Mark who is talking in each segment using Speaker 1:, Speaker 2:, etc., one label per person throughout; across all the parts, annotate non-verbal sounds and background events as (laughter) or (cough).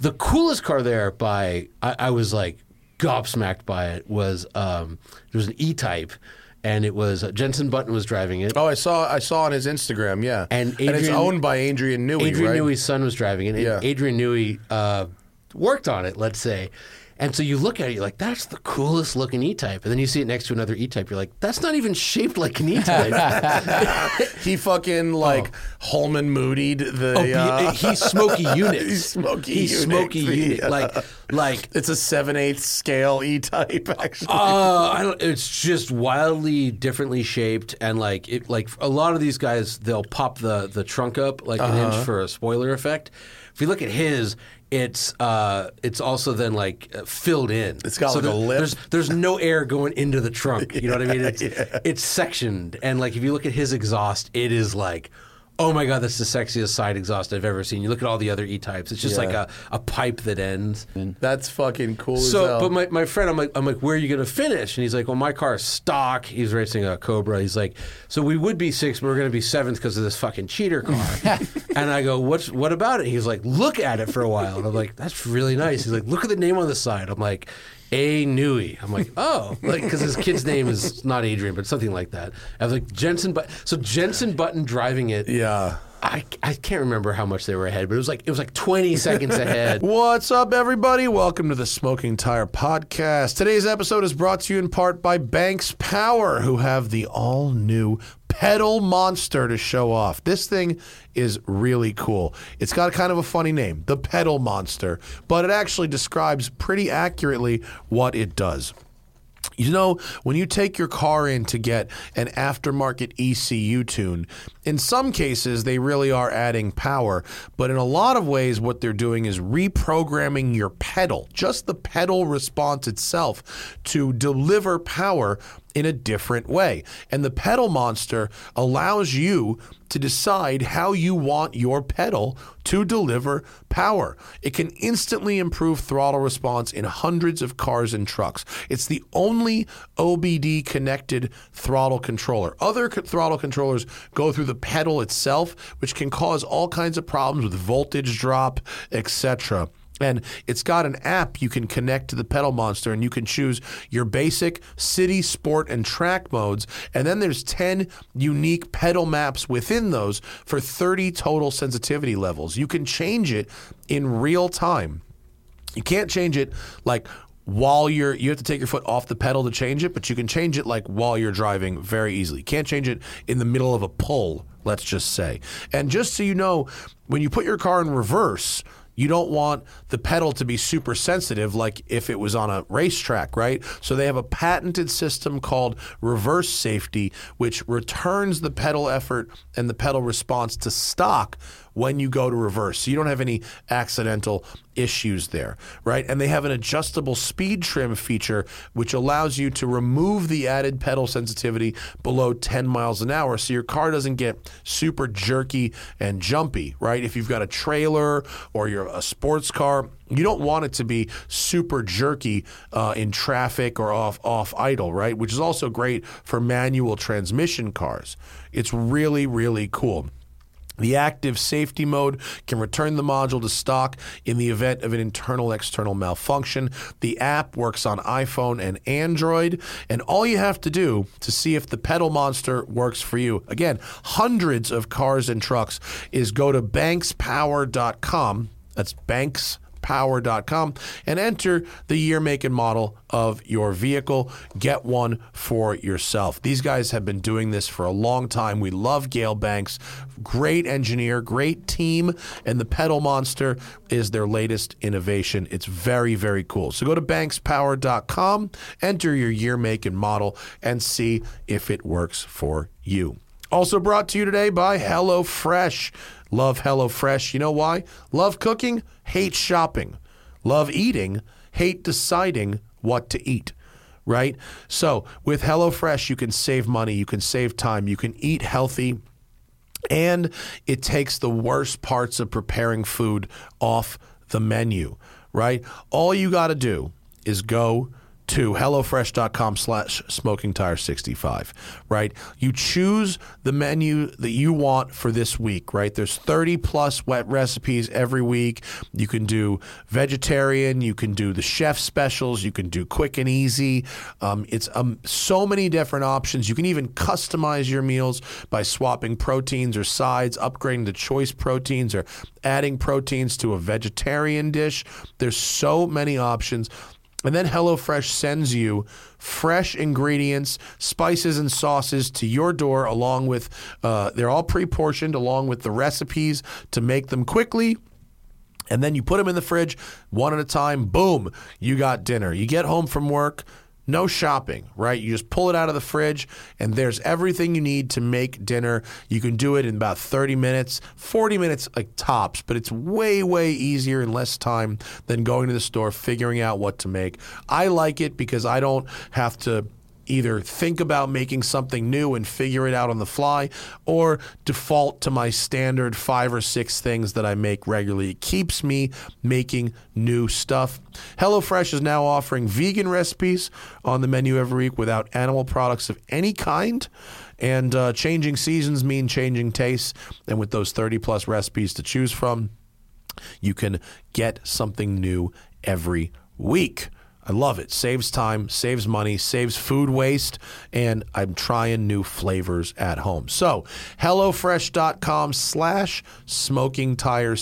Speaker 1: the coolest car there by I, I was like gobsmacked by it was um, it was an E-Type, and it was uh, Jensen Button was driving it.
Speaker 2: Oh, I saw I saw on his Instagram, yeah.
Speaker 1: And
Speaker 2: it's
Speaker 1: Adrian-
Speaker 2: owned by Adrian Newey,
Speaker 1: Adrian
Speaker 2: right?
Speaker 1: Newey's son was driving it. And
Speaker 2: Yeah.
Speaker 1: Adrian Newey uh, worked on it, let's say. And so you look at it, you're like, that's the coolest looking E type. And then you see it next to another E type, you're like, that's not even shaped like an E type.
Speaker 2: (laughs) He fucking
Speaker 1: Oh.
Speaker 2: like Holman Moodied the. uh,
Speaker 1: he's smoky units.
Speaker 2: He's smoky
Speaker 1: He's
Speaker 2: units,
Speaker 1: smoky
Speaker 2: yeah.
Speaker 1: unit. Like, like
Speaker 2: (laughs) it's a seven eighth scale
Speaker 1: (laughs)
Speaker 2: E type. Actually,
Speaker 1: Uh, I don't, it's just wildly differently shaped, and like it, like a lot of these guys, they'll pop the the trunk up like an
Speaker 2: Uh-huh.
Speaker 1: inch for a spoiler effect. If you look at his, it's uh, it's also then like uh, filled in.
Speaker 2: It's got, like, a lip.
Speaker 1: There's there's no air going into the trunk. You know what I
Speaker 2: (laughs)
Speaker 1: mean? It's it's sectioned, and like if you look at his exhaust, it is like. Oh my God, that's the sexiest side exhaust I've ever seen. You look at all the other E types; it's just
Speaker 2: Yeah.
Speaker 1: like a, a pipe that ends.
Speaker 2: that's fucking cool.
Speaker 1: So,
Speaker 2: as hell.
Speaker 1: but my, my friend, I'm like, I'm like, where are you going to finish? And he's like, well, my car is stock. He's racing a Cobra. He's like, so we would be sixth, but we're going to be seventh because of this fucking cheater car. and I go, what's what about it? He's like, look at it for a while. And I'm like, that's really nice. He's like, look at the name on the side. I'm like, A Newey. I'm like, oh, like because his kid's name is not Adrian, but something like that. I was like, Jensen, but so Jensen Button driving it.
Speaker 2: yeah.
Speaker 1: I, I can't remember how much they were ahead, but it was like it was like 20 seconds ahead.
Speaker 2: What's up, everybody? Welcome to the Smoking Tire Podcast. Today's episode is brought to you in part by Banks Power, who have the all new pedal monster to show off. This thing is really cool. It's got kind of a funny name, the pedal monster, but it actually describes pretty accurately what it does. You know, when you take your car in to get an aftermarket ECU tune, in some cases they really are adding power, but in a lot of ways what they're doing is reprogramming your pedal, just the pedal response itself, to deliver power in a different way. And the pedal monster allows you to decide how you want your pedal to deliver power. It can instantly improve throttle response in hundreds of cars and trucks. It's the only OBD connected throttle controller. Other co- throttle controllers go through the pedal itself, which can cause all kinds of problems with voltage drop, etc. And it's got an app you can connect to the pedal monster, and you can choose your basic city, sport, and track modes. And then there's 10 unique pedal maps within those for 30 total sensitivity levels. You can change it in real time. You can't change it like while you're you have to take your foot off the pedal to change it, but you can change it like while you're driving very easily. Can't change it in the middle of a pull, let's just say. And just so you know, when you put your car in reverse, you don't want the pedal to be super sensitive like if it was on a racetrack, right? So they have a patented system called reverse safety which returns the pedal effort and the pedal response to stock when you go to reverse. So you don't have any accidental issues there, right? And they have an adjustable speed trim feature, which allows you to remove the added pedal sensitivity below 10 miles an hour so your car doesn't get super jerky and jumpy, right? If you've got a trailer or you're a sports car, you don't want it to be super jerky uh, in traffic or off off idle, right? Which is also great for manual transmission cars. It's really really cool. The active safety mode can return the module to stock in the event of an internal external malfunction. The app works on iPhone and Android, and all you have to do to see if the pedal monster works for you. Again, hundreds of cars and trucks is go to bankspower.com. That's banks power.com and enter the year make and model of your vehicle get one for yourself these guys have been doing this for a long time we love gail banks great engineer great team and the pedal monster is their latest innovation it's very very cool so go to bankspower.com enter your year make and model and see if it works for you also brought to you today by HelloFresh. Love HelloFresh. You know why? Love cooking, hate shopping. Love eating, hate deciding what to eat. Right? So, with HelloFresh, you can save money, you can save time, you can eat healthy and it takes the worst parts of preparing food off the menu, right? All you got to do is go to HelloFresh.com slash smoking tire 65, right? You choose the menu that you want for this week, right? There's 30 plus wet recipes every week. You can do vegetarian, you can do the chef specials, you can do quick and easy. Um, it's um, so many different options. You can even customize your meals by swapping proteins or sides, upgrading to choice proteins, or adding proteins to a vegetarian dish. There's so many options. And then HelloFresh sends you fresh ingredients, spices, and sauces to your door, along with, uh, they're all pre portioned, along with the recipes to make them quickly. And then you put them in the fridge one at a time. Boom, you got dinner. You get home from work, no shopping, right? You just pull it out of the fridge, and there's everything you need to make dinner. You can do it in about 30 minutes, 40 minutes, like tops, but it's way, way easier and less time than going to the store, figuring out what to make. I like it because I don't have to either think about making something new and figure it out on the fly or default to my standard five or six things that I make regularly. It keeps me making new stuff. HelloFresh is now offering vegan recipes on the menu every week without animal products of any kind. And uh, changing seasons mean changing tastes. And with those 30 plus recipes to choose from, you can get something new every week. I love it. Saves time, saves money, saves food waste, and I'm trying new flavors at home. So, HelloFresh.com slash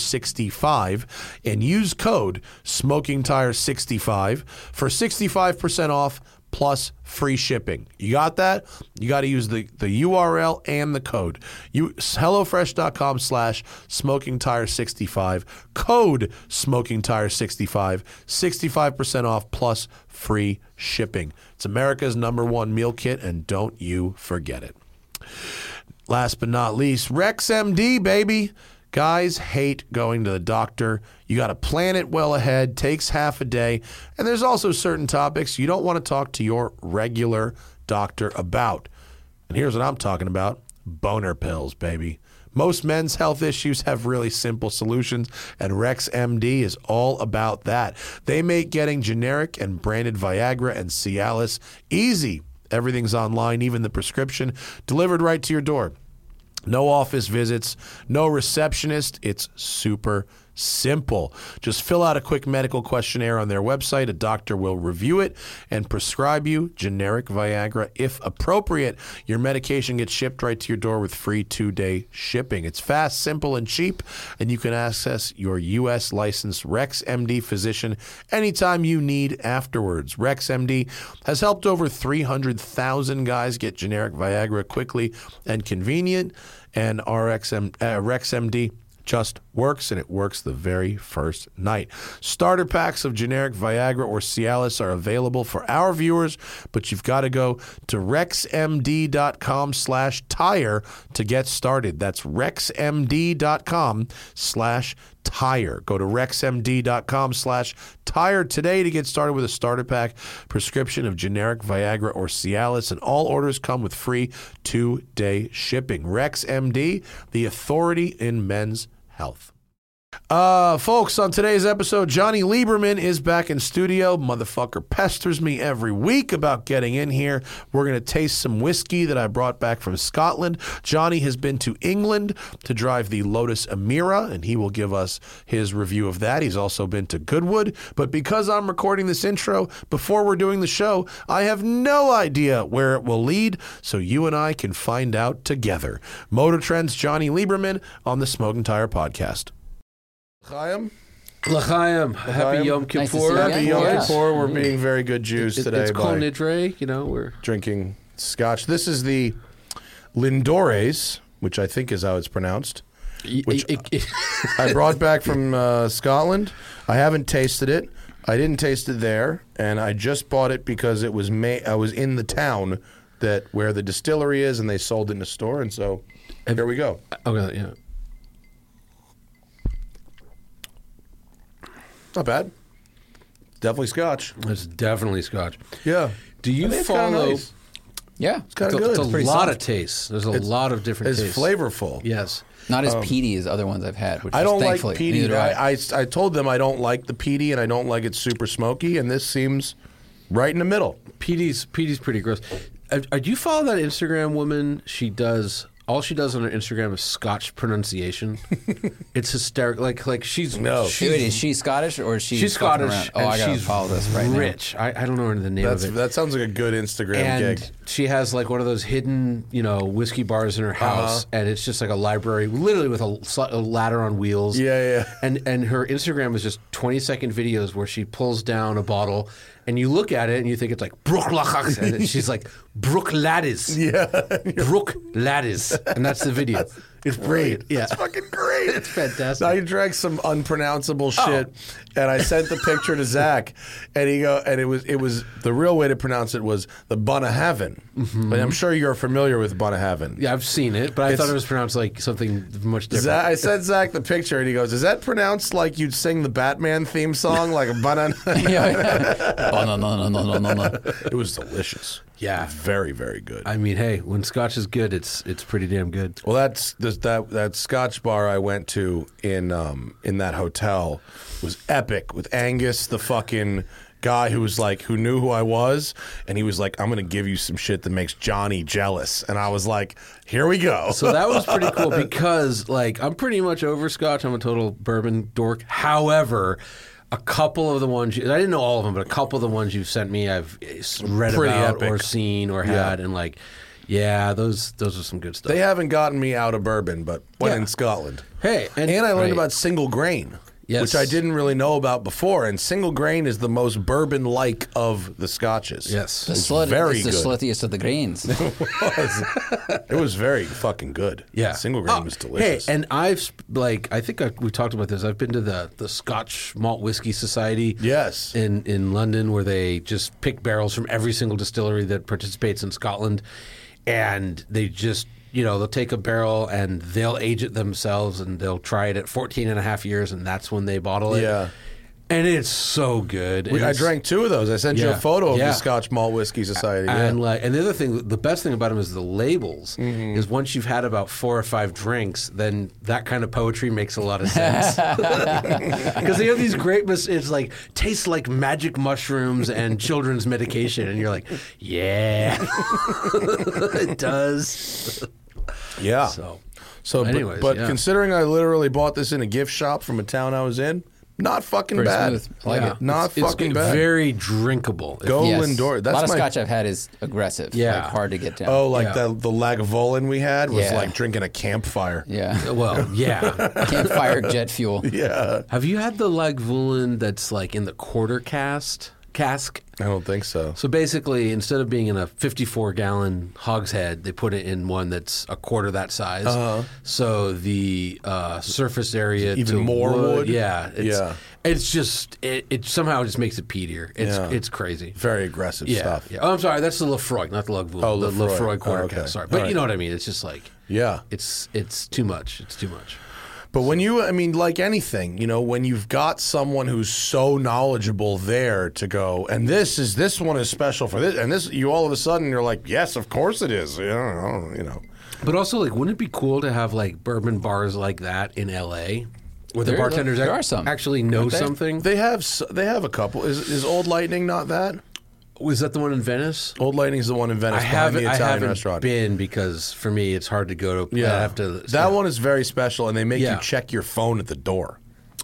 Speaker 2: SmokingTire65 and use code SmokingTire65 for 65% off plus free shipping. You got that? You got to use the, the URL and the code. You HelloFresh.com slash SmokingTire65. Code SmokingTire65. 65% off plus free shipping. It's America's number one meal kit, and don't you forget it. Last but not least, RexMD, baby. Guys hate going to the doctor. You got to plan it well ahead, takes half a day. And there's also certain topics you don't want to talk to your regular doctor about. And here's what I'm talking about boner pills, baby. Most men's health issues have really simple solutions, and RexMD is all about that. They make getting generic and branded Viagra and Cialis easy. Everything's online, even the prescription, delivered right to your door. No office visits, no receptionist. It's super simple. Just fill out a quick medical questionnaire on their website. A doctor will review it and prescribe you generic Viagra if appropriate. Your medication gets shipped right to your door with free two day shipping. It's fast, simple, and cheap, and you can access your U.S. licensed Rex MD physician anytime you need afterwards. RexMD has helped over 300,000 guys get generic Viagra quickly and convenient, and RxM, uh, RexMD just works and it works the very first night. Starter packs of generic Viagra or Cialis are available for our viewers, but you've got to go to rexmd.com slash tire to get started. That's rexmd.com slash tire. Go to rexmd.com slash tire today to get started with a starter pack prescription of generic Viagra or Cialis, and all orders come with free two-day shipping. RexMD, the authority in men's health. Uh, folks, on today's episode, Johnny Lieberman is back in studio. Motherfucker pesters me every week about getting in here. We're going to taste some whiskey that I brought back from Scotland. Johnny has been to England to drive the Lotus Amira, and he will give us his review of that. He's also been to Goodwood. But because I'm recording this intro before we're doing the show, I have no idea where it will lead, so you and I can find out together. Motor Trends Johnny Lieberman on the Smoking Tire Podcast. Chaim,
Speaker 1: L'chaim. Happy Yom
Speaker 3: Nice to
Speaker 1: Kippur.
Speaker 3: see you.
Speaker 2: happy
Speaker 3: Yeah.
Speaker 2: Yom
Speaker 3: Yeah.
Speaker 2: Kippur. We're being very good Jews
Speaker 1: It-
Speaker 2: today
Speaker 1: it's Kol
Speaker 2: by
Speaker 1: Nidre, you know, we're
Speaker 2: drinking scotch. This is the Lindores, which I think is how it's pronounced.
Speaker 1: (laughs)
Speaker 2: Which- I brought back from uh, Scotland. I haven't tasted it. I didn't taste it there, and I just bought it because it was ma- I was in the town that where the distillery is, and they sold it in a store, and so here we go.
Speaker 1: okay, oh, yeah.
Speaker 2: Not bad. Definitely scotch.
Speaker 1: It's definitely Scotch.
Speaker 2: Yeah.
Speaker 1: Do you
Speaker 2: It's kinda
Speaker 1: follow?
Speaker 2: nice.
Speaker 3: Yeah.
Speaker 1: It's a, it's
Speaker 2: kinda
Speaker 1: a
Speaker 2: good.
Speaker 1: lot
Speaker 3: pretty
Speaker 1: of tastes. There's a lot of different
Speaker 2: It's
Speaker 1: tastes.
Speaker 2: flavorful.
Speaker 1: Yes.
Speaker 3: Not as peaty as other ones I've had, which
Speaker 2: I
Speaker 3: is
Speaker 2: don't like
Speaker 3: thankfully.
Speaker 2: peaty.
Speaker 3: neither do I.
Speaker 2: I, I, I told them I don't like the peaty and I don't like it super smoky, and this seems right in the middle.
Speaker 1: PD's PD's pretty gross. Uh, uh, do you follow that Instagram woman? She does all she does on her Instagram is Scotch
Speaker 2: (laughs)
Speaker 1: pronunciation. it's hysterical. Like like she's
Speaker 2: No.
Speaker 1: she's,
Speaker 3: Wait, is she Scottish or is she?
Speaker 1: she's
Speaker 3: fucking
Speaker 1: Scottish
Speaker 3: around? Oh,
Speaker 1: and
Speaker 3: I gotta
Speaker 1: she's
Speaker 3: follow this right now.
Speaker 1: rich. I, I don't know the name
Speaker 2: That's
Speaker 1: of it.
Speaker 2: that sounds like a good Instagram
Speaker 1: and
Speaker 2: gig.
Speaker 1: she has like one of those hidden, you know, whiskey bars in
Speaker 2: Uh-huh.
Speaker 1: her house, and it's just like a library, literally with a, sl- a ladder on wheels.
Speaker 2: Yeah, yeah.
Speaker 1: And and her Instagram is just twenty second videos where she pulls down a bottle, and you look at it and you think it's like Brooklachach, and it- she's like Brook Laddies,
Speaker 2: (laughs) Yeah,
Speaker 1: Brook Laddies, and that's the video. It's brilliant. Yeah,
Speaker 2: (laughs) It's fucking great. It's
Speaker 1: fantastic.
Speaker 2: I drank some unpronounceable shit, and I sent the picture to Zach, and he go, and it was it was the real way to pronounce it was the Bunahaven. But I'm sure you're familiar with Bunahaven.
Speaker 1: yeah. I've seen it, but I
Speaker 2: It's-
Speaker 1: thought it was pronounced like something much different.
Speaker 2: Zach, I sent Zach the picture, and he goes, "Is that pronounced like you'd sing the Batman theme song, like a banana?"
Speaker 3: yeah, yeah. (laughs) Oh, no, no, no, no, no, no, no.
Speaker 2: it was delicious.
Speaker 1: Yeah.
Speaker 2: very very good.
Speaker 1: I mean, hey, when Scotch is good, it's it's pretty damn good.
Speaker 2: Well, that's this, that that Scotch bar I went to in um, in that hotel was epic with Angus, the fucking guy who was like who knew who I was, and he was like, "I'm gonna give you some shit that makes Johnny jealous," and I was like, "Here we go."
Speaker 1: So that was pretty cool because, like, I'm pretty much over Scotch. I'm a total bourbon dork. However, a couple of the ones you, I didn't know all of them, but a couple of the ones you've sent me, I've eh, s- read
Speaker 2: Pretty
Speaker 1: about or
Speaker 2: epic.
Speaker 1: seen or had, and like, yeah, those those are some good stuff.
Speaker 2: (laughs) they haven't gotten me out of bourbon, but when
Speaker 1: Yeah.
Speaker 2: in Scotland.
Speaker 1: hey, and,
Speaker 2: And I learned
Speaker 1: right.
Speaker 2: about single grain,
Speaker 1: Yes.
Speaker 2: which I didn't really know about before. And single grain is the most bourbon like of the scotches.
Speaker 1: Yes.
Speaker 3: The
Speaker 1: It's
Speaker 3: slut,
Speaker 2: very
Speaker 3: it's the
Speaker 2: good.
Speaker 3: sluttiest of the grains.
Speaker 2: it was very fucking good.
Speaker 1: Yeah,
Speaker 2: Single grain
Speaker 1: Oh,
Speaker 2: was delicious.
Speaker 1: Hey, and I've sp- like I think I, we talked about this. I've been to the the Scotch Malt Whiskey Society.
Speaker 2: Yes.
Speaker 1: in in London, where they just pick barrels from every single distillery that participates in Scotland, and they just you know they'll take a barrel and they'll age it themselves and they'll try it at 14 and a half years and that's when they bottle it
Speaker 2: Yeah.
Speaker 1: and it's so good
Speaker 2: We- I
Speaker 1: It's-
Speaker 2: drank two of those. I sent you a
Speaker 1: Yeah.
Speaker 2: photo of
Speaker 1: Yeah. Uh,
Speaker 2: the Scotch Malt Whiskey Society. yeah.
Speaker 1: And like, and the other thing, the best thing about them is the labels. Is once you've had about four or five drinks, then that kind of poetry makes a lot of sense. (laughs) Because they have these great, mis- it's like tastes like magic mushrooms and children's medication, and you're like, yeah, (laughs) it does.
Speaker 2: yeah.
Speaker 1: So,
Speaker 2: So, but-
Speaker 1: Anyways,
Speaker 2: but,
Speaker 1: yeah.
Speaker 2: considering I literally bought this in a gift shop from a town I was in, not fucking
Speaker 3: Pretty
Speaker 2: bad.
Speaker 3: smooth. I like it.
Speaker 2: Not
Speaker 1: it's
Speaker 2: fucking
Speaker 1: good-
Speaker 2: bad.
Speaker 1: very drinkable.
Speaker 2: Go
Speaker 3: Yes.
Speaker 2: Lindor. That's
Speaker 3: a lot of
Speaker 2: my-
Speaker 3: scotch I've had is aggressive.
Speaker 1: Yeah.
Speaker 3: Like hard to get down.
Speaker 2: oh, like
Speaker 1: Yeah.
Speaker 2: the the Lagavulin we had was
Speaker 3: Yeah.
Speaker 2: like drinking a campfire.
Speaker 3: Yeah.
Speaker 1: Well, yeah.
Speaker 3: Campfire jet fuel.
Speaker 2: (laughs) Yeah.
Speaker 1: Have you had the Lagavulin that's like in the quarter cast cask?
Speaker 2: I don't think so.
Speaker 1: So basically, instead of being in a 54 gallon hogshead, they put it in one that's a quarter that size. So the uh, surface area
Speaker 2: Uh-huh. Even
Speaker 1: to
Speaker 2: more wood?
Speaker 1: Yeah, it's,
Speaker 2: Yeah.
Speaker 1: It's just it, it somehow just makes it peatier. It's
Speaker 2: Yeah.
Speaker 1: it's crazy.
Speaker 2: Very aggressive
Speaker 1: Yeah,
Speaker 2: stuff.
Speaker 1: yeah. Oh, I'm sorry. That's the Lefroy, not the Lagavulin.
Speaker 2: Oh,
Speaker 1: the
Speaker 2: Lefroy.
Speaker 1: Lefroy quarter
Speaker 2: Oh, okay.
Speaker 1: cast. Sorry, but
Speaker 2: All right.
Speaker 1: you know what I mean. It's just like
Speaker 2: Yeah.
Speaker 1: it's it's too much. It's too much.
Speaker 2: But when you, I mean, like anything, you know, when you've got someone who's so knowledgeable there to go, and this is this one is special for this, and this, you all of a sudden you're like, yes, of course it is. You know, you know.
Speaker 1: But also, like, wouldn't it be cool to have like bourbon bars like that in L.A. Where the
Speaker 3: There-
Speaker 1: bartenders
Speaker 3: there
Speaker 1: ac-
Speaker 3: are some,
Speaker 1: actually know
Speaker 3: aren't there?
Speaker 1: something.
Speaker 2: They have s- they have a couple. Is is Old Lightning not that?
Speaker 1: Was that the one in Venice?
Speaker 2: Old Lightning's the one in Venice
Speaker 1: I
Speaker 2: behind
Speaker 1: haven't,
Speaker 2: the
Speaker 1: I
Speaker 2: Italian
Speaker 1: haven't
Speaker 2: restaurant.
Speaker 1: been because for me it's hard to go to. Yeah, I have to.
Speaker 2: that one is very special, and they make
Speaker 1: Yeah.
Speaker 2: you check your phone at the door.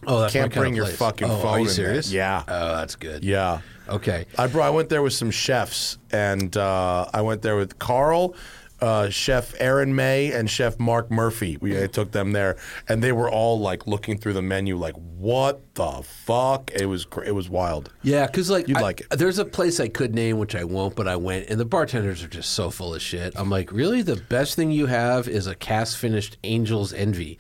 Speaker 1: Oh, that's
Speaker 2: Can't
Speaker 1: my kind
Speaker 2: bring
Speaker 1: of
Speaker 2: your
Speaker 1: place.
Speaker 2: fucking
Speaker 1: oh,
Speaker 2: phone
Speaker 1: Are
Speaker 2: in
Speaker 1: you
Speaker 2: there.
Speaker 1: serious?
Speaker 2: Yeah.
Speaker 1: Oh, that's good.
Speaker 2: Yeah.
Speaker 1: Okay.
Speaker 2: I brought, I went there with some chefs, and uh, I went there with Carl, uh, Chef Aaron May, and Chef Mark Murphy. We I took them there, and they were all like looking through the menu, like, "What the fuck?" It was cr- it was wild.
Speaker 1: Yeah, because like
Speaker 2: You'd
Speaker 1: I-
Speaker 2: like it.
Speaker 1: There's a place I could name which I won't, but I went, and the bartenders are just so full of shit. I'm like, really, the best thing you have is a cast finished Angel's Envy,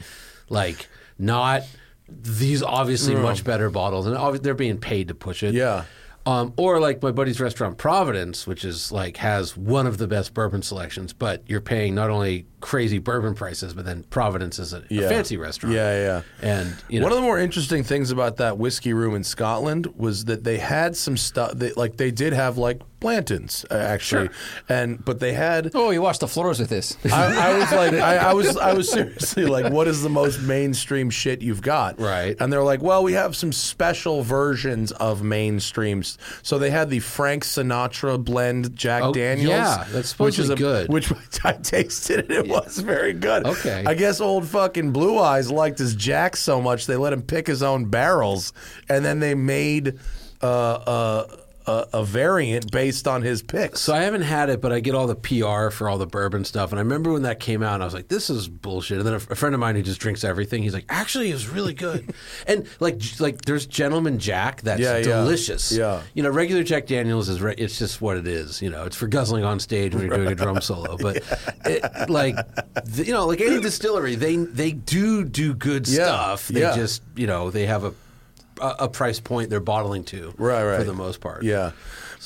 Speaker 1: like not these obviously much better bottles, and obvi- they're being paid to push it.
Speaker 2: Mm. Yeah.
Speaker 1: Um, or like my buddy's restaurant Providence, which is like has one of the best bourbon selections, but you're paying not only crazy bourbon prices, but then Providence is a, a
Speaker 2: Yeah.
Speaker 1: fancy restaurant.
Speaker 2: Yeah, yeah.
Speaker 1: And you know,
Speaker 2: One of the more interesting things about that whiskey room in Scotland was that they had some stuff. They, like they did have like Blantons uh, actually, and but they had.
Speaker 3: Oh, you washed the floors with this.
Speaker 2: I, I was like, I, I was, I
Speaker 1: (laughs)
Speaker 2: was seriously like, what is the most mainstream shit you've got?
Speaker 1: Right.
Speaker 2: And they're like, well, we have some special versions of mainstreams. So they had the Frank Sinatra blend Jack
Speaker 1: Oh,
Speaker 2: Daniels,
Speaker 1: yeah, that's
Speaker 2: which is
Speaker 1: supposedly
Speaker 2: a,
Speaker 1: good.
Speaker 2: Which I tasted and it was very good.
Speaker 1: Okay.
Speaker 2: I guess old fucking Blue Eyes liked his Jack so much they let him pick his own barrels, and then they made uh, uh, a, a variant based on his picks.
Speaker 1: So I haven't had it, but I get all the PR for all the bourbon stuff. And I remember when that came out, and I was like, "This is bullshit." And then a, a friend of mine who just drinks everything, he's like, "Actually, it's really
Speaker 2: (laughs)
Speaker 1: good." and like, j- like there's Gentleman Jack that's
Speaker 2: Yeah, yeah.
Speaker 1: delicious.
Speaker 2: Yeah.
Speaker 1: you know, regular Jack Daniels is re- it's just what it is. You know, it's for guzzling on stage when you're doing a drum
Speaker 2: (laughs)
Speaker 1: solo. But it, like, th- you know, like any distillery, they they do do good
Speaker 2: Yeah,
Speaker 1: stuff. They
Speaker 2: yeah.
Speaker 1: just you know they have a a a price point they're bottling to,
Speaker 2: Right, right.
Speaker 1: for the most part.
Speaker 2: Yeah.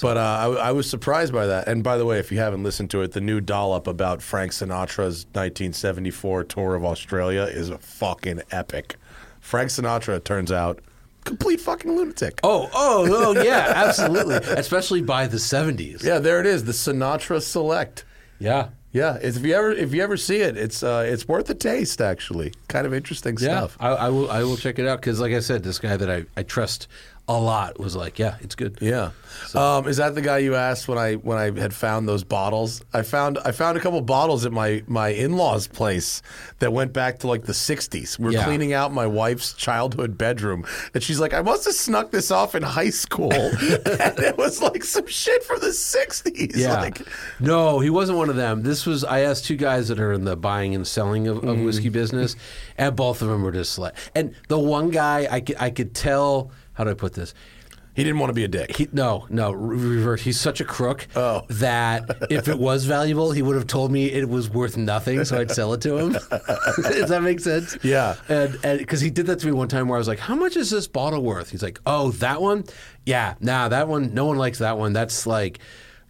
Speaker 2: But uh, I, I was surprised by that. And by the way, if you haven't listened to it, the new dollop about Frank Sinatra's 1974 tour of Australia is fucking epic. Frank Sinatra, it turns out, complete fucking lunatic.
Speaker 1: Oh, oh, oh, yeah, absolutely. Especially by the 70s.
Speaker 2: Yeah, there it is, the Sinatra Select.
Speaker 1: Yeah.
Speaker 2: Yeah, it's, if you ever if you ever see it, it's uh, it's worth a taste actually. Kind of interesting
Speaker 1: Yeah.
Speaker 2: stuff.
Speaker 1: I, I will I will check it out because, like I said, this guy that I, I trust a lot was like, yeah, it's good.
Speaker 2: Yeah. Um, is that the guy you asked when I when I had found those bottles? I found I found a couple bottles at my my in laws place that went back to like the '60s. We're
Speaker 1: Yeah.
Speaker 2: cleaning out my wife's childhood bedroom, and she's like, "I must have snuck this off in high school, (laughs) and it was like some shit from the '60s."
Speaker 1: Yeah.
Speaker 2: Like,
Speaker 1: no, he wasn't one of them. This was I asked two guys that are in the buying and selling of,
Speaker 2: Mm-hmm.
Speaker 1: of whiskey business, and both of them were just like, and the one guy I could, I could tell how do I put this?
Speaker 2: he didn't want to be a dick.
Speaker 1: He, no, no, re- reverse. He's such a crook
Speaker 2: Oh.
Speaker 1: that if it was valuable, he would have told me it was worth nothing, so I'd sell it to him. (laughs) Does that make sense?
Speaker 2: Yeah.
Speaker 1: And because he did that to me one time where I was like, How much is this bottle worth? He's like, Oh, that one? Yeah, nah, that one, no one likes that one. That's like,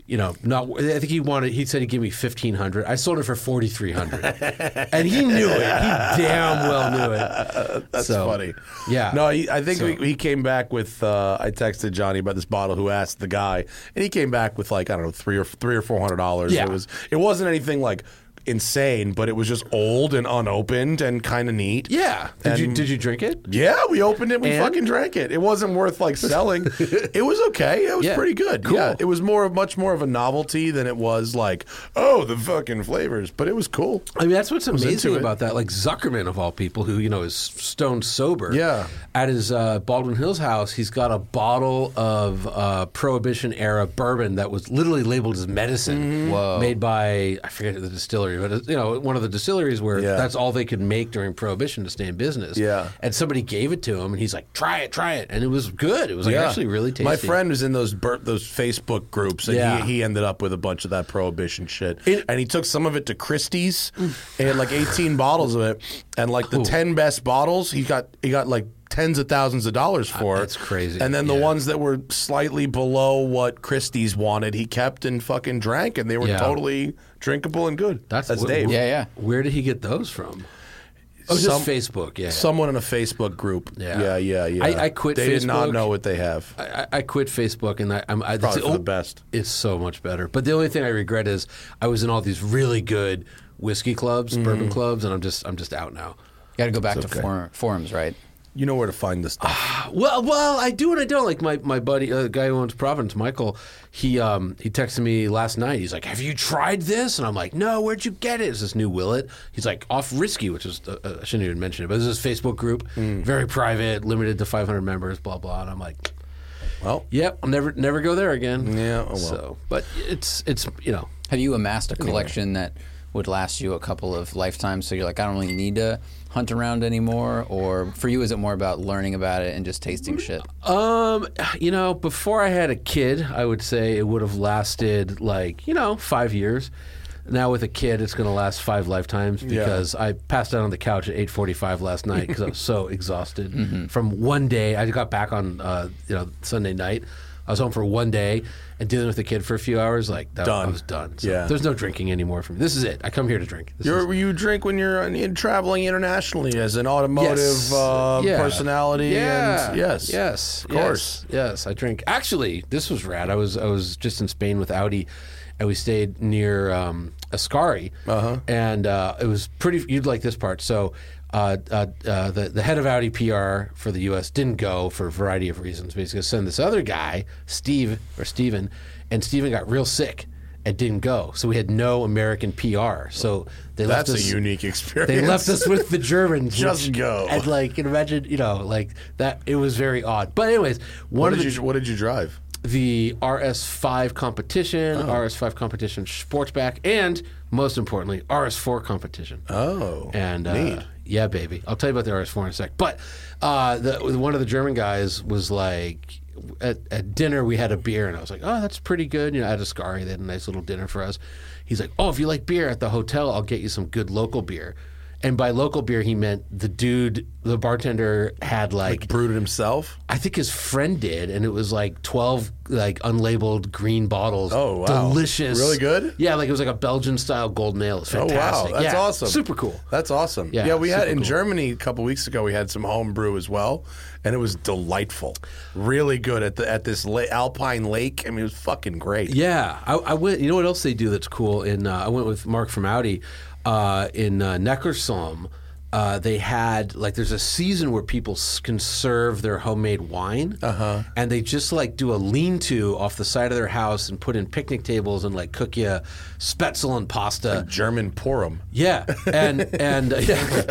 Speaker 1: you know, not. wor- I think he wanted. He said he'd give me fifteen hundred. I sold it for forty three
Speaker 2: (laughs)
Speaker 1: hundred, and he knew it. He damn well knew it.
Speaker 2: That's
Speaker 1: So,
Speaker 2: funny.
Speaker 1: Yeah.
Speaker 2: No, he, I think
Speaker 1: So-
Speaker 2: we, he came back with. Uh, I texted Johnny about this bottle. Who asked the guy, and he came back with like I don't know three or three or four hundred dollars.
Speaker 1: Yeah.
Speaker 2: It was. It wasn't anything like insane, but it was just old and unopened and kind of neat.
Speaker 1: Yeah. Did you
Speaker 2: And-
Speaker 1: did you drink it?
Speaker 2: Yeah, we opened it. We
Speaker 1: And?
Speaker 2: fucking drank it. It wasn't worth like selling.
Speaker 1: (laughs)
Speaker 2: it was okay. It was
Speaker 1: Yeah.
Speaker 2: pretty good.
Speaker 1: Cool.
Speaker 2: Yeah, it was more, much more of a novelty than it was like, oh, the fucking flavors. But it was cool.
Speaker 1: I mean, that's what's amazing
Speaker 2: into it.
Speaker 1: about that. Like Zuckerman, of all people, who you know is stone sober.
Speaker 2: Yeah.
Speaker 1: At his uh, Baldwin Hills house, he's got a bottle of uh, Prohibition era bourbon that was literally labeled as
Speaker 2: Mm-hmm.
Speaker 1: medicine,
Speaker 3: Whoa.
Speaker 1: made by I forget the distillery, but it's, you know one of the distilleries where
Speaker 2: Yeah.
Speaker 1: that's all they could make during Prohibition to stay in business.
Speaker 2: Yeah.
Speaker 1: And somebody gave it to him, and he's like, "Try it, try it," and it was good. It was like
Speaker 2: Yeah.
Speaker 1: actually really tasty.
Speaker 2: My friend was in those bur- those Facebook groups, and
Speaker 1: Yeah.
Speaker 2: he, he ended up with a bunch of that prohibition shit.
Speaker 1: It-
Speaker 2: and he took some of it to Christie's. he had like eighteen bottles of it, and like the ten best bottles, he got he got like tens of thousands of dollars for.
Speaker 1: Ah, that's crazy.
Speaker 2: And then the
Speaker 1: Yeah.
Speaker 2: ones that were slightly below what Christie's wanted, he kept and fucking drank, and they were
Speaker 1: Yeah.
Speaker 2: totally drinkable and good. That's,
Speaker 1: wh-
Speaker 2: Dave.
Speaker 1: wh-
Speaker 3: Yeah, yeah.
Speaker 1: Where did he get those from? Oh,
Speaker 2: Some-
Speaker 1: just Facebook. Yeah.
Speaker 2: Someone in a Facebook group.
Speaker 1: Yeah.
Speaker 2: yeah, yeah. yeah.
Speaker 1: I- I quit
Speaker 2: They did not
Speaker 1: Facebook.
Speaker 2: know what they have.
Speaker 1: I, I- I quit Facebook, and I, I'm I,
Speaker 2: Probably
Speaker 1: it's-
Speaker 2: for the best.
Speaker 1: It's so much better. But the only thing I regret is I was in all these really good whiskey clubs,
Speaker 2: Mm-hmm.
Speaker 1: bourbon clubs, and I'm just I'm just out now.
Speaker 3: Got to go back to for, forums, right?
Speaker 2: You know where to find this stuff.
Speaker 1: Well, well, I do and I don't. Like my my buddy, uh, the guy who owns Providence, Michael. He um he texted me last night. He's like, "Have you tried this?" And I'm like, "No. Where'd you get it? It's this new Willet." He's like, "Off Risky," which is uh, uh, I shouldn't even mention it, but this is this Facebook group,
Speaker 2: Mm.
Speaker 1: very private, limited to 500 members, blah blah. And I'm like, Ah.
Speaker 2: Well,
Speaker 1: Yep, I'll never never go there again.
Speaker 2: Yeah, oh, well.
Speaker 1: So, but it's it's you know.
Speaker 3: Have you amassed a collection that would last you a couple of lifetimes? So you're like, I don't really need to hunt around anymore, or for you, is it more about learning about it and just tasting shit?
Speaker 1: Um, you know, before I had a kid, I would say it would have lasted like, you know, 5 years. Now with a kid, it's going to last 5 lifetimes because I passed out on the couch at 8:45 last night
Speaker 2: (laughs)
Speaker 1: cuz I was so exhausted from one day I got back on uh, you know, Sunday night. I was home for one day and dealing with the kid for a few hours. Like that, I
Speaker 2: Done.
Speaker 1: was done. So
Speaker 2: Yeah.
Speaker 1: there's no drinking anymore for me. This is it. I come here to drink. This is-
Speaker 2: You're, you drink when you're on- in, traveling internationally as an automotive
Speaker 1: Yes.
Speaker 2: uh,
Speaker 1: Yeah.
Speaker 2: personality.
Speaker 1: Yeah.
Speaker 2: And, yes.
Speaker 1: Yes.
Speaker 2: Of course.
Speaker 1: Yes, yes, I drink. Actually, this was rad. I was I was just in Spain with Audi, and we stayed near um, Ascari, uh-huh. and uh, it was pretty. You'd like this part. So. Uh, uh, uh, the, the head of Audi PR for the U.S. didn't go for a variety of reasons, but he's going to send this other guy, Steve or Steven, and Steven got real sick and didn't go. So we had no American PR. So they left
Speaker 2: That's a
Speaker 1: us-
Speaker 2: unique experience.
Speaker 1: they left us with the Germans.
Speaker 2: Just go.
Speaker 1: And like, imagine, you know, like that. It was very odd. But anyways,
Speaker 2: (laughs) What
Speaker 1: one of
Speaker 2: did
Speaker 1: the,
Speaker 2: you What did you drive?
Speaker 1: the RS5 competition,
Speaker 2: Oh.
Speaker 1: RS5 competition Sportsback, and most importantly, RS4 competition.
Speaker 2: Oh,
Speaker 1: and uh, yeah, baby, I'll tell you about the RS4 in a sec. But uh, the, one of the German guys was like. At, at dinner, we had a beer, and I was like, "Oh, that's pretty good." You know, at Ascari, they had a nice little dinner for us. He's like, "Oh, if you like beer at the hotel, I'll get you some good local beer." And by local beer, he meant the dude, the bartender had like
Speaker 2: brewed it himself.
Speaker 1: I think his friend did, and it was like twelve like unlabeled green bottles.
Speaker 2: Oh, wow.
Speaker 1: delicious,
Speaker 2: Really good?
Speaker 1: Yeah, like it was like a Belgian style golden ale. It's
Speaker 2: Oh
Speaker 1: fantastic.
Speaker 2: wow, that's
Speaker 1: Yeah,
Speaker 2: awesome.
Speaker 1: Super cool.
Speaker 2: That's awesome.
Speaker 1: Yeah,
Speaker 2: Yeah, we had
Speaker 1: super
Speaker 2: in
Speaker 1: cool.
Speaker 2: Germany a couple weeks ago. We had some home brew as well, and it was delightful. Really good at the at this la- Alpine Lake. I mean, it was fucking great.
Speaker 1: Yeah, I, I went. You know what else they do that's cool? In uh, I went with Mark from Audi uh, in uh, Neckarsulm. Uh, they had like there's a season where people s- conserve their homemade wine, uh-huh. and they just like do a lean-to off the side of their house and put in picnic tables and like cook you spetzel and pasta.
Speaker 2: German Purim.
Speaker 1: Yeah, and and (laughs) uh, yeah.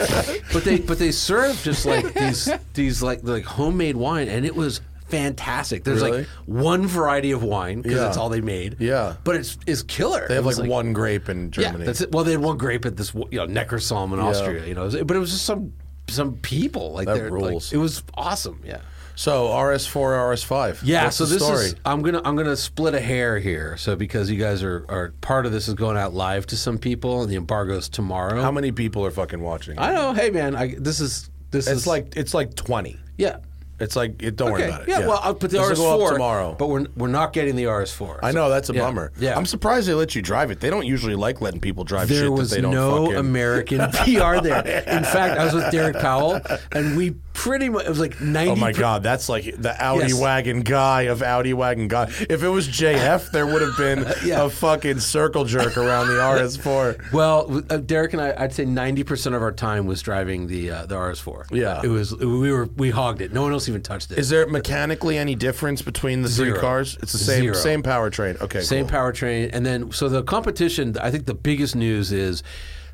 Speaker 1: but they but they serve just like these these like like homemade wine, and it was fantastic. There's
Speaker 2: Really?
Speaker 1: like one variety of wine because
Speaker 2: Yeah.
Speaker 1: that's all they made.
Speaker 2: Yeah.
Speaker 1: but it's is killer.
Speaker 2: They have like, one grape in Germany.
Speaker 1: Yeah, that's it. Well, they had one grape at this you know Neckarsalm in Austria. You know, It was- but it was just some some people like
Speaker 2: That
Speaker 1: they're, like,
Speaker 2: rules.
Speaker 1: it was awesome. Yeah.
Speaker 2: So RS4, RS5.
Speaker 1: Yeah,
Speaker 2: What's
Speaker 1: so
Speaker 2: the
Speaker 1: this
Speaker 2: story?
Speaker 1: is I'm gonna I'm gonna split a hair here. So because you guys are, are part of this is going out live to some people and the embargo's tomorrow.
Speaker 2: how many people are fucking watching?
Speaker 1: I know. Hey, man, I, this is this
Speaker 2: it's
Speaker 1: is
Speaker 2: like it's like twenty.
Speaker 1: yeah.
Speaker 2: It's like it, don't worry
Speaker 1: Okay.
Speaker 2: about it.
Speaker 1: Yeah, well, I'll put the
Speaker 2: This
Speaker 1: RS4
Speaker 2: will go up tomorrow.
Speaker 1: but we're we're not getting the RS4.
Speaker 2: I know that's a
Speaker 1: Yeah.
Speaker 2: bummer.
Speaker 1: Yeah.
Speaker 2: I'm surprised they let you drive it. They don't usually like letting people drive
Speaker 1: There
Speaker 2: shit
Speaker 1: was
Speaker 2: that they don't
Speaker 1: no
Speaker 2: fucking.
Speaker 1: American
Speaker 2: (laughs)
Speaker 1: PR there. In fact, I was with Derek Powell, and we pretty much it was like ninety.
Speaker 2: Oh my god, that's like the Audi
Speaker 1: Yes.
Speaker 2: wagon guy of Audi wagon guy. If it was
Speaker 1: (laughs)
Speaker 2: JF, there would have been
Speaker 1: Yeah.
Speaker 2: a fucking circle jerk around
Speaker 1: (laughs)
Speaker 2: the RS4.
Speaker 1: Well, uh, Derek and I, I'd say ninety percent of our time was driving the uh, the RS4.
Speaker 2: Yeah.
Speaker 1: it was. We were we hogged it. No one else even touched it.
Speaker 2: Is there mechanically any difference between the
Speaker 1: Zero.
Speaker 2: three cars? It's the same
Speaker 1: Zero.
Speaker 2: same powertrain. Okay,
Speaker 1: Same
Speaker 2: cool.
Speaker 1: powertrain. And then, so the competition, I think the biggest news is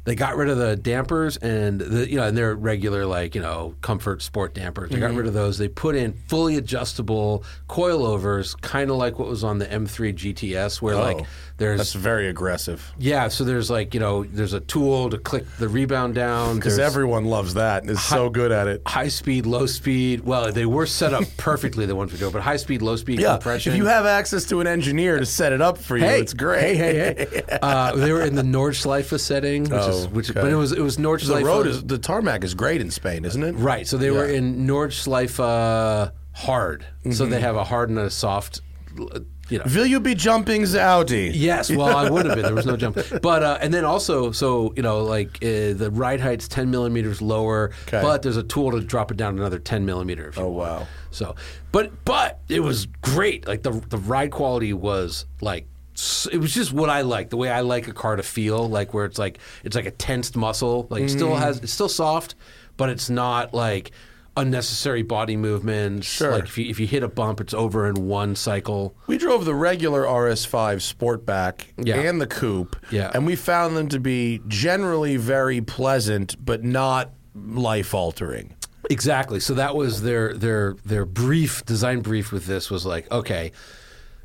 Speaker 1: they got rid of the dampers and the, you know, and their regular, like, you know, comfort sport dampers. They
Speaker 2: Mm-hmm.
Speaker 1: got rid of those. They put in fully adjustable coilovers, kind of like what was on the M3 GTS, where like
Speaker 2: Oh,
Speaker 1: there's.
Speaker 2: That's very aggressive.
Speaker 1: yeah, so there's like, you know, there's a tool to click the rebound down.
Speaker 2: Because
Speaker 1: There's-
Speaker 2: everyone loves that and is so good at it.
Speaker 1: high speed, low speed. Well, they were set up (laughs) perfectly, the ones we do, but high speed, low speed
Speaker 2: Yeah,
Speaker 1: compression.
Speaker 2: if you have access to an engineer to set it up for you, it's great.
Speaker 1: Hey, hey,
Speaker 2: (laughs)
Speaker 1: hey. uh, they were in the Nordschleife setting, which is
Speaker 2: Oh,
Speaker 1: which,
Speaker 2: okay.
Speaker 1: but it was it was Nordschleife.
Speaker 2: The road is the tarmac is great in Spain, isn't it?
Speaker 1: right. So they were in Nordschleife uh, hard. So
Speaker 2: Mm-hmm.
Speaker 1: they have a hard and a soft. uh, You know.
Speaker 2: Will you be jumping the Audi?
Speaker 1: Yes, well, I would have been. There was no
Speaker 2: (laughs)
Speaker 1: jump, but uh, and then also, so you know, like uh, the ride height's ten millimeters lower,
Speaker 2: Okay.
Speaker 1: but there's a tool to drop it down another ten millimeter. If you
Speaker 2: Oh
Speaker 1: want.
Speaker 2: wow.
Speaker 1: So, but but it was great. Like the the ride quality was like s- it was just what I like. The way I like a car to feel, like where it's like it's like a tensed muscle. Like
Speaker 2: Mm.
Speaker 1: still has it's still soft, but it's not like unnecessary body movements.
Speaker 2: Sure.
Speaker 1: Like if you if you hit a bump, it's over in one cycle.
Speaker 2: We drove the regular RS5 Sportback
Speaker 1: Yeah.
Speaker 2: and the coupe,
Speaker 1: Yeah.
Speaker 2: and we found them to be generally very pleasant, but not life altering.
Speaker 1: Exactly. So that was their their their brief design brief with this was like, okay,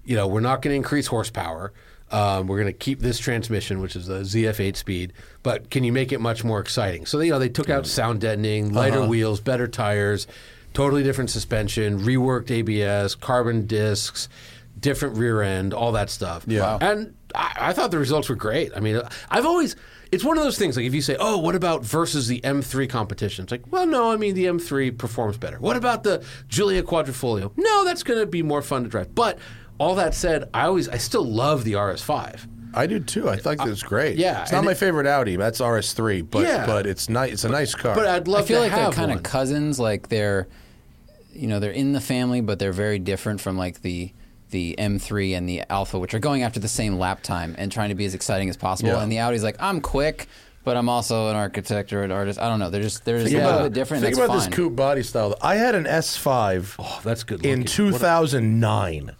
Speaker 1: you know, we're not going to increase horsepower. Um, we're going to keep this transmission, which is the ZF8 speed, but can you make it much more exciting? So you know, they took out sound deadening, lighter wheels, better tires, totally different suspension, reworked ABS, carbon discs, different rear end, all that stuff.
Speaker 2: Yeah. Wow.
Speaker 1: And I, I thought the results were great. I mean, I've always, it's one of those things. Like if you say, "Oh, what about versus the M3 competition?" It's like, well, no. I mean, the M3 performs better. What about the Giulia Quadrifoglio? No, that's going to be more fun to drive. But all that said, I always, I still love the RS5.
Speaker 2: I do too. I think it's great.
Speaker 1: yeah,
Speaker 2: it's not
Speaker 1: and
Speaker 2: my
Speaker 1: it-
Speaker 2: favorite Audi. That's RS3, but
Speaker 1: Yeah.
Speaker 2: but it's nice. It's a nice car.
Speaker 1: But I'd love
Speaker 3: I feel
Speaker 1: to
Speaker 3: like they're
Speaker 1: have
Speaker 3: kind
Speaker 1: one.
Speaker 3: of cousins. Like they're, you know, they're in the family, but they're very different from like the the M3 and the Alpha, which are going after the same lap time and trying to be as exciting as possible.
Speaker 2: Yeah.
Speaker 3: And the Audi's like, I'm quick, but I'm also an architect or an artist. I don't know. They're just they're just
Speaker 2: Think
Speaker 3: a little
Speaker 2: about-
Speaker 3: bit different.
Speaker 2: Think
Speaker 3: and that's
Speaker 2: about
Speaker 3: fine.
Speaker 2: this coupe body style. I had an S5
Speaker 1: Oh, that's good.
Speaker 2: in
Speaker 1: looking.
Speaker 2: 2009.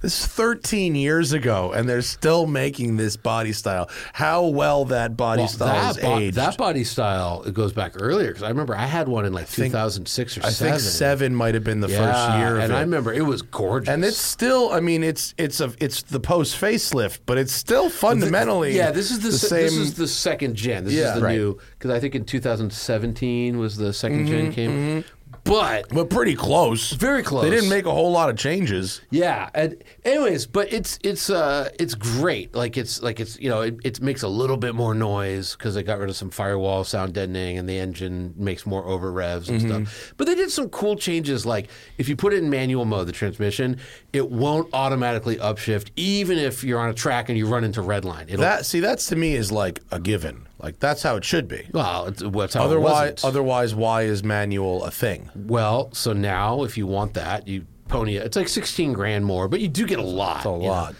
Speaker 2: This is 13 years ago, and they're still making this body style. How well that body
Speaker 1: Well,
Speaker 2: style is
Speaker 1: that, bo-
Speaker 2: aged.
Speaker 1: that body style it goes back earlier because I remember I had one in like 2006 or
Speaker 2: I
Speaker 1: seven.
Speaker 2: think seven might have been the first
Speaker 1: Yeah,
Speaker 2: year of
Speaker 1: and
Speaker 2: it.
Speaker 1: I remember it was gorgeous.
Speaker 2: and it's still, I mean, it's it's a it's the post facelift, but it's still fundamentally
Speaker 1: yeah, this is the, se-
Speaker 2: same.
Speaker 1: This is the second gen. This
Speaker 2: Yeah.
Speaker 1: is the
Speaker 2: Right.
Speaker 1: new because I think in 2017 was the 2nd
Speaker 2: Mm-hmm,
Speaker 1: gen came, but
Speaker 2: but pretty close.
Speaker 1: Very close.
Speaker 2: They didn't make a whole lot of changes.
Speaker 1: Yeah. And anyways, but it's it's uh it's great. Like it's like it's you know it, it makes a little bit more noise because they got rid of some firewall sound deadening and the engine makes more over revs and
Speaker 2: Mm-hmm.
Speaker 1: stuff. But they did some cool changes. Like if you put it in manual mode, the transmission it won't automatically upshift even if you're on a track and you run into red line. It'll
Speaker 2: That see, that's to me is like a given. Like that's how it should be.
Speaker 1: well, it's, what's how Oh, it
Speaker 2: Otherwise,
Speaker 1: wasn't.
Speaker 2: otherwise, why is manual a thing?
Speaker 1: Well, so now if you want that, you pony it. It's like 16 grand more, but you do get a lot. It's
Speaker 2: a lot.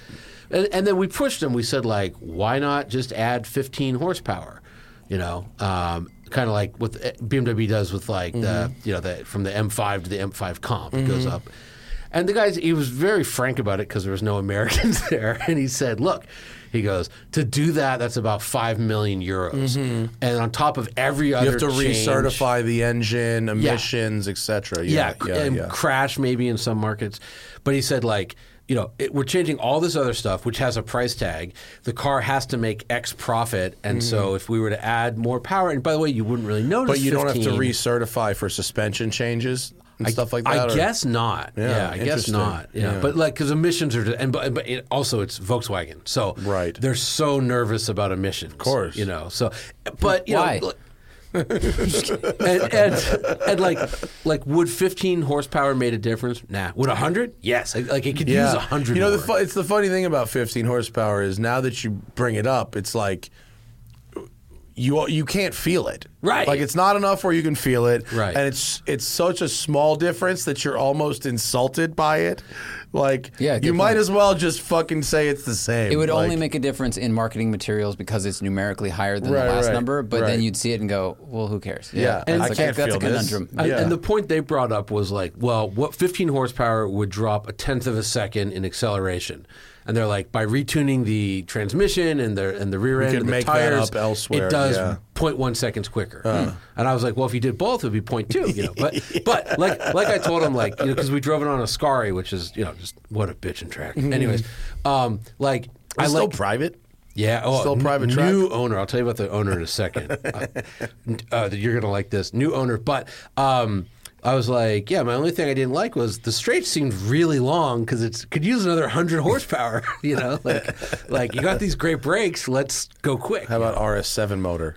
Speaker 1: And, and then we pushed them. We said, like, why not just add 15 horsepower? You know, um, kind of like what the- BMW does with like the,
Speaker 2: Mm-hmm.
Speaker 1: you know, the, from the M5 to the M5 comp, it goes up. And the guys, he was very frank about it because there was no Americans (laughs) there. And he said, look, he goes, to do that, that's about 5 million euros. And on top of every other
Speaker 2: Mm-hmm. You have to
Speaker 1: change-
Speaker 2: recertify the engine, emissions, etc.
Speaker 1: yeah,
Speaker 2: Yeah, yeah, yeah,
Speaker 1: and crash maybe in some markets. But he said like, you know, it, we're changing all this other stuff, which has a price tag. The car has to make X profit, and so if we were to add more power, and by the way, you wouldn't really notice.
Speaker 2: Mm-hmm. But you don't have to
Speaker 1: 15.
Speaker 2: recertify for suspension changes and stuff like that.
Speaker 1: I
Speaker 2: or-
Speaker 1: guess not. Yeah, I guess
Speaker 2: interesting.
Speaker 1: not. Yeah,
Speaker 2: Yeah.
Speaker 1: but like because emissions are, and but, but it, also it's Volkswagen, so
Speaker 2: Right.
Speaker 1: they're so nervous about emissions. Of
Speaker 2: course.
Speaker 1: you know. So, but you
Speaker 3: Why?
Speaker 1: know. look- and, and and like like would 15 horsepower made a difference? Nah. Would 100? Yes. Like, like it could use 100.
Speaker 2: You know, the
Speaker 1: more.
Speaker 2: fu- it's the funny thing about 15 horsepower is now that you bring it up, it's like you you can't feel it.
Speaker 1: Right.
Speaker 2: Like it's not enough where you can feel it.
Speaker 1: Right.
Speaker 2: And it's it's such a small difference that you're almost insulted by it. Like
Speaker 3: Yeah,
Speaker 2: you
Speaker 3: good
Speaker 2: might
Speaker 3: point.
Speaker 2: as well just fucking say it's the same.
Speaker 3: It would
Speaker 2: Like,
Speaker 3: only make a difference in marketing materials because it's numerically higher than
Speaker 2: Right,
Speaker 3: the last
Speaker 2: right,
Speaker 3: number. But
Speaker 2: right.
Speaker 3: then you'd see it and go, "Well, who cares?"
Speaker 2: Yeah,
Speaker 3: and
Speaker 2: I
Speaker 3: like,
Speaker 2: can't
Speaker 3: that's
Speaker 2: feel
Speaker 3: a
Speaker 2: this.
Speaker 3: conundrum.
Speaker 2: I-
Speaker 1: And,
Speaker 2: Yeah.
Speaker 1: and the point they brought up was like, well, what 15 horsepower would drop a tenth of a second in acceleration, and they're like, by retuning the transmission and the and the rear end
Speaker 2: could
Speaker 1: and the
Speaker 2: make that
Speaker 1: tires,
Speaker 2: up elsewhere,
Speaker 1: it does
Speaker 2: yeah.
Speaker 1: 0.1 seconds quicker. And I was like, well, if you did both, it would be 0.2. You know,
Speaker 2: (laughs)
Speaker 1: but but like like I told him, like you know, because we drove it on a Scari, which is you know just what a bitchin' track.
Speaker 2: Mm-hmm.
Speaker 1: Anyways, um, like I
Speaker 2: It's still
Speaker 1: like
Speaker 2: private.
Speaker 1: yeah, oh,
Speaker 2: Still
Speaker 1: n-
Speaker 2: private track?
Speaker 1: New owner. I'll tell you about the owner in a
Speaker 2: (laughs)
Speaker 1: second. uh, n- uh, you're gonna like this new owner. But um, I was like, yeah. My only thing I didn't like was the straight seemed really long because it's could use another hundred horsepower. (laughs) You know, like like you got these great brakes. Let's go quick.
Speaker 2: How about RS7 motor?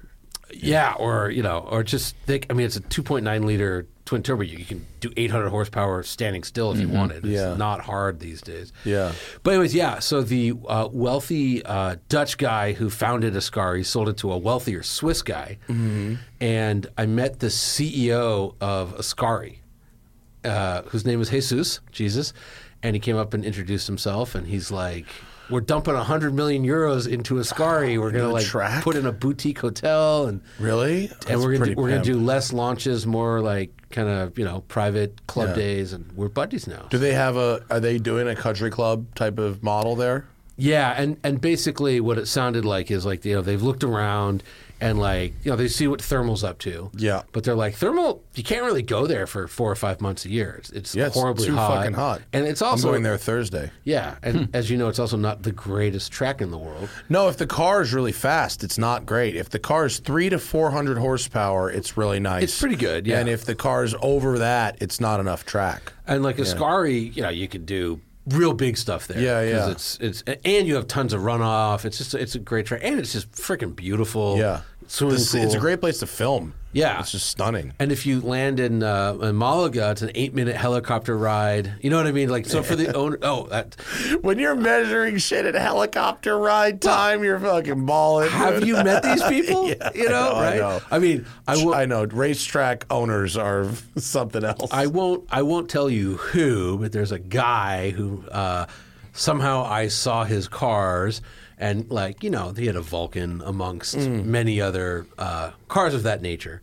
Speaker 1: Yeah, or you know, or just think. I mean, it's a 2.9 liter twin turbo. You can do 800 horsepower standing still if you wanted. It's
Speaker 2: Mm-hmm. Yeah.
Speaker 1: not hard these days.
Speaker 2: Yeah.
Speaker 1: But anyways, yeah. So the uh, wealthy uh, Dutch guy who founded Ascari sold it to a wealthier Swiss guy,
Speaker 2: Mm-hmm.
Speaker 1: and I met the CEO of Ascari, uh, whose name was Jesus, Jesus, and he came up and introduced himself, and he's like. We're dumping 100 million euros into Ascari. We're going
Speaker 2: the
Speaker 1: to like
Speaker 2: track?
Speaker 1: put in a boutique hotel and
Speaker 2: Really?
Speaker 1: and
Speaker 2: That's
Speaker 1: we're gonna
Speaker 2: pretty
Speaker 1: do, we're gonna
Speaker 2: pimp.
Speaker 1: do less launches, more like kind of you know private club
Speaker 2: Yeah.
Speaker 1: days, and we're buddies now.
Speaker 2: Do they have a? Are they doing a country club type of model there?
Speaker 1: Yeah, and and basically what it sounded like is like you know they've looked around and like you know they see what thermal's up to.
Speaker 2: Yeah.
Speaker 1: but they're like thermal, you can't really go there for four or five months a year. It's, it's
Speaker 2: Yeah, it's
Speaker 1: horribly
Speaker 2: too
Speaker 1: hot.
Speaker 2: fucking hot.
Speaker 1: and it's also
Speaker 2: I'm going there Hmm. Thursday.
Speaker 1: Yeah, and as you know, it's also not the greatest track in the world.
Speaker 2: No, if the car is really fast, it's not great. If the car is three to four hundred horsepower, it's really nice.
Speaker 1: It's pretty good, yeah.
Speaker 2: And if the car is over that, it's not enough track.
Speaker 1: And like Ascari, you know, you could do real big stuff there.
Speaker 4: Yeah, yeah.
Speaker 1: 'Cause It's it's a- and you have tons of runoff. It's just it's a great track, and it's just freaking beautiful.
Speaker 2: Yeah.
Speaker 1: swimming
Speaker 2: This- It's a
Speaker 1: pool.
Speaker 2: great place to film.
Speaker 1: Yeah.
Speaker 2: It's just stunning. (laughs)
Speaker 1: And if you land in, uh, in Malaga, it's an eight-minute helicopter ride. You know what I mean? Like, so for the
Speaker 2: (laughs)
Speaker 1: owner, oh, that,
Speaker 2: When you're measuring shit at helicopter ride time, you're fucking balling.
Speaker 1: have
Speaker 2: dude.
Speaker 1: you met these
Speaker 2: (laughs)
Speaker 1: people? you know,
Speaker 2: know, I
Speaker 1: right?
Speaker 2: know.
Speaker 1: mean, I will.
Speaker 2: I know racetrack owners are (laughs) something else.
Speaker 1: I won't. I won't tell you who, but there's a guy who uh, somehow I saw his cars, and like you know, he had a Vulcan amongst
Speaker 2: Mm.
Speaker 1: many other uh, cars of that nature,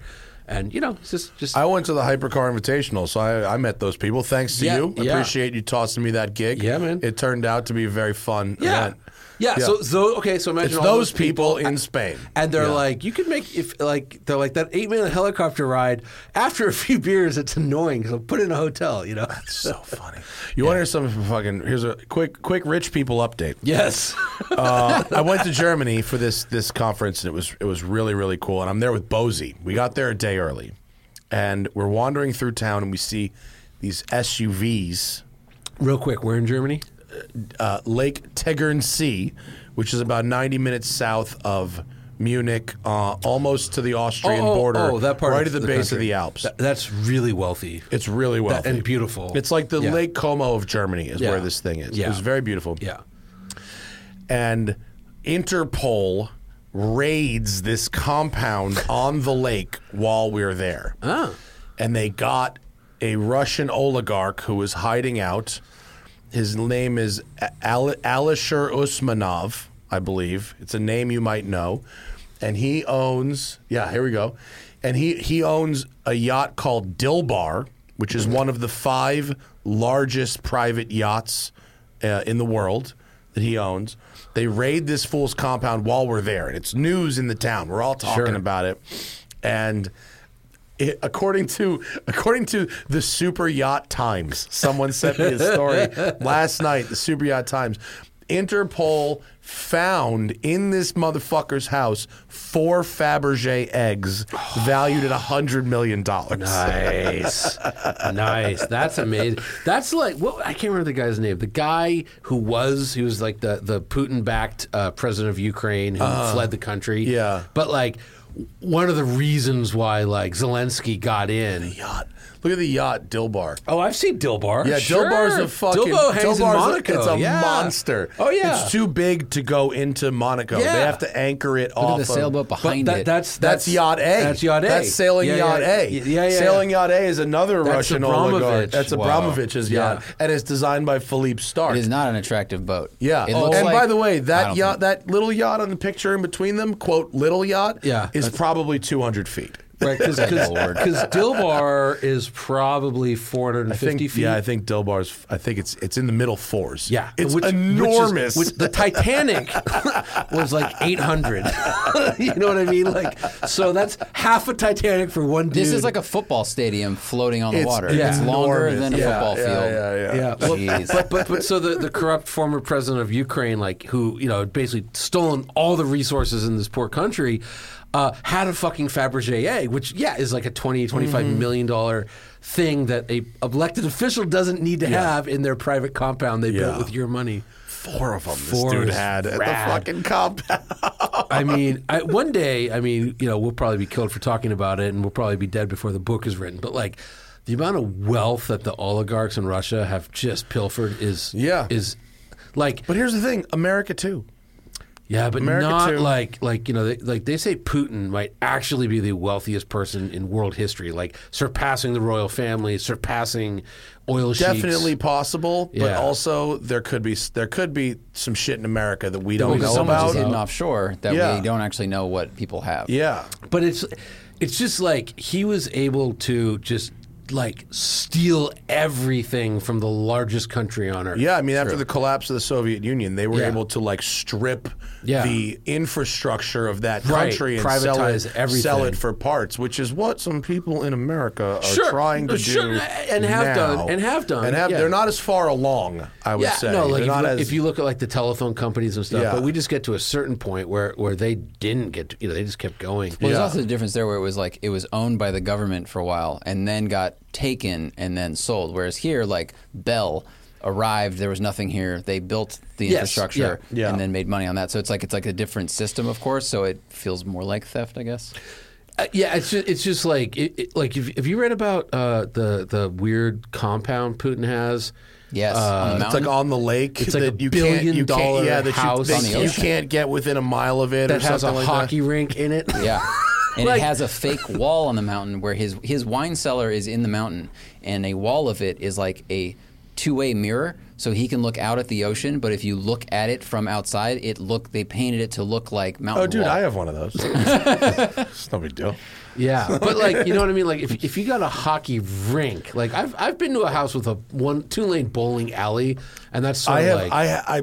Speaker 1: and you know, it's just just
Speaker 2: I went to the Hypercar Invitational, so I, I met those people. Thanks to
Speaker 1: Yeah,
Speaker 2: you,
Speaker 1: yeah.
Speaker 2: appreciate you tossing me that gig.
Speaker 1: Yeah, man.
Speaker 2: It turned out to be a very fun.
Speaker 1: yeah.
Speaker 2: event.
Speaker 1: yeah,
Speaker 2: Yeah.
Speaker 1: So, so okay. So imagine
Speaker 2: It's
Speaker 1: all
Speaker 2: those
Speaker 1: those
Speaker 2: people in Spain.
Speaker 1: And they're like, you could make if like they're like that eight minute helicopter ride. After a few beers, it's annoying. So put it in a hotel, you know.
Speaker 2: so funny. You want to hear something fucking? Here's a quick, quick rich people update.
Speaker 1: yes.
Speaker 2: uh, I went to Germany for this this conference, and it was it was really really cool. And I'm there with Bozy. We got there a day early, and we're wandering through town, and we see these SUVs,
Speaker 1: (laughs) Real quick, we're in Germany.
Speaker 2: uh, Lake Tegernsee, which is about 90 minutes south of Munich, uh, almost to the Austrian
Speaker 1: oh,
Speaker 2: border.
Speaker 1: oh, that part
Speaker 2: right
Speaker 1: of
Speaker 2: at
Speaker 1: the
Speaker 2: the, base of
Speaker 1: country.
Speaker 2: the Alps.
Speaker 1: Th- that's really wealthy.
Speaker 2: it's really wealthy
Speaker 1: and beautiful.
Speaker 2: It's like the
Speaker 1: Yeah.
Speaker 2: Lake Como of Germany is
Speaker 1: Yeah.
Speaker 2: where this thing is. It
Speaker 1: Yeah.
Speaker 2: was very beautiful.
Speaker 1: Yeah.
Speaker 2: and Interpol raids this compound on the lake while we're there.
Speaker 1: Ah.
Speaker 2: And they got a Russian oligarch who was hiding out. His name is Al- Alisher Usmanov, I believe. It's a name you might know. And he owns, yeah, here we go. And he, he owns a yacht called Dilbar, which is one of the five largest private yachts uh, in the world that he owns. They raid this fool's compound while we're there, and it's news in the town. We're all talking about it, and. It, according to according to the Super Yacht Times, someone sent me a story last night. The Super Yacht Times, Interpol found in this motherfucker's house four Fabergé eggs valued at hundred million dollars.
Speaker 1: Nice, nice. That's amazing. That's like what I can't remember the guy's name. The guy who was he was like the the Putin backed uh, president of Ukraine who fled the country.
Speaker 2: yeah.
Speaker 1: but like one of the reasons why like Zelensky got in.
Speaker 2: Yacht. Look at the yacht Dilbar.
Speaker 1: Oh, I've seen Dilbar.
Speaker 2: Yeah,
Speaker 1: sure.
Speaker 2: Dilbar's a fucking
Speaker 1: Dilbo hangs in
Speaker 2: Dilbar's a-
Speaker 1: Monaco.
Speaker 2: it's a
Speaker 1: yeah.
Speaker 2: monster.
Speaker 1: Oh yeah,
Speaker 2: it's too big to go into Monaco. They
Speaker 1: Yeah.
Speaker 2: have to anchor it
Speaker 3: Look
Speaker 2: off
Speaker 3: at the
Speaker 2: of-
Speaker 3: sailboat behind
Speaker 1: that-
Speaker 3: it.
Speaker 1: that's-
Speaker 2: That's, yacht A.
Speaker 1: That's yacht A.
Speaker 2: That's sailing
Speaker 1: Yeah,
Speaker 2: yacht
Speaker 1: yeah,
Speaker 2: A.
Speaker 1: yeah, yeah, yeah.
Speaker 2: Sailing yacht A is another
Speaker 1: That's
Speaker 2: Russian
Speaker 1: Abramovich.
Speaker 2: oligarch. That's
Speaker 1: Wow.
Speaker 2: Abramovich's yacht,
Speaker 1: Yeah.
Speaker 2: and it's designed by Philippe Stark.
Speaker 3: It is not an attractive boat.
Speaker 2: Yeah.
Speaker 3: It
Speaker 2: Oh,
Speaker 3: looks
Speaker 2: and
Speaker 3: like-
Speaker 2: by the way,
Speaker 3: I
Speaker 2: that
Speaker 3: don't
Speaker 2: yacht, that little yacht on the picture in between them, quote little yacht,
Speaker 1: Yeah,
Speaker 2: is probably 200 feet.
Speaker 1: right.
Speaker 2: (laughs)
Speaker 1: Because
Speaker 3: Lord.
Speaker 1: Dilbar is probably four hundred and
Speaker 2: I think,
Speaker 1: fifty feet.
Speaker 2: Yeah, I think Dilbar's. I think it's it's in the middle fours.
Speaker 1: Yeah,
Speaker 2: it's
Speaker 1: which- which is-
Speaker 2: enormous.
Speaker 1: Which, the Titanic
Speaker 2: (laughs)
Speaker 1: was like 800. (laughs) you know what I mean? Like, so that's half a Titanic for one dude.
Speaker 3: This is like a football stadium floating on the
Speaker 2: It's
Speaker 3: water.
Speaker 1: yeah.
Speaker 3: It's longer
Speaker 2: enormous.
Speaker 3: than a
Speaker 2: Yeah,
Speaker 3: football
Speaker 2: yeah,
Speaker 3: field.
Speaker 2: yeah, yeah.
Speaker 1: yeah, well,
Speaker 3: Jeez.
Speaker 1: but, but but so the, the corrupt former president of Ukraine, like who you know had basically stolen all the resources in this poor country, uh, had a fucking Fabergé egg, which yeah is like a 20 25
Speaker 2: Mm-hmm.
Speaker 1: million dollar thing that a elected official doesn't need to have in their private compound they
Speaker 2: Yeah.
Speaker 1: built with your
Speaker 2: (laughs)
Speaker 1: money.
Speaker 2: Four of them.
Speaker 1: Four
Speaker 2: this dude
Speaker 1: is
Speaker 2: had at
Speaker 1: rad.
Speaker 2: the fucking compound.
Speaker 1: I mean, I, one day, I mean, you know, we'll probably be killed for talking about it, and we'll probably be dead before the book is written. But like, the amount of wealth that the oligarchs in Russia have just pilfered is
Speaker 2: Yeah.
Speaker 1: is like
Speaker 2: But here's the thing, America too.
Speaker 1: yeah, but
Speaker 2: America
Speaker 1: not
Speaker 2: too.
Speaker 1: like like you know they, like they say Putin might actually be the wealthiest person in world history, like surpassing the royal family, surpassing oil sheiks.
Speaker 2: definitely possible, but
Speaker 1: Yeah.
Speaker 2: also there could be there could be some shit in America that we don't
Speaker 1: we
Speaker 2: know
Speaker 1: don't
Speaker 3: So much
Speaker 2: about.
Speaker 3: is hidden offshore that
Speaker 2: Yeah.
Speaker 3: we don't actually know what people have.
Speaker 2: Yeah,
Speaker 1: But it's it's just like he was able to just like steal everything from the largest country on earth.
Speaker 2: yeah. I mean, after the collapse of the Soviet Union, they were
Speaker 1: Yeah.
Speaker 2: able to like strip
Speaker 1: Yeah.
Speaker 2: the infrastructure of that
Speaker 1: Right,
Speaker 2: country and sell
Speaker 1: privatize
Speaker 2: it,
Speaker 1: everything.
Speaker 2: sell it for parts, which is what some people in America are
Speaker 1: Sure,
Speaker 2: trying to
Speaker 1: sure,
Speaker 2: do
Speaker 1: and have
Speaker 2: now.
Speaker 1: done, and have done,
Speaker 2: and have.
Speaker 1: yeah.
Speaker 2: They're not as far along, I would
Speaker 1: Yeah,
Speaker 2: say.
Speaker 1: no, like
Speaker 2: They're
Speaker 1: if you,
Speaker 2: not
Speaker 1: look,
Speaker 2: as,
Speaker 1: if you look at like the telephone companies and stuff,
Speaker 2: Yeah.
Speaker 1: but we just get to a certain point where where they didn't get, to, you know, they just kept going.
Speaker 3: Well,
Speaker 2: Yeah.
Speaker 3: there's also the difference there where it was like it was owned by the government for a while and then got taken and then sold. Whereas here, like Bell arrived, there was nothing here. They built the
Speaker 1: Yes,
Speaker 3: infrastructure
Speaker 1: yeah, yeah.
Speaker 3: and then made money on that. So it's like it's like a different system, of course. So it feels more like theft, I guess.
Speaker 1: Uh, yeah, it's just, it's just like it, it- like if, have you read about uh, the the weird compound Putin has?
Speaker 3: Yes, on the
Speaker 1: uh,
Speaker 2: It's like on the lake.
Speaker 1: It's like
Speaker 2: that
Speaker 1: a
Speaker 2: you can't-
Speaker 1: billion
Speaker 2: you can't-
Speaker 1: dollar
Speaker 2: yeah, that you-
Speaker 1: house
Speaker 2: that
Speaker 3: on the
Speaker 2: you,
Speaker 3: ocean.
Speaker 2: can't get within a mile of it or
Speaker 1: that has a
Speaker 2: something like
Speaker 1: hockey
Speaker 2: that.
Speaker 1: rink in
Speaker 2: (laughs)
Speaker 1: it.
Speaker 3: Yeah. And
Speaker 1: Like-
Speaker 3: it has a fake wall on the mountain where his his wine cellar is in the mountain and a wall of it is like a two-way mirror so he can look out at the ocean but if you look at it from outside it look they painted it to look like mountain
Speaker 2: Oh, dude,
Speaker 3: wall.
Speaker 2: I have one
Speaker 1: (laughs)
Speaker 2: of those. it's no big deal.
Speaker 1: Yeah, but like you know what I mean. Like if, if you got a hockey rink, like I've I've been to a house with a one two lane bowling alley, and that's sort
Speaker 2: I
Speaker 1: of
Speaker 2: have
Speaker 1: like
Speaker 2: I I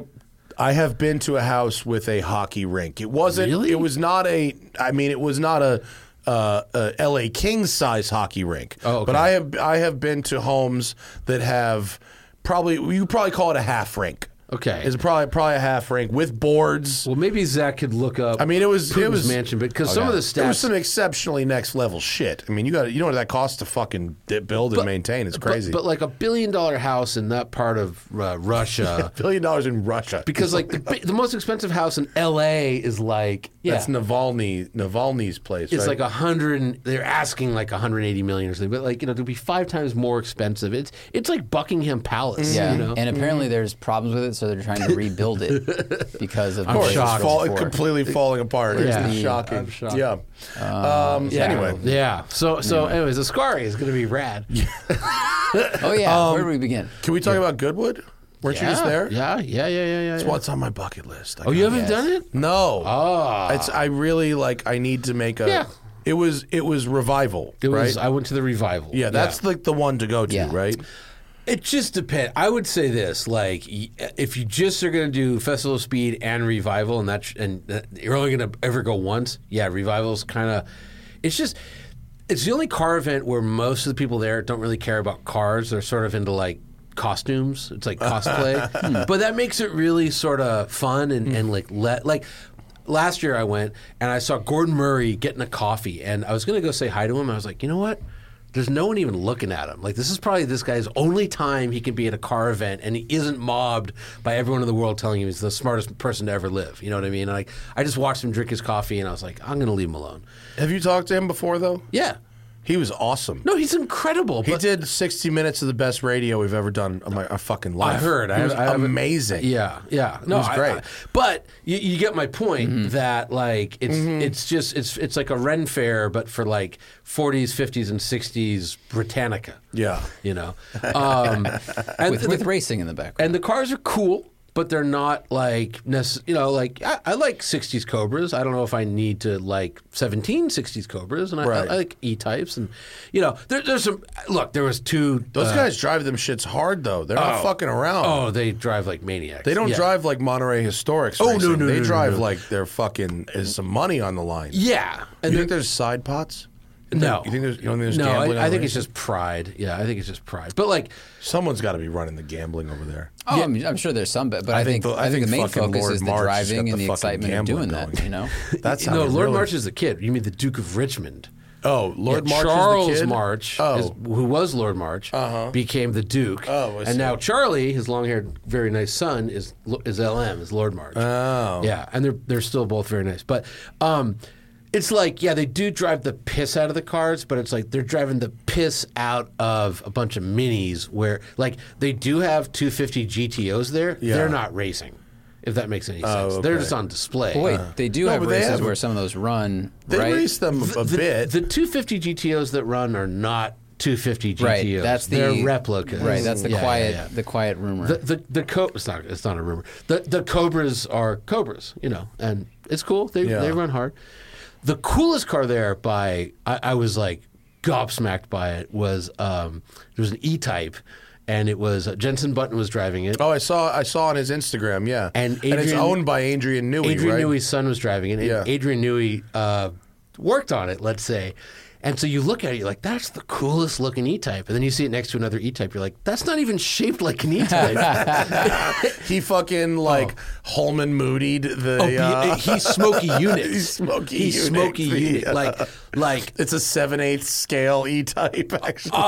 Speaker 2: I have been to a house with a hockey rink. It wasn't.
Speaker 1: Really?
Speaker 2: It was not a. I mean, it was not a. Uh, uh, L.A. King size hockey rink,
Speaker 1: Oh, okay.
Speaker 2: but I have I have been to homes that have probably you could probably call it a half rink.
Speaker 1: Okay.
Speaker 2: it's probably probably a half rink with boards.
Speaker 1: well maybe Zach could look up.
Speaker 2: I mean, it was
Speaker 1: Putin's
Speaker 2: it was
Speaker 1: mansion, but
Speaker 2: Oh,
Speaker 1: because some of the
Speaker 2: There was
Speaker 1: stats
Speaker 2: some exceptionally next level shit. I mean, you got you know what that costs to fucking di- build and maintain. It's
Speaker 1: but-
Speaker 2: crazy.
Speaker 1: But, like a billion dollar house in that part of uh,
Speaker 2: (laughs)
Speaker 1: Russia,
Speaker 2: billion dollars in Russia
Speaker 1: because like the, bi- the most expensive house in L.A. is like yeah,
Speaker 2: that's Navalny Navalny's place.
Speaker 1: it's
Speaker 2: right?
Speaker 1: like a hundred. and- They're asking like 180 million or something, but like you know, it'll be five times more expensive. It's it's like Buckingham Palace.
Speaker 3: yeah
Speaker 1: you
Speaker 2: Mm-hmm.
Speaker 1: know?
Speaker 3: and apparently there's problems with it so they're trying to
Speaker 2: (laughs)
Speaker 3: rebuild it because of the
Speaker 2: Of
Speaker 3: way
Speaker 2: course,
Speaker 3: it
Speaker 2: it's
Speaker 3: was
Speaker 2: fall-
Speaker 3: before.
Speaker 2: completely falling apart.
Speaker 1: Yeah.
Speaker 2: It's
Speaker 1: Yeah,
Speaker 2: shocking.
Speaker 3: I'm shocked.
Speaker 2: Yeah. Um, Anyway,
Speaker 1: yeah. So so anyways, Ascari is gonna be rad.
Speaker 3: Oh yeah,
Speaker 2: um,
Speaker 3: where do we begin?
Speaker 2: can we talk about Goodwood? Weren't you just there?
Speaker 1: Yeah, yeah, yeah, yeah, yeah.
Speaker 2: It's what's on my bucket list. I
Speaker 1: Oh, you
Speaker 2: gotta-
Speaker 1: haven't
Speaker 3: Yes.
Speaker 1: done it?
Speaker 2: No.
Speaker 1: Ah.
Speaker 2: It's. I really like. I need to make a.
Speaker 1: Yeah.
Speaker 2: It was. It was revival.
Speaker 1: It
Speaker 2: right.
Speaker 1: was. I went to the revival.
Speaker 2: yeah. That's like the one to go to.
Speaker 3: Yeah.
Speaker 2: Right.
Speaker 1: It just depends. I would say this: like, y- if you just are going to do Festival of Speed and Revival, and that's and that- you're only going to ever go once, yeah, Revival's kind of. It's just, it's the only car event where most of the people there don't really care about cars. They're sort of into like costumes. It's like cosplay, but that makes it really sort of fun and and like let like. Last year I went and I saw Gordon Murray getting a coffee, and I was going to go say hi to him. I was like, you know what? There's no one even looking at him. Like this is probably this guy's only time he can be at a car event, and he isn't mobbed by everyone in the world telling him he's the smartest person to ever live. You know what I mean? Like I just watched him drink his coffee, and I was like, I'm gonna leave him alone.
Speaker 2: Have you talked to him before though?
Speaker 1: Yeah,
Speaker 2: He was awesome.
Speaker 1: no, he's incredible.
Speaker 2: He
Speaker 1: but-
Speaker 2: did 60 minutes of the best radio we've ever done in my our fucking life.
Speaker 1: I heard.
Speaker 2: It
Speaker 1: I-
Speaker 2: was
Speaker 1: I haven't-
Speaker 2: amazing.
Speaker 1: Yeah, yeah. No,
Speaker 2: was
Speaker 1: I-
Speaker 2: great. Mm-hmm.
Speaker 1: I- but you, you get my point that like it's it's just it's it's like a Ren fair, but for like 40s, 50s, and 60s Britannica.
Speaker 2: Yeah.
Speaker 1: you know, um,
Speaker 2: (laughs)
Speaker 1: and
Speaker 3: With,
Speaker 1: the-
Speaker 3: with racing in the background.
Speaker 1: and the cars are cool, but they're not like necess- you know like I, I like '60s Cobras. I don't know if I need to like 17 '60s Cobras, and I, I-
Speaker 2: Right.
Speaker 1: I, like E types, and you know there, there's some look. There was two.
Speaker 2: Those
Speaker 1: uh,
Speaker 2: guys drive them shits hard though. They're not fucking around.
Speaker 1: Oh, they drive like maniacs.
Speaker 2: They don't
Speaker 1: Yeah.
Speaker 2: drive like Monterey Historics. Oh
Speaker 1: no, no,
Speaker 2: They
Speaker 1: no, no,
Speaker 2: drive
Speaker 1: no.
Speaker 2: like they're fucking. There's some money on the line.
Speaker 1: Yeah,
Speaker 2: You
Speaker 1: and
Speaker 2: think there's side pots?
Speaker 1: No.
Speaker 2: You think there's? You don't think there's
Speaker 1: no,
Speaker 2: gambling?
Speaker 1: I, I
Speaker 2: on
Speaker 1: think
Speaker 2: the
Speaker 1: it's
Speaker 2: race?
Speaker 1: just pride. Yeah, I think it's just pride. But like,
Speaker 2: someone's got to be running the gambling over there.
Speaker 3: Oh, I'm, I'm sure there's some, but, but I,
Speaker 2: think
Speaker 3: think,
Speaker 2: the- I
Speaker 3: I think
Speaker 2: think
Speaker 3: the main
Speaker 2: fucking
Speaker 3: focus
Speaker 2: Lord
Speaker 3: is the
Speaker 2: March has got
Speaker 3: driving
Speaker 2: the
Speaker 3: and the
Speaker 2: fucking
Speaker 3: excitement of
Speaker 2: gambling
Speaker 3: doing
Speaker 2: going.
Speaker 3: that. You
Speaker 2: (laughs)
Speaker 3: know,
Speaker 2: That's how
Speaker 1: no,
Speaker 2: they
Speaker 1: Lord
Speaker 2: really-
Speaker 1: March is the kid. You mean the Duke of Richmond?
Speaker 2: Oh, Lord
Speaker 1: Yeah,
Speaker 2: March
Speaker 1: Charles
Speaker 2: is the kid?
Speaker 1: March,
Speaker 2: Oh, Uh-huh.
Speaker 1: is- who was Lord March, became the Duke.
Speaker 2: Oh, I see.
Speaker 1: and now Charlie, his long-haired, very nice son, is is LM, is Lord March. Oh, yeah, and they're they're still both very nice, but. um it's like, yeah, they do drive the piss out of the cars, but it's like they're driving the piss out of a bunch of minis where, like, they do have 250 GTOs there. They're not racing, if that makes any sense. They're
Speaker 2: Oh, okay.
Speaker 1: just on display.
Speaker 3: But wait, they do
Speaker 2: No,
Speaker 3: have
Speaker 2: but they
Speaker 3: races
Speaker 2: have-
Speaker 3: where some of those run,
Speaker 2: they
Speaker 3: right?
Speaker 2: race them a
Speaker 1: the,
Speaker 2: bit.
Speaker 1: The 250 GTOs that run are not 250 GTOs.
Speaker 3: right, that's the
Speaker 1: They're replicas.
Speaker 3: Right, that's the
Speaker 1: Yeah, yeah,
Speaker 3: quiet,
Speaker 1: yeah.
Speaker 3: the quiet rumor.
Speaker 1: The the, the co- it's not it's not a rumor. The the cobras are cobras, you know, and it's cool. They
Speaker 2: Yeah.
Speaker 1: they run hard. The coolest car there by I, I was like gobsmacked by it was um it was an E type, and it was uh, Jensen Button was driving it.
Speaker 2: oh, I saw. I saw on his Instagram. Yeah,
Speaker 1: And
Speaker 2: it's
Speaker 1: Adrian-
Speaker 2: owned by Adrian Newey.
Speaker 1: Adrian
Speaker 2: right?
Speaker 1: Newey's son was driving it. And
Speaker 2: Yeah.
Speaker 1: Adrian Newey uh, worked on it, let's say. And so you look at it, you're like, that's the coolest looking E type. And then you see it next to another E type, you're like, that's not even shaped like an E
Speaker 2: (laughs)
Speaker 1: type.
Speaker 2: He fucking like Holman Moodied the.
Speaker 1: oh, be-
Speaker 2: uh,
Speaker 1: he's smoky units.
Speaker 2: He's Smokey
Speaker 1: He's
Speaker 2: Units,
Speaker 1: smoky
Speaker 2: yeah.
Speaker 1: unit. Like Like,
Speaker 2: (laughs) It's a 7 8 scale E type, (laughs) actually.
Speaker 1: uh,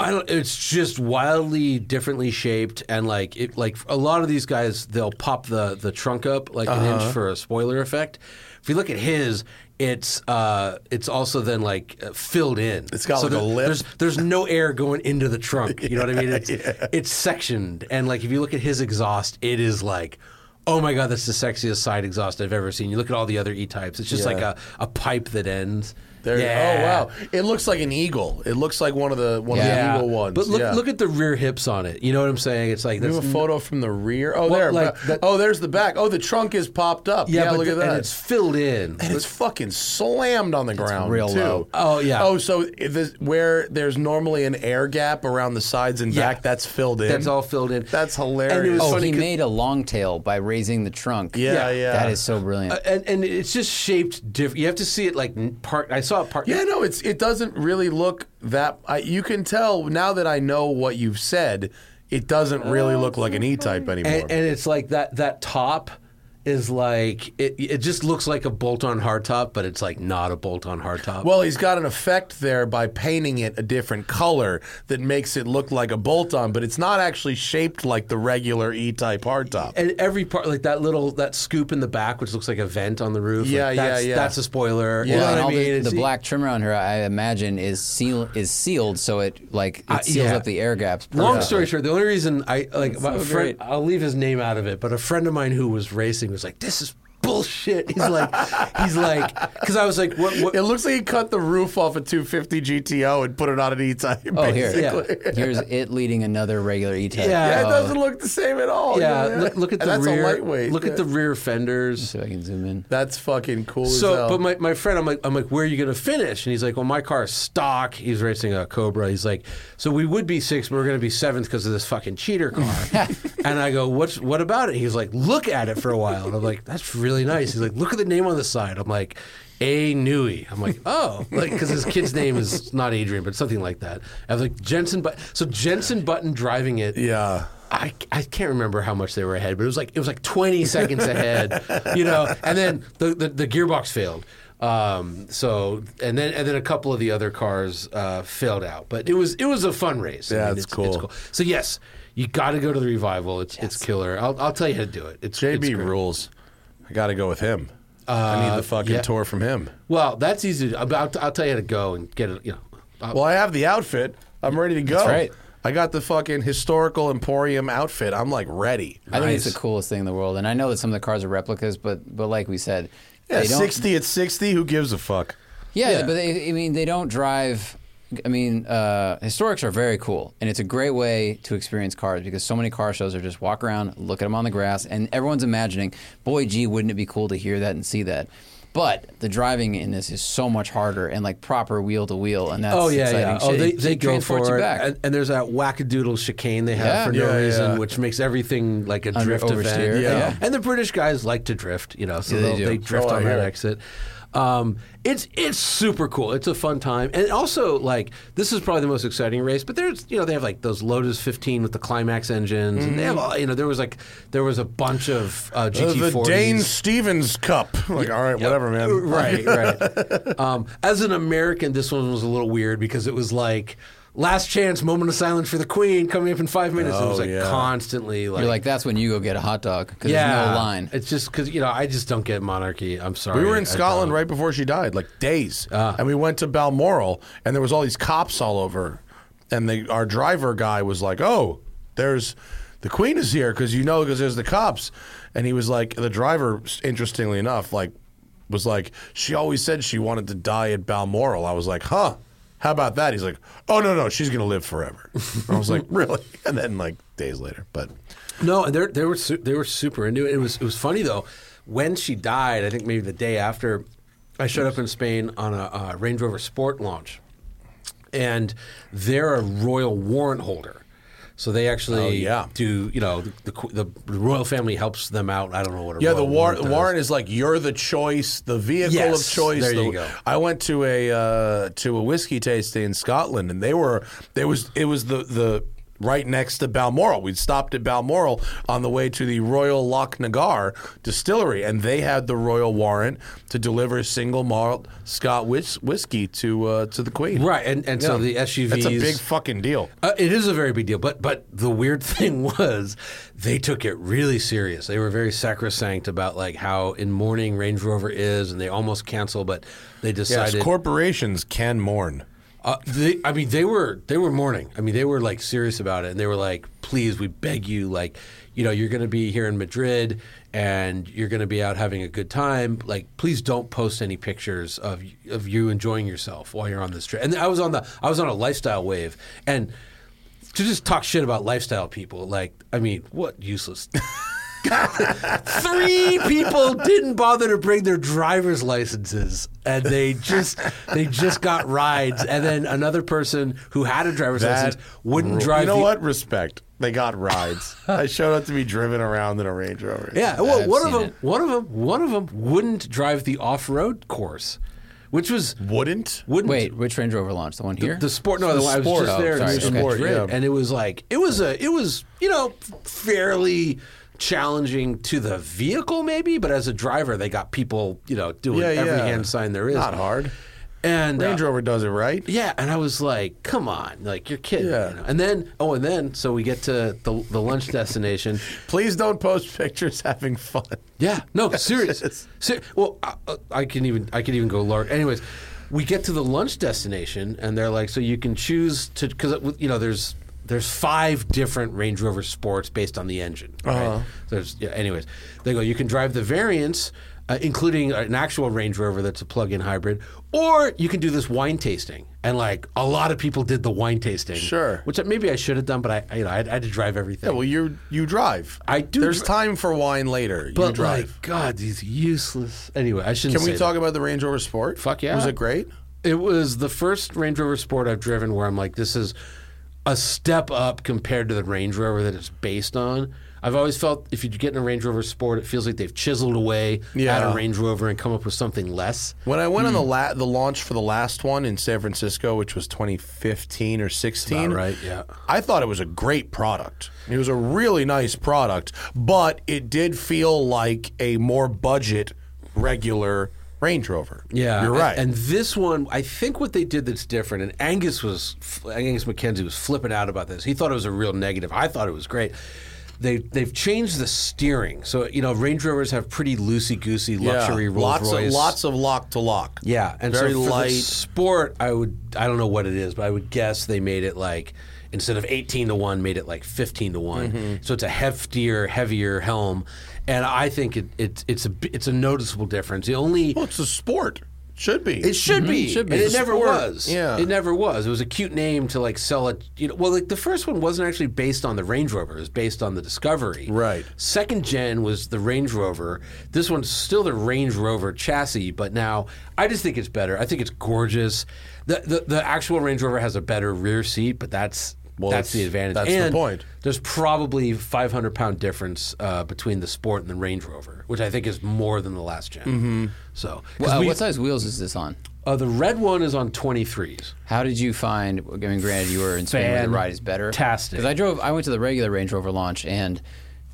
Speaker 1: I don't, it's just wildly differently shaped, and like it, like a lot of these guys, they'll pop the the trunk up like an
Speaker 2: Uh-huh.
Speaker 1: inch for a spoiler effect. If you look at his, it's uh, it's also then like uh, filled in.
Speaker 2: It's got, like, a lip.
Speaker 1: There's there's no air going into the trunk. You know what I
Speaker 2: (laughs)
Speaker 1: mean? It's it's sectioned, and like if you look at his exhaust, it is like. Oh my God, that's the sexiest side exhaust I've ever seen. You look at all the other E types; it's just
Speaker 2: Yeah.
Speaker 1: like a, a pipe that ends.
Speaker 2: There,
Speaker 1: Yeah.
Speaker 2: Oh wow! It looks like an eagle. It looks like one of the one
Speaker 3: Yeah.
Speaker 2: of the eagle ones.
Speaker 1: But look,
Speaker 2: yeah.
Speaker 1: look at the rear hips on it. You know what I'm saying? It's like
Speaker 2: We
Speaker 1: that's
Speaker 2: have a photo from the rear. Oh, there.
Speaker 1: like, that-
Speaker 2: oh, there's the back. Oh, the trunk is popped up. Yeah,
Speaker 1: but
Speaker 2: look
Speaker 1: the-
Speaker 2: at that.
Speaker 1: And it's filled in.
Speaker 2: And it's fucking slammed on the ground.
Speaker 3: real
Speaker 2: too.
Speaker 3: low.
Speaker 1: Oh, yeah.
Speaker 2: Oh, so if this, where there's normally an air gap around the sides and
Speaker 1: Yeah.
Speaker 2: back, that's filled in.
Speaker 1: That's all filled in.
Speaker 2: That's
Speaker 1: And it
Speaker 2: hilarious.
Speaker 1: was
Speaker 3: Oh,
Speaker 1: funny
Speaker 3: he
Speaker 1: 'cause-
Speaker 3: made a long tail by raising the trunk.
Speaker 2: Yeah, Yeah. yeah.
Speaker 3: That is so brilliant.
Speaker 1: uh, and, and it's just shaped different. You have to see it like n- part. I saw it part.
Speaker 2: Yeah, no, it's it doesn't really look that. I, you can tell now that I know what you've said. It doesn't really look like an E type anymore.
Speaker 1: and, and it's like that that top is like it. It just looks like a bolt-on hardtop, but it's like not a bolt-on hardtop.
Speaker 2: Well, he's got an effect there by painting it a different color that makes it look like a bolt on, but it's not actually shaped like the regular E type hardtop.
Speaker 1: and every part, like that little that scoop in the back, which looks like a vent on the roof.
Speaker 2: Yeah,
Speaker 1: like,
Speaker 2: yeah,
Speaker 1: that's,
Speaker 2: yeah.
Speaker 1: That's a spoiler.
Speaker 2: Yeah.
Speaker 1: You know
Speaker 3: and
Speaker 1: what I
Speaker 3: all
Speaker 1: mean?
Speaker 3: the,
Speaker 1: It's- e
Speaker 3: the black trim around her, I imagine, is seal is sealed, so it like
Speaker 1: Uh,
Speaker 3: it seals
Speaker 1: yeah.
Speaker 3: up the air gaps.
Speaker 1: Long
Speaker 3: perfectly.
Speaker 1: story short, the only reason I like my
Speaker 3: so
Speaker 1: friend,
Speaker 3: great.
Speaker 1: I'll leave his name out of it, but a friend of mine who was racing was like, "This is bullshit." He's like, he's like, because I was like, "What?"
Speaker 2: (laughs)
Speaker 1: what
Speaker 2: It looks like he cut the roof off a 250 GTO and put it on an E type.
Speaker 3: Oh, here,
Speaker 1: Yeah.
Speaker 3: (laughs) here's it leading another regular E type.
Speaker 1: Yeah.
Speaker 2: Yeah, it
Speaker 1: Oh.
Speaker 2: doesn't look the same at all.
Speaker 1: yeah,
Speaker 2: You know?
Speaker 1: look, look at
Speaker 2: and
Speaker 1: the
Speaker 2: that's
Speaker 1: rear.
Speaker 2: a lightweight.
Speaker 1: Look at the rear fenders.
Speaker 3: So I can zoom in.
Speaker 2: That's fucking cool. as
Speaker 1: So,
Speaker 2: hell.
Speaker 1: but my, my friend, I'm like, I'm like, where are you gonna finish? And he's like, well, my car's stock. He's racing a Cobra. He's like, so we would be sixth, but we're gonna be seventh because of this fucking cheater car. and I go, what's what about it? He's like, look at it for a while. And I'm like, that's really nice. He's like, look at the name on the side. I'm like, A Nui. I'm like, oh, like because his kid's name is not Adrian, but something like that. I was like Jensen, but so Jensen Button driving it.
Speaker 2: yeah.
Speaker 1: I, I can't remember how much they were ahead, but it was like it was like 20 seconds ahead, you know. And then the the, the gearbox failed. Um, so and then and then a couple of the other cars uh, failed out, but it was it was a fun race.
Speaker 2: Yeah, it's
Speaker 1: it's,
Speaker 2: cool.
Speaker 1: So yes, you got to go to the revival. It's it's killer. I'll, I'll tell you how to do it. It's it's
Speaker 2: JB
Speaker 1: great.
Speaker 2: rules. Uh, I got to go with him. I need the fucking
Speaker 1: yeah.
Speaker 2: tour from him.
Speaker 1: Well, that's easy. To, I'll, I'll tell you how to go and get it. You know, I'll-
Speaker 2: Well, I have the outfit. I'm ready to go.
Speaker 3: right.
Speaker 2: I got the fucking historical emporium outfit. I'm like ready.
Speaker 3: I think it's the coolest thing in the world, and I know that some of the cars are replicas, but but like we said,
Speaker 2: Yeah,
Speaker 3: they don't.
Speaker 2: 60 at 60, who gives a fuck?
Speaker 3: yeah, but they, I mean, they don't drive. I mean, uh, historics are very cool, and it's a great way to experience cars because so many car shows are just walk around, look at them on the grass, and everyone's imagining, boy, gee, wouldn't it be cool to hear that and see that? But the driving in this is so much harder and like proper wheel to wheel, and that's
Speaker 1: Oh yeah,
Speaker 3: exciting
Speaker 1: yeah.
Speaker 3: Shit.
Speaker 1: Oh, they,
Speaker 3: It
Speaker 1: they go
Speaker 3: transports
Speaker 1: for it,
Speaker 3: you back.
Speaker 1: And, and there's that wackadoodle chicane they have
Speaker 3: Yeah.
Speaker 1: for no
Speaker 2: Yeah,
Speaker 1: reason,
Speaker 2: yeah.
Speaker 1: which makes everything like a
Speaker 3: Under-
Speaker 1: drift
Speaker 3: oversteer,
Speaker 1: event.
Speaker 3: Yeah. yeah.
Speaker 1: And the British guys like to drift, you know, so
Speaker 3: Yeah, they
Speaker 1: they'll- they,
Speaker 3: do.
Speaker 1: drift
Speaker 2: Oh, I
Speaker 1: on that
Speaker 2: hear.
Speaker 1: exit. Um, it's it's super cool. It's a fun time, and also like this is probably the most exciting race. But there's you know they have like those Lotus 15 with the climax engines, and
Speaker 3: Mm-hmm.
Speaker 1: they have all, you know there was like there was a bunch of uh,
Speaker 2: The,
Speaker 1: GT40s.
Speaker 2: Dane Stevens Cup. (laughs) Like, all right, whatever, man.
Speaker 1: Uh,
Speaker 2: (laughs)
Speaker 1: Right, right. um, as an American, this one was a little weird because it was like last chance, moment of silence for the Queen coming up in five minutes. it was
Speaker 2: Oh,
Speaker 1: like
Speaker 2: yeah.
Speaker 1: constantly like,
Speaker 3: You're like, that's when you go get a hot dog because
Speaker 1: yeah,
Speaker 3: there's no line.
Speaker 1: It's just because you know I just don't get monarchy. I'm sorry.
Speaker 2: We were in
Speaker 1: I
Speaker 2: Scotland
Speaker 1: don't.
Speaker 2: right before she died, like days. and we went to Balmoral, and there was all these cops all over. And the, our driver guy was like, "Oh, there's the Queen is here because you know because there's the cops." And he was like, the driver, interestingly enough, like was like, "She always said she wanted to die at Balmoral." I was like, "Huh." How about that? He's like, "Oh no, no, she's gonna live forever." I was like, "Really?" And then like days later, but
Speaker 1: No, and they they were su- they were super into it. It was it was funny though. When she died, I think maybe the day after, I showed up in Spain on a uh, Range Rover Sport launch, and they're a royal warrant holder. So they actually
Speaker 2: Oh, yeah.
Speaker 1: do you know the, the, qu- the royal family helps them out. I don't know what a
Speaker 2: Yeah,
Speaker 1: royal
Speaker 2: the war-
Speaker 1: does.
Speaker 2: warrant is like you're the choice, the vehicle
Speaker 1: Yes,
Speaker 2: of choice.
Speaker 1: there
Speaker 2: the-
Speaker 1: you go.
Speaker 2: I went to a uh, to a whiskey tasting in Scotland, and they were there was it was the the right next to Balmoral. We'd stopped at Balmoral on the way to the Royal Loch Nagar distillery, and they had the royal warrant to deliver single malt Scott whis- whiskey to uh, to the Queen.
Speaker 1: Right, and- and so the SUVs
Speaker 2: That's a big fucking deal.
Speaker 1: Uh, it is a very big deal, but but the weird (laughs) thing was, they took it really serious. They were very sacrosanct about like how in mourning Range Rover is, and they almost cancel, but they
Speaker 2: Yes,
Speaker 1: decided.
Speaker 2: corporations can mourn.
Speaker 1: uh, they, I mean, they were they were mourning. I mean, they were like serious about it, and they were like, "Please, we beg you, like, you know, you're going to be here in Madrid, and you're going to be out having a good time. Like, please don't post any pictures of of you enjoying yourself while you're on this trip." And I was on the I was on a lifestyle wave, and to just talk shit about lifestyle people. Like, I mean, what useless. Three people didn't bother to bring their driver's licenses, and they just they just got rides. And then another person who had a driver's
Speaker 2: That
Speaker 1: license wouldn't
Speaker 2: rule-
Speaker 1: drive.
Speaker 2: You know
Speaker 1: the-
Speaker 2: what? Respect. They got
Speaker 1: (laughs)
Speaker 2: rides. I showed up to be driven around in a Range Rover.
Speaker 1: Yeah, well,
Speaker 3: I've
Speaker 1: one of
Speaker 3: seen
Speaker 1: them,
Speaker 3: it.
Speaker 1: one of them, one of them wouldn't drive the off-road course, which was
Speaker 2: Wouldn't?
Speaker 1: wouldn't
Speaker 3: Wait, which Range Rover launch? The one here?
Speaker 1: The sport, no, the one I was
Speaker 2: sport,
Speaker 1: just
Speaker 2: oh,
Speaker 1: there.
Speaker 2: sorry,
Speaker 1: it was
Speaker 2: okay.
Speaker 1: sport,
Speaker 2: Sport, yeah.
Speaker 1: And it was like it was a, it was you know fairly challenging to the vehicle maybe, but as a driver, they got people you know doing
Speaker 2: Yeah,
Speaker 1: every
Speaker 2: yeah.
Speaker 1: hand sign there is.
Speaker 2: Not hard.
Speaker 1: And uh,
Speaker 2: Range Rover does it right.
Speaker 1: yeah, and I was like, "Come on, like you're kidding."
Speaker 2: Yeah.
Speaker 1: you know? And then, oh, and then, so we get to the, the lunch destination.
Speaker 2: Please don't post pictures having fun.
Speaker 1: Yeah,
Speaker 2: (laughs)
Speaker 1: no, serious. Ser- well, I, uh, I can even I can even go large. Anyways, we get to the lunch destination, and they're like, so you can choose to because you know there's there's five different Range Rover Sports based on the engine. Right?
Speaker 2: Uh-huh.
Speaker 1: There's yeah. Anyways, they go you can drive the variants. Uh, including an actual Range Rover that's a plug-in hybrid, or you can do this wine tasting, and like a lot of people did the wine tasting,
Speaker 2: Sure.
Speaker 1: which uh, maybe I should have done, but I, I- you know, I, I had to drive everything.
Speaker 2: Yeah, well, you you drive.
Speaker 1: I do
Speaker 2: There's
Speaker 1: dri-
Speaker 2: time for wine later. you
Speaker 1: but
Speaker 2: drive.
Speaker 1: like, God, these useless. Anyway, I shouldn't.
Speaker 2: Can we
Speaker 1: say
Speaker 2: talk about the Range Rover Sport?
Speaker 1: Fuck yeah.
Speaker 2: Was it great?
Speaker 1: It was the first Range Rover Sport I've driven where I'm like, this is a step up compared to the Range Rover that it's based on. I've always felt if you get in a Range Rover Sport, it feels like they've chiseled away
Speaker 2: Yeah.
Speaker 1: at a Range Rover and come up with something less.
Speaker 2: When I went on the
Speaker 1: Hmm.
Speaker 2: la- the launch for the last one in San Francisco, which was 2015 or 16,
Speaker 1: about right, yeah.
Speaker 2: I thought it was a great product. It was a really nice product, but it did feel like a more budget regular Range Rover. you're
Speaker 1: and-
Speaker 2: right.
Speaker 1: And, this one, I think what they did that's different, and Angus was Angus McKenzie was flipping out about this. He thought it was a real negative. I thought it was great. They they've changed the steering, so you know Range Rovers have pretty loosey goosey luxury Rolls
Speaker 2: lots
Speaker 1: Royce.
Speaker 2: of lots of lock to lock.
Speaker 1: Yeah, and
Speaker 2: very
Speaker 1: so for the
Speaker 2: light.
Speaker 1: sport. I would I don't know what it is, but I would guess they made it like instead of eighteen to one, made it like fifteen to one.
Speaker 2: Mm-hmm.
Speaker 1: So it's a heftier, heavier helm, and I think it, it it's a b- it's a noticeable difference. The only
Speaker 2: well, it's a sport. Should be.
Speaker 1: it should be.
Speaker 3: should be.
Speaker 1: And it
Speaker 3: It's a
Speaker 1: never
Speaker 2: sport.
Speaker 1: was.
Speaker 2: Yeah.
Speaker 1: It never was. It was a cute name to like sell it. You know, well, like the first one wasn't actually based on the Range Rover. It was based on the Discovery.
Speaker 2: Right.
Speaker 1: Second gen was the Range Rover. This one's still the Range Rover chassis, but now I just think it's better. I think it's gorgeous. The the, the actual Range Rover has a better rear seat, but that's
Speaker 2: Well,
Speaker 1: that's the
Speaker 2: it's-
Speaker 1: advantage.
Speaker 2: that's the
Speaker 1: And
Speaker 2: point.
Speaker 1: There's probably 500 pound difference uh, between the Sport and the Range Rover, which I think is more than the last general
Speaker 2: Mm-hmm.
Speaker 1: So, 'cause
Speaker 3: Well, uh,
Speaker 1: we-
Speaker 3: what size wheels is this on?
Speaker 1: uh, the red one is on 23s.
Speaker 3: How did you find? I mean, granted, you were in Spain where the ride is better.
Speaker 1: Fantastic.
Speaker 3: Because I drove, I went to the regular Range Rover launch, and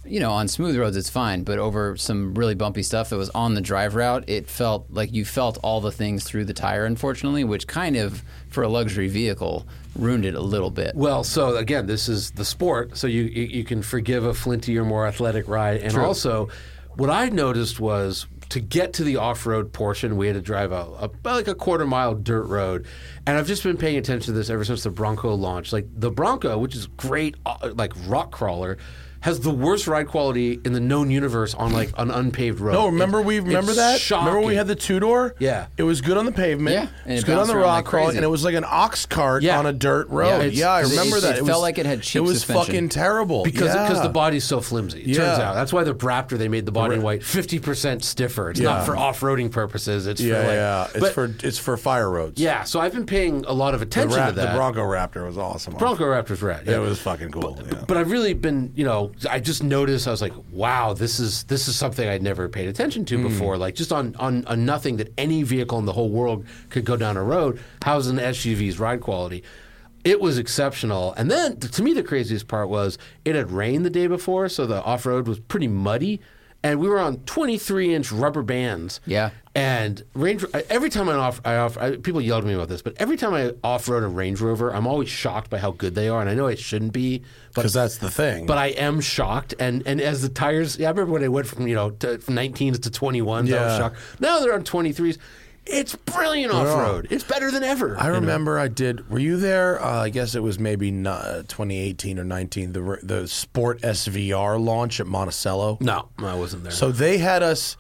Speaker 3: you know, on smooth roads it's fine, but over some really bumpy stuff that was on the drive route, it felt like you felt all the things through the tire, unfortunately, which kind of, for a luxury vehicle, ruined it a little bit.
Speaker 1: Well, so again, this is the sport, so you you, you can forgive a flinty or more athletic ride, and also, what I noticed was to get to the off-road portion, we had to drive a, a like a quarter mile dirt road, and I've just been paying attention to this ever since the Bronco launch. Like the Bronco, which is great, uh, like rock crawler. Has the worst ride quality in the known universe on like an unpaved road.
Speaker 2: No, Oh, remember
Speaker 1: It's-
Speaker 2: we remember
Speaker 1: it's
Speaker 2: that. Remember we
Speaker 1: shocking.
Speaker 2: had the two door.
Speaker 1: Yeah.
Speaker 2: it was good on the pavement.
Speaker 3: Yeah, and
Speaker 2: it was
Speaker 3: it
Speaker 2: good on
Speaker 3: bounced
Speaker 2: the
Speaker 3: around
Speaker 2: rock
Speaker 3: like
Speaker 2: crawl,
Speaker 3: crazy.
Speaker 2: and it was like an ox cart
Speaker 1: Yeah.
Speaker 2: on a dirt road. Yeah,
Speaker 1: it's-
Speaker 2: I
Speaker 1: it's-
Speaker 2: remember
Speaker 3: it
Speaker 2: that.
Speaker 3: felt like it had cheap
Speaker 2: It was
Speaker 3: suspension.
Speaker 2: fucking terrible
Speaker 1: because
Speaker 2: Yeah.
Speaker 1: because the body's so flimsy. It turns
Speaker 2: Yeah.
Speaker 1: out that's why the Raptor they made the body white fifty percent stiffer. It's
Speaker 2: Yeah.
Speaker 1: not for off roading purposes. It's
Speaker 2: yeah,
Speaker 1: for like,
Speaker 2: yeah, it's
Speaker 1: but-
Speaker 2: for it's for fire roads.
Speaker 1: yeah. So I've been paying a lot of
Speaker 2: the,
Speaker 1: attention
Speaker 2: Ra-
Speaker 1: to
Speaker 2: the
Speaker 1: that.
Speaker 2: Bronco Raptor was awesome.
Speaker 1: Bronco Raptor's rad.
Speaker 2: it
Speaker 1: yeah.
Speaker 2: was fucking cool. yeah.
Speaker 1: But I've really been, you know, I just noticed. I was like, wow, this is this is something I'd never paid attention to before. Like just on on a nothing that any vehicle in the whole world could go down a road. How's an SUV's ride quality? it was exceptional. And then t- to me, the craziest part was it had rained the day before, so the off road was pretty muddy. And we were on 23 inch rubber bands.
Speaker 3: Yeah.
Speaker 1: And Range I- every time I off I off I, people yelled at me about this, but every time I off road a Range Rover, I'm always shocked by how good they are, and I know it shouldn't be, but
Speaker 2: because that's the thing.
Speaker 1: but I am shocked. And and as the tires, yeah, I remember when they went from you know to, from 19s to 21s, I was
Speaker 2: Yeah.
Speaker 1: shocked. Now they're on 23s. It's brilliant off road. It's better than ever.
Speaker 2: I remember I did. Were you there? Uh, I guess it was maybe not, uh, 2018 or 19. The r- the Sport SVR launch at Monticello.
Speaker 1: no, I wasn't there.
Speaker 2: So they had us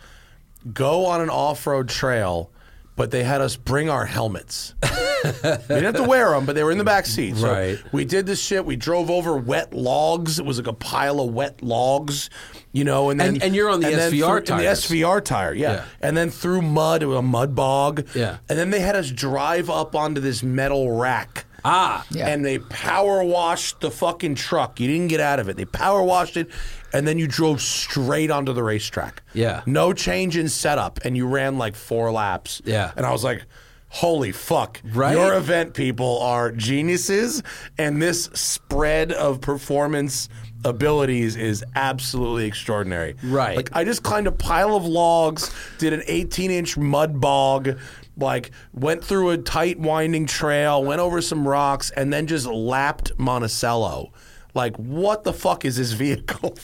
Speaker 2: go on an off road trail, but they had us bring our helmets. (laughs) we didn't have to wear them, but they were in the back seat. So
Speaker 1: Right.
Speaker 2: We did this shit. We drove over wet logs. It was like a pile of wet logs, you know. And then
Speaker 1: And- and you're on the
Speaker 2: then
Speaker 1: SVR
Speaker 2: through- and
Speaker 1: tires.
Speaker 2: The SVR tire, yeah.
Speaker 1: Yeah.
Speaker 2: And then through mud, it was a mud bog.
Speaker 1: Yeah.
Speaker 2: And then they had us drive up onto this metal rack.
Speaker 1: ah,
Speaker 3: Yeah.
Speaker 2: And they power washed the fucking truck. You didn't get out of it. They power washed it, and then you drove straight onto the racetrack.
Speaker 1: Yeah.
Speaker 2: No change in setup, and you ran like four laps.
Speaker 1: Yeah.
Speaker 2: And I was like, holy fuck.
Speaker 1: Right?
Speaker 2: Your event people are geniuses, and this spread of performance abilities is absolutely extraordinary.
Speaker 1: Right.
Speaker 2: Like, I just climbed a pile of logs, did an 18 inch mud bog, like went through a tight winding trail, went over some rocks, and then just lapped Monticello. Like, what the fuck is this (laughs) vehicle?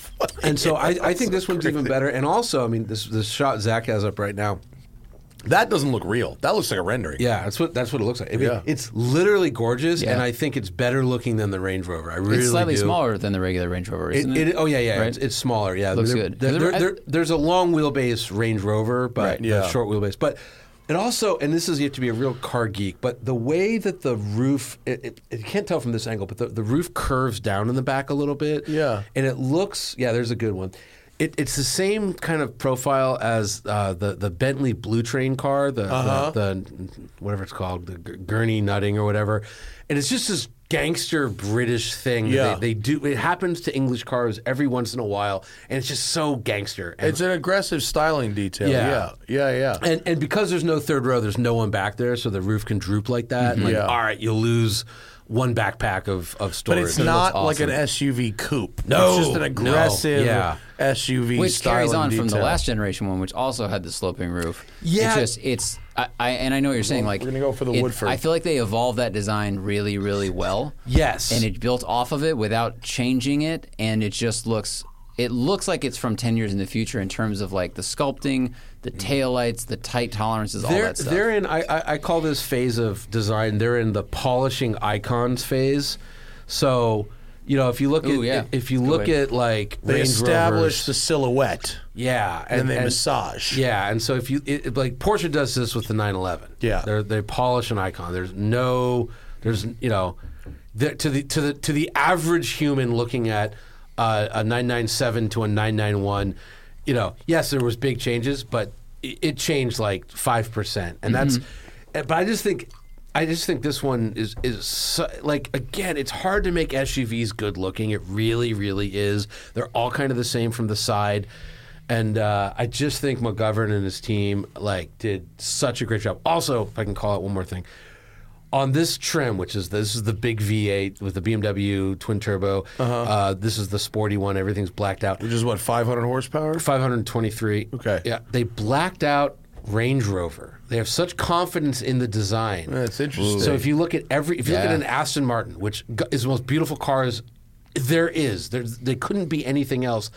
Speaker 1: and so I, I think this one's even better. And also, I mean, this this shot Zach has up right now.
Speaker 2: that doesn't look real. That looks like a rendering.
Speaker 1: Yeah, that's what that's what it looks like. I mean,
Speaker 2: Yeah.
Speaker 1: it's literally gorgeous,
Speaker 3: Yeah.
Speaker 1: and I think it's better looking than the Range Rover. I really
Speaker 3: it's slightly
Speaker 1: do.
Speaker 3: smaller than the regular Range Rover,
Speaker 1: It,
Speaker 3: isn't it?
Speaker 1: it, oh yeah, yeah.
Speaker 3: Right?
Speaker 1: It's, it's smaller. Yeah,
Speaker 3: Looks
Speaker 1: There-
Speaker 3: good.
Speaker 1: there-
Speaker 3: Is
Speaker 1: there-
Speaker 3: there-
Speaker 1: there- there's a long wheelbase Range Rover, but
Speaker 3: Right.
Speaker 1: the
Speaker 2: Yeah.
Speaker 1: short wheelbase. But and also, and this is you have to be a real car geek. But the way that the roof, it, it, it you can't tell from this angle, but the, the roof curves down in the back a little bit.
Speaker 2: Yeah.
Speaker 1: and it looks. Yeah, there's a good one. It, it's the same kind of profile as uh, the the Bentley Blue Train car, the,
Speaker 3: Uh-huh.
Speaker 1: the the whatever it's called, the G- gurney nutting or whatever, and it's just this gangster British thing. that
Speaker 2: Yeah.
Speaker 1: they, they do. It happens to English cars every once in a while, and it's just so gangster. And,
Speaker 2: It's an aggressive styling detail.
Speaker 1: Yeah.
Speaker 2: Yeah. Yeah, yeah.
Speaker 1: and and because there's no third row, there's no one back there, so the roof can droop like that. And like,
Speaker 2: Yeah.
Speaker 1: all right, you lose one backpack of of
Speaker 2: But
Speaker 1: storage.
Speaker 2: it's
Speaker 1: It looks
Speaker 2: not
Speaker 1: awesome.
Speaker 2: like an SUV coupe.
Speaker 1: No,
Speaker 2: It's just an
Speaker 1: no,
Speaker 2: aggressive
Speaker 1: yeah.
Speaker 2: SUV
Speaker 3: which carries
Speaker 2: styling
Speaker 3: on from the
Speaker 2: detail.
Speaker 3: last generation one, which also had the sloping roof.
Speaker 1: Yeah.
Speaker 3: it's just it's I, I and I know what you're saying. Like
Speaker 2: we're gonna go for the
Speaker 3: it-
Speaker 2: Woodford.
Speaker 3: I feel like they evolved that design really, really well.
Speaker 1: Yes.
Speaker 3: and it built off of it without changing it, and it just looks. It looks like it's from ten years in the future in terms of like the sculpting, the taillights, the tight tolerances, all
Speaker 1: They're,
Speaker 3: that stuff.
Speaker 1: they're in. I, I, I call this phase of design. They're in the polishing icons phase. So you know, if you look
Speaker 3: Ooh,
Speaker 1: at
Speaker 3: yeah.
Speaker 1: if you
Speaker 3: Good
Speaker 1: look
Speaker 3: way.
Speaker 1: at like
Speaker 2: They
Speaker 1: Range
Speaker 2: establish
Speaker 1: Rovers,
Speaker 2: the silhouette.
Speaker 1: yeah,
Speaker 2: and then they massage.
Speaker 1: Yeah, and so if you it, it- like Porsche does this with the 911.
Speaker 2: Yeah.
Speaker 1: They're, they polish an icon. There's no, there's you know, the, to the to the to the average human looking at uh, a 997 to a 991, you know, yes, there was big changes, but it, it changed like five percent, and that's. eh, But I just think. I just think this one is is so, like again, it's hard to make SUVs good looking. It really, really is. They're all kind of the same from the side. And uh, I just think McGovern and his team like did such a great job. Also, if I can call it one more thing, on this trim, which is this is the big V8 with the BMW twin turbo. uh this is the sporty one. Everything's blacked out.
Speaker 2: Which is what, 500 horsepower?
Speaker 1: 523.
Speaker 2: Okay.
Speaker 1: Yeah, they blacked out Range Rover. They have such confidence in the design.
Speaker 2: That's interesting.
Speaker 1: So if you look at every, if you look at
Speaker 3: Yeah.
Speaker 1: an Aston Martin, which g- is the most beautiful cars there is, there's, they couldn't be anything else.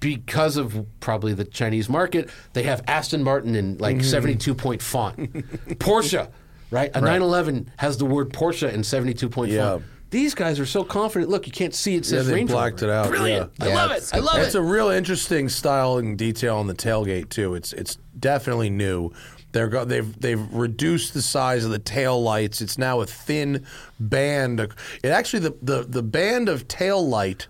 Speaker 1: Because of probably the Chinese market, they have Aston Martin in like
Speaker 2: Mm-hmm.
Speaker 1: 72 point font.
Speaker 2: (laughs)
Speaker 1: Porsche, right? A 911 has the word Porsche in 72 point
Speaker 2: Yeah.
Speaker 1: font. These guys are so confident. Look, you can't see it
Speaker 2: Yeah,
Speaker 1: says
Speaker 2: they
Speaker 1: Range
Speaker 2: blacked
Speaker 1: Rover.
Speaker 2: it out.
Speaker 1: Brilliant!
Speaker 2: Yeah.
Speaker 1: I
Speaker 3: Yeah,
Speaker 1: love it.
Speaker 3: it's-
Speaker 1: I love
Speaker 2: It's
Speaker 1: it.
Speaker 2: a real interesting style and detail on the tailgate too. It's it's definitely new. They're go- they've they've reduced the size of the tail lights. It's now a thin band. It actually the the, the band of tail light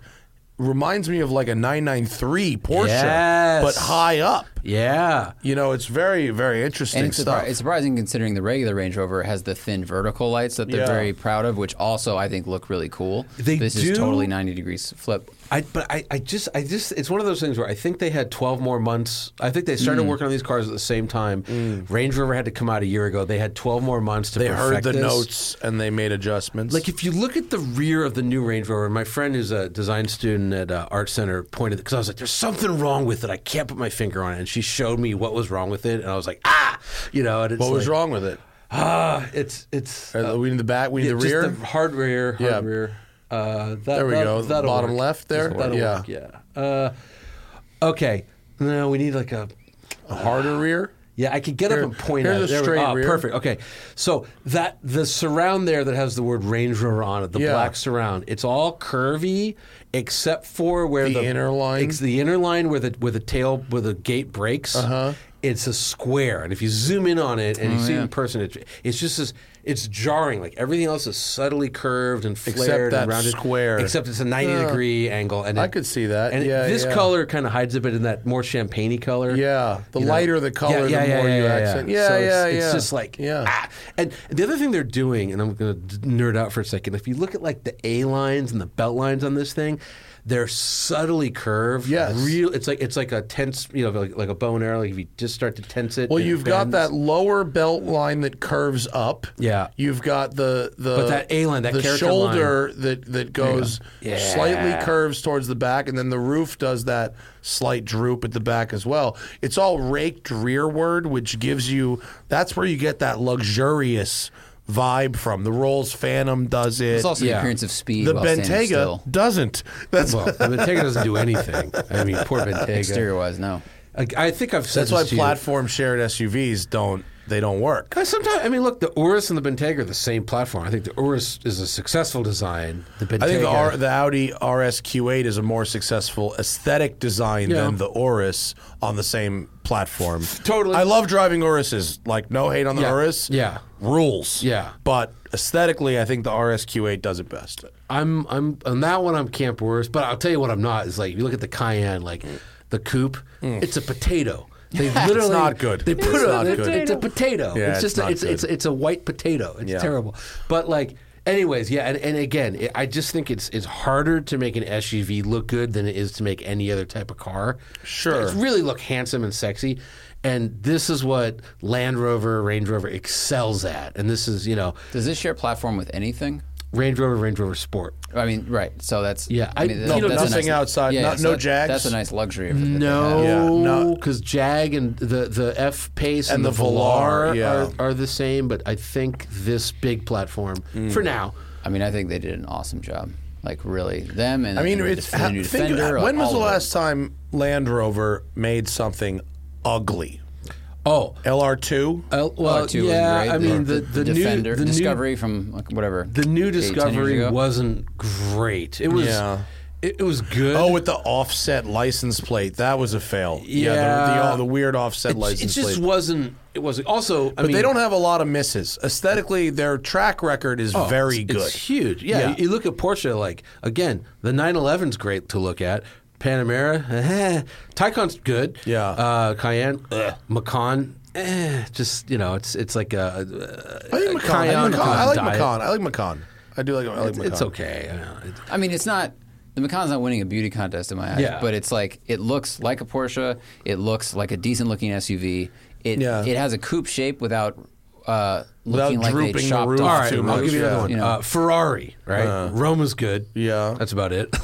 Speaker 2: reminds me of like a 993 Porsche,
Speaker 1: Yes.
Speaker 2: but high up.
Speaker 1: yeah.
Speaker 2: You know, it's very very interesting
Speaker 3: and it's,
Speaker 2: stuff.
Speaker 3: surpri- it's surprising considering the regular Range Rover has the thin vertical lights that they're
Speaker 2: Yeah.
Speaker 3: very proud of, which also I think look really cool.
Speaker 1: They
Speaker 3: this
Speaker 1: do-
Speaker 3: is totally 90 degrees flip.
Speaker 1: I but I, I just I just it's one of those things where I think they had 12 more months. I think they
Speaker 2: Mm.
Speaker 1: started working on these cars at the same time. Range Rover had to come out a year ago. They had 12 more months to
Speaker 2: They heard
Speaker 1: perfect
Speaker 2: the
Speaker 1: this.
Speaker 2: notes and they made adjustments.
Speaker 1: Like if you look at the rear of the new Range Rover, my friend who's a design student at uh, Art Center pointed because I was like, "There's something wrong with it. I can't put my finger on it." And she showed me what was wrong with it, and I was like, "Ah, you know." And it's
Speaker 2: what was
Speaker 1: like,
Speaker 2: wrong with it?
Speaker 1: Ah, it's it's uh,
Speaker 2: Are we in the back? We need
Speaker 1: yeah,
Speaker 2: the
Speaker 1: just
Speaker 2: rear.
Speaker 1: the hard rear, hard
Speaker 2: Yeah.
Speaker 1: rear. Uh, that,
Speaker 2: There we
Speaker 1: that-
Speaker 2: go.
Speaker 1: that'll
Speaker 2: Bottom
Speaker 1: work.
Speaker 2: left there?
Speaker 1: That'll
Speaker 2: Yeah.
Speaker 1: work. Yeah. Uh, okay. No, we need like a.
Speaker 2: A harder rear.
Speaker 1: Yeah, I could get
Speaker 2: Here-
Speaker 1: up and point at
Speaker 2: here's
Speaker 1: it.
Speaker 2: a
Speaker 1: There we-
Speaker 2: straight
Speaker 1: ah,
Speaker 2: rear.
Speaker 1: Perfect. Okay, so that the surround there that has the word Range Rover on it, the
Speaker 2: Yeah.
Speaker 1: black surround, it's all curvy except for where
Speaker 2: The
Speaker 1: the,
Speaker 2: inner line?
Speaker 1: It's the inner line where the where the tail where the gate breaks. Uh-huh. It's a square, and if you zoom in on it and
Speaker 2: Oh,
Speaker 1: you see it in person, it, it's just this. It's jarring. Like everything else is subtly curved and flared
Speaker 2: that
Speaker 1: and rounded.
Speaker 2: square.
Speaker 1: Except it's a ninety degree angle, and
Speaker 2: I
Speaker 1: it-
Speaker 2: could see that.
Speaker 1: And it-
Speaker 2: Yeah,
Speaker 1: this
Speaker 2: yeah.
Speaker 1: color kind of hides a bit in that more champagne color.
Speaker 2: Yeah, the
Speaker 1: You know?
Speaker 2: lighter the color, the more you accent. Yeah,
Speaker 1: so
Speaker 2: yeah,
Speaker 1: it's,
Speaker 2: yeah.
Speaker 1: It's just like
Speaker 2: Yeah.
Speaker 1: ah. And the other thing they're doing, and I'm going to nerd out for a second. If you look at like the A lines and the belt lines on this thing, they're subtly curved.
Speaker 2: Yes.
Speaker 1: real. It's like it's like a tense, you know, like, like a bow and arrow. Like if you just start to tense it.
Speaker 2: Well,
Speaker 1: it
Speaker 2: you've got
Speaker 1: bends.
Speaker 2: that lower belt line that curves up.
Speaker 1: Yeah.
Speaker 2: You've got the the
Speaker 1: But that A line, that
Speaker 2: the
Speaker 1: character
Speaker 2: shoulder that that goes
Speaker 1: Yeah.
Speaker 2: slightly curves towards the back, and then the roof does that slight droop at the back as well. It's all raked rearward, which gives you that's where you get that luxurious vibe from. The Rolls Phantom does it.
Speaker 3: It's also
Speaker 1: Yeah.
Speaker 3: the appearance of speed.
Speaker 2: the
Speaker 3: while standing
Speaker 2: Bentayga
Speaker 3: still.
Speaker 2: doesn't. That's
Speaker 1: Well, Bentayga doesn't do anything. I mean, poor Bentayga.
Speaker 3: exterior wise, no.
Speaker 1: I, I think I've said
Speaker 2: that's why
Speaker 1: this to you.
Speaker 2: platform shared SUVs don't they don't work.
Speaker 1: Uh, Sometimes I mean, look, the Urus and the Bentayga are the same platform. I think the Urus is a successful design. The Bentayga,
Speaker 2: I think the, R, the Audi RSQ8 is a more successful aesthetic design
Speaker 1: Yeah.
Speaker 2: than the Urus on the same platform.
Speaker 1: Totally.
Speaker 2: I love driving Uruses. Like, no hate on the
Speaker 1: Yeah.
Speaker 2: Urus.
Speaker 1: Yeah.
Speaker 2: Rules.
Speaker 1: Yeah.
Speaker 2: But aesthetically, I think the RSQ8 does it best.
Speaker 1: I'm I'm on that one. I'm Camp Worst, but I'll tell you what I'm not is like if you look at the Cayenne, like
Speaker 2: Mm.
Speaker 1: the coupe, it's a potato. They literally
Speaker 2: not good.
Speaker 1: They put
Speaker 2: It's
Speaker 1: a,
Speaker 2: not
Speaker 1: it's,
Speaker 2: good.
Speaker 1: it's a potato.
Speaker 2: Yeah,
Speaker 1: it's just
Speaker 2: it's
Speaker 1: a,
Speaker 2: not
Speaker 1: it's,
Speaker 2: good.
Speaker 1: it's it's a white potato. It's
Speaker 2: Yeah.
Speaker 1: terrible. But like. Anyways, yeah, and, and again, it, I just think it's it's harder to make an SUV look good than it is to make any other type of car.
Speaker 2: Sure.
Speaker 1: It's really look handsome and sexy. And this is what Land Rover, Range Rover excels at. And this is, you know,
Speaker 3: Does this share platform with anything?
Speaker 1: Range Rover, Range Rover Sport.
Speaker 3: I mean, right. So that's
Speaker 1: Yeah, I-
Speaker 3: I mean,
Speaker 1: no,
Speaker 3: that's a
Speaker 2: nothing
Speaker 3: nice-
Speaker 2: outside,
Speaker 3: Yeah,
Speaker 2: not-
Speaker 3: yeah, so
Speaker 2: no
Speaker 3: that-
Speaker 2: jags.
Speaker 3: That's a nice luxury. Of that they have.
Speaker 2: Yeah,
Speaker 1: No,
Speaker 2: no.
Speaker 1: because Jag and the the F Pace and,
Speaker 2: And
Speaker 1: the
Speaker 2: the
Speaker 1: Velar,
Speaker 2: Velar, yeah.
Speaker 1: are, are the same, but I think this big platform
Speaker 2: Mm.
Speaker 1: for now.
Speaker 3: I mean, I think they did an awesome job. Like really, them and
Speaker 2: I mean,
Speaker 3: and
Speaker 2: it's
Speaker 3: the new
Speaker 2: ha- think of-
Speaker 3: Defender. like,
Speaker 2: when was the
Speaker 3: all of it.
Speaker 2: last time Land Rover made something ugly?
Speaker 1: Oh,
Speaker 2: LR2?
Speaker 1: uh, well,
Speaker 3: R2 was
Speaker 1: yeah.
Speaker 3: great,
Speaker 1: I mean,
Speaker 3: the,
Speaker 1: the the,
Speaker 3: Defender,
Speaker 1: new the
Speaker 3: Discovery from like, whatever.
Speaker 1: new the new
Speaker 3: eight, 10 years
Speaker 1: Discovery
Speaker 3: ago.
Speaker 1: wasn't great. It was
Speaker 2: Yeah.
Speaker 1: it, it was good.
Speaker 2: Oh, with the offset license plate. That was a fail. the, the,
Speaker 1: Yeah.
Speaker 2: all the weird offset
Speaker 1: it,
Speaker 2: license plate.
Speaker 1: just wasn't. It wasn't. Also, I
Speaker 2: But
Speaker 1: mean,
Speaker 2: they don't have a lot of misses. Aesthetically, their track record is
Speaker 1: Oh,
Speaker 2: very
Speaker 1: it's,
Speaker 2: good.
Speaker 1: It's huge. Yeah,
Speaker 2: Yeah.
Speaker 1: You, you look at Porsche. Like again, the 911's great to look at. Panamera, eh. Taycan's good.
Speaker 2: Yeah.
Speaker 1: Uh, Cayenne, eh. Macan, eh. Just you know, it's it's like a. a-
Speaker 2: I
Speaker 1: a
Speaker 2: think Macan. I,
Speaker 1: Cayenne
Speaker 2: think Macan. I like
Speaker 1: Uh, diet.
Speaker 2: Macan. I like Macan. I do like. I like Macan.
Speaker 1: It's okay. you know, it-
Speaker 3: I mean, it's not. The Macan's not winning a beauty contest in my eyes,
Speaker 1: Yeah.
Speaker 3: but it's like it looks like a Porsche. It looks like a decent looking SUV. It
Speaker 2: Yeah.
Speaker 3: it has a coupe shape without uh, looking like
Speaker 2: drooping
Speaker 3: they
Speaker 2: the
Speaker 3: chopped
Speaker 2: roof
Speaker 3: off
Speaker 1: All right,
Speaker 2: too
Speaker 3: too
Speaker 1: I'll
Speaker 3: much.
Speaker 1: give you another
Speaker 2: yeah.
Speaker 1: one.
Speaker 3: You know.
Speaker 1: Uh, Ferrari, right? Roma's good.
Speaker 2: Uh. Yeah.
Speaker 1: that's about it.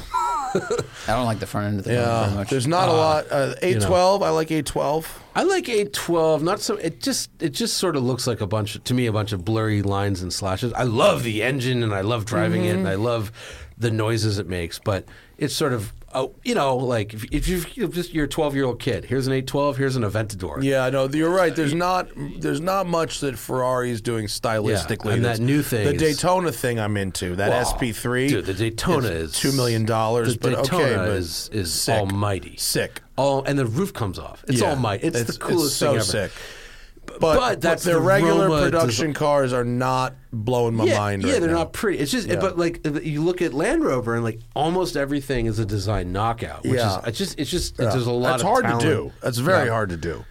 Speaker 3: I don't like the front end of the car very
Speaker 2: Yeah,
Speaker 3: much.
Speaker 2: there's not a lot. Uh, A12. I like A12.
Speaker 1: I like eight twelve. Not so. It just it just sort of looks like a bunch to me a bunch of blurry lines and slashes. I love the engine and I love driving it and I love the noises it makes. But it's sort of oh, you know like if, if you've, you're just you're a twelve year old kid. Here's an eight twelve. Here's an Aventador.
Speaker 2: Yeah, no, you're right. There's not. There's not much that Ferrari is doing stylistically.
Speaker 1: and that
Speaker 2: that's-
Speaker 1: new thing
Speaker 2: The
Speaker 1: is-
Speaker 2: Daytona thing, I'm into. That SP3.
Speaker 1: dude, the Daytona
Speaker 2: it's
Speaker 1: is-
Speaker 2: two million dollars.
Speaker 1: the
Speaker 2: But
Speaker 1: Daytona
Speaker 2: okay, but
Speaker 1: is is
Speaker 2: sick.
Speaker 1: almighty
Speaker 2: Sick.
Speaker 1: All and the roof comes off. It's
Speaker 2: Yeah.
Speaker 1: almighty. It's, the coolest
Speaker 2: it's so
Speaker 1: thing ever.
Speaker 2: sick. But,
Speaker 1: but
Speaker 2: but,
Speaker 1: that's
Speaker 2: their
Speaker 1: the
Speaker 2: regular
Speaker 1: Roma
Speaker 2: production cars are not blowing my
Speaker 1: yeah,
Speaker 2: mind.
Speaker 1: yeah,
Speaker 2: right
Speaker 1: they're
Speaker 2: now.
Speaker 1: not pretty. It's just, but like you look at Land Rover, and like almost everything is a design knockout. Which
Speaker 2: Yeah.
Speaker 1: is it's just, it's just,
Speaker 2: Yeah.
Speaker 1: there's a lot.
Speaker 2: That's
Speaker 1: of
Speaker 2: hard uh,
Speaker 1: talent.
Speaker 2: to do. That's very hard to do.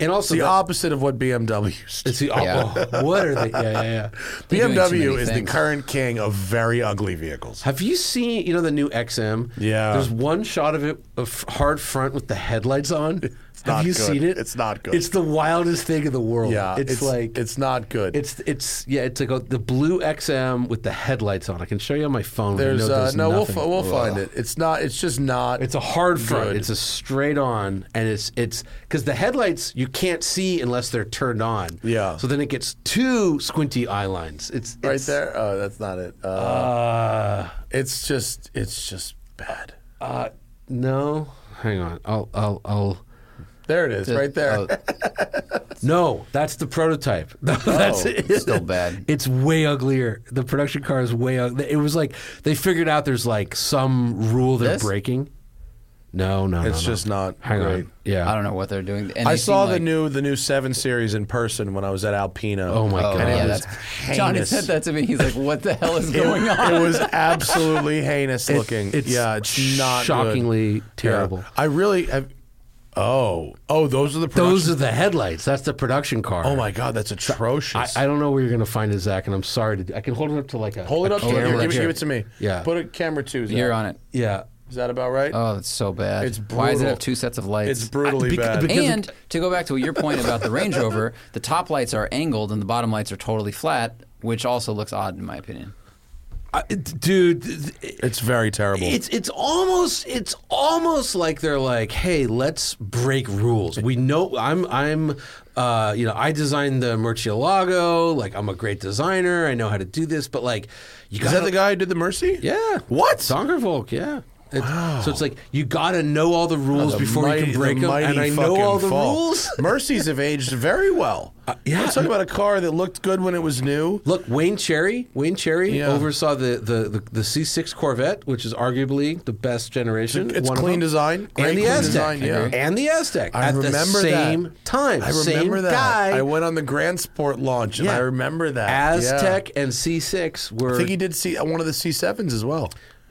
Speaker 1: And
Speaker 2: It's
Speaker 1: also,
Speaker 2: the
Speaker 1: that-
Speaker 2: opposite of what BMWs.
Speaker 1: it's
Speaker 2: do.
Speaker 1: the, oh, (laughs) what are they? Yeah, yeah, yeah.
Speaker 3: They're doing too
Speaker 2: BMW
Speaker 3: many
Speaker 2: is the
Speaker 3: things.
Speaker 2: current king of very ugly vehicles.
Speaker 1: Have you seen, you know, the new XM?
Speaker 2: Yeah.
Speaker 1: There's one shot of it, of hard front with the headlights on. Have
Speaker 2: not
Speaker 1: you
Speaker 2: good.
Speaker 1: seen it?
Speaker 2: It's not good.
Speaker 1: It's the wildest thing in the world.
Speaker 2: Yeah,
Speaker 1: It's, like,
Speaker 2: it's not good.
Speaker 1: it's, it's, yeah, it's like a, the blue XM with the headlights on. I can show you on my phone. I
Speaker 2: there's,
Speaker 1: know
Speaker 2: uh, no, we'll,
Speaker 1: nothing.
Speaker 2: fi- we'll
Speaker 1: Ugh.
Speaker 2: find it. It's not. It's just not.
Speaker 1: It's a hard front.
Speaker 2: Good.
Speaker 1: It's a straight on, and it's it's because the headlights you can't see unless they're turned on.
Speaker 2: Yeah.
Speaker 1: So then it gets two squinty eye lines. It's, it's
Speaker 2: right there. Oh, that's not it. Uh,
Speaker 1: Uh,
Speaker 2: it's just. It's just bad.
Speaker 1: uh, no, hang on. I'll I'll I'll.
Speaker 2: There it is. Right
Speaker 1: uh,
Speaker 2: there.
Speaker 3: Oh,
Speaker 1: No, that's the prototype. (laughs)
Speaker 2: Oh,
Speaker 1: that's it.
Speaker 3: it's still bad.
Speaker 1: (laughs) It's way uglier. The production car is way. Ug- it was like they figured out there's like some rule they're
Speaker 3: This?
Speaker 1: breaking. No, no, no,
Speaker 2: It's
Speaker 1: no.
Speaker 2: just not
Speaker 1: Hang
Speaker 2: great.
Speaker 1: on. Yeah.
Speaker 3: I don't know what they're doing. And
Speaker 2: I
Speaker 3: they
Speaker 2: saw
Speaker 3: seem
Speaker 2: the
Speaker 3: like-
Speaker 2: new the new seven series in person when I was at Alpina.
Speaker 1: Oh my
Speaker 3: Oh,
Speaker 1: god.
Speaker 3: yeah,
Speaker 2: was
Speaker 3: that's, Johnny
Speaker 2: heinous.
Speaker 3: said that to me. He's like, "What the hell (laughs) is going on?"
Speaker 2: (laughs) It was absolutely heinous looking.
Speaker 1: it's
Speaker 2: yeah, it's not good.
Speaker 1: shockingly
Speaker 2: Yeah.
Speaker 1: terrible.
Speaker 2: I really have. Oh, oh, those are the production.
Speaker 1: Those are the headlights. That's the production car.
Speaker 2: Oh my god, that's atrocious.
Speaker 1: I, I don't know where you're going to find it, Zach, and I'm sorry. To, I can hold it up to like a.
Speaker 2: Hold it
Speaker 1: a
Speaker 2: up. To
Speaker 1: camera.
Speaker 2: here,
Speaker 3: right
Speaker 2: give, it-
Speaker 3: here.
Speaker 2: give it to me.
Speaker 1: Yeah.
Speaker 2: Put a camera to. Zach.
Speaker 3: You're on it.
Speaker 1: Yeah.
Speaker 2: Is that about right?
Speaker 3: Oh, it's so bad.
Speaker 2: It's
Speaker 3: Why does it
Speaker 2: brutal.
Speaker 3: have two sets of lights?
Speaker 2: it's brutally
Speaker 1: I- bec-
Speaker 2: bad.
Speaker 1: bec- because-
Speaker 3: And to go back to your point about the Range Rover, the top lights are angled and the bottom lights are totally flat, which also looks odd in my opinion.
Speaker 1: I, dude, th- th-
Speaker 2: it's very terrible.
Speaker 1: it's it's almost it's almost like they're like, hey, let's break rules. We know I'm I'm. Uh, you know, I designed the Murcielago. Like, I'm a great designer. I know how to do this. But like, you
Speaker 2: is
Speaker 1: got
Speaker 2: that the guy who did the Mercy?
Speaker 1: Yeah.
Speaker 2: What?
Speaker 1: Songervolk, yeah. It's, So it's like you got to know all the rules before you can break them. And I know all the
Speaker 2: (laughs)
Speaker 1: rules. Uh,
Speaker 2: Mercies have aged very well.
Speaker 1: yeah.
Speaker 2: Let's talk about a car that looked good when it was new.
Speaker 1: Look, Wayne Cherry. Wayne Cherry
Speaker 2: Yeah.
Speaker 1: oversaw the, the, the, the C6 Corvette, which is arguably the best generation.
Speaker 2: It's
Speaker 1: one of
Speaker 2: clean
Speaker 1: them.
Speaker 2: design, great
Speaker 1: and the
Speaker 2: clean
Speaker 1: Aztec,
Speaker 2: design, yeah.
Speaker 1: and the Aztec.
Speaker 2: I
Speaker 1: at
Speaker 2: remember
Speaker 1: the
Speaker 2: that.
Speaker 1: same time.
Speaker 2: I remember
Speaker 1: same
Speaker 2: that.
Speaker 1: guy.
Speaker 2: I went on the Grand Sport launch, and
Speaker 1: Yeah.
Speaker 2: I remember that. Yeah.
Speaker 1: Aztec and C6 were.
Speaker 2: I think he did see one of the C7s as well.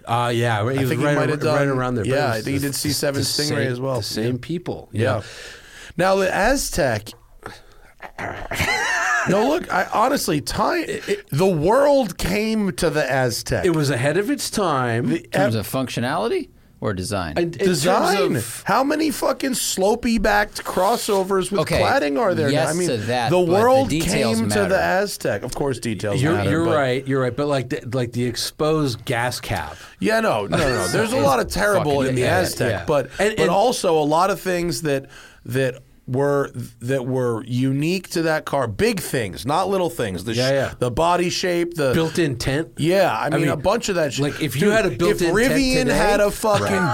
Speaker 1: Uh, yeah, right- he
Speaker 2: I
Speaker 1: was
Speaker 2: think
Speaker 1: right,
Speaker 2: he might
Speaker 1: ar-
Speaker 2: have done
Speaker 1: right around there. but it
Speaker 2: Yeah, I
Speaker 1: was
Speaker 2: think he
Speaker 1: the-
Speaker 2: did C7
Speaker 1: the
Speaker 2: Stingray
Speaker 1: same-
Speaker 2: as well.
Speaker 1: The same people.
Speaker 2: Yeah. Now
Speaker 1: (laughs)
Speaker 2: the Aztec. no, look. I honestly, time. it- the world came to the Aztec.
Speaker 1: It was ahead of its time.
Speaker 3: In terms of functionality or design.
Speaker 1: in, in terms
Speaker 2: Design.
Speaker 1: of-
Speaker 2: How many fucking slopey backed crossovers with
Speaker 3: Okay,
Speaker 2: cladding are there? now?
Speaker 3: yes
Speaker 2: I mean,
Speaker 3: to that,
Speaker 2: the
Speaker 3: but the
Speaker 2: world
Speaker 3: details
Speaker 2: came to
Speaker 3: matter.
Speaker 2: the Aztec. Of course, details
Speaker 1: you're
Speaker 2: matter.
Speaker 1: you're
Speaker 2: but-
Speaker 1: right. You're right. But like the, like the exposed gas cap.
Speaker 2: Yeah, no, no, no. no. There's a lot of terrible
Speaker 3: Fucking-
Speaker 2: in the
Speaker 3: yeah,
Speaker 2: Aztec,
Speaker 1: yeah.
Speaker 2: but
Speaker 1: And-
Speaker 2: but
Speaker 1: and-
Speaker 2: also a lot of things that that were that were unique to that car. Big things, not little things. The
Speaker 1: Yeah, yeah.
Speaker 2: the body shape, the
Speaker 1: Built-in tent.
Speaker 2: Yeah, I mean,
Speaker 1: mean,
Speaker 2: a bunch of that. Sh-
Speaker 1: like, if you had a built-in
Speaker 2: if
Speaker 1: tent
Speaker 2: Rivian
Speaker 1: today-
Speaker 2: had a fucking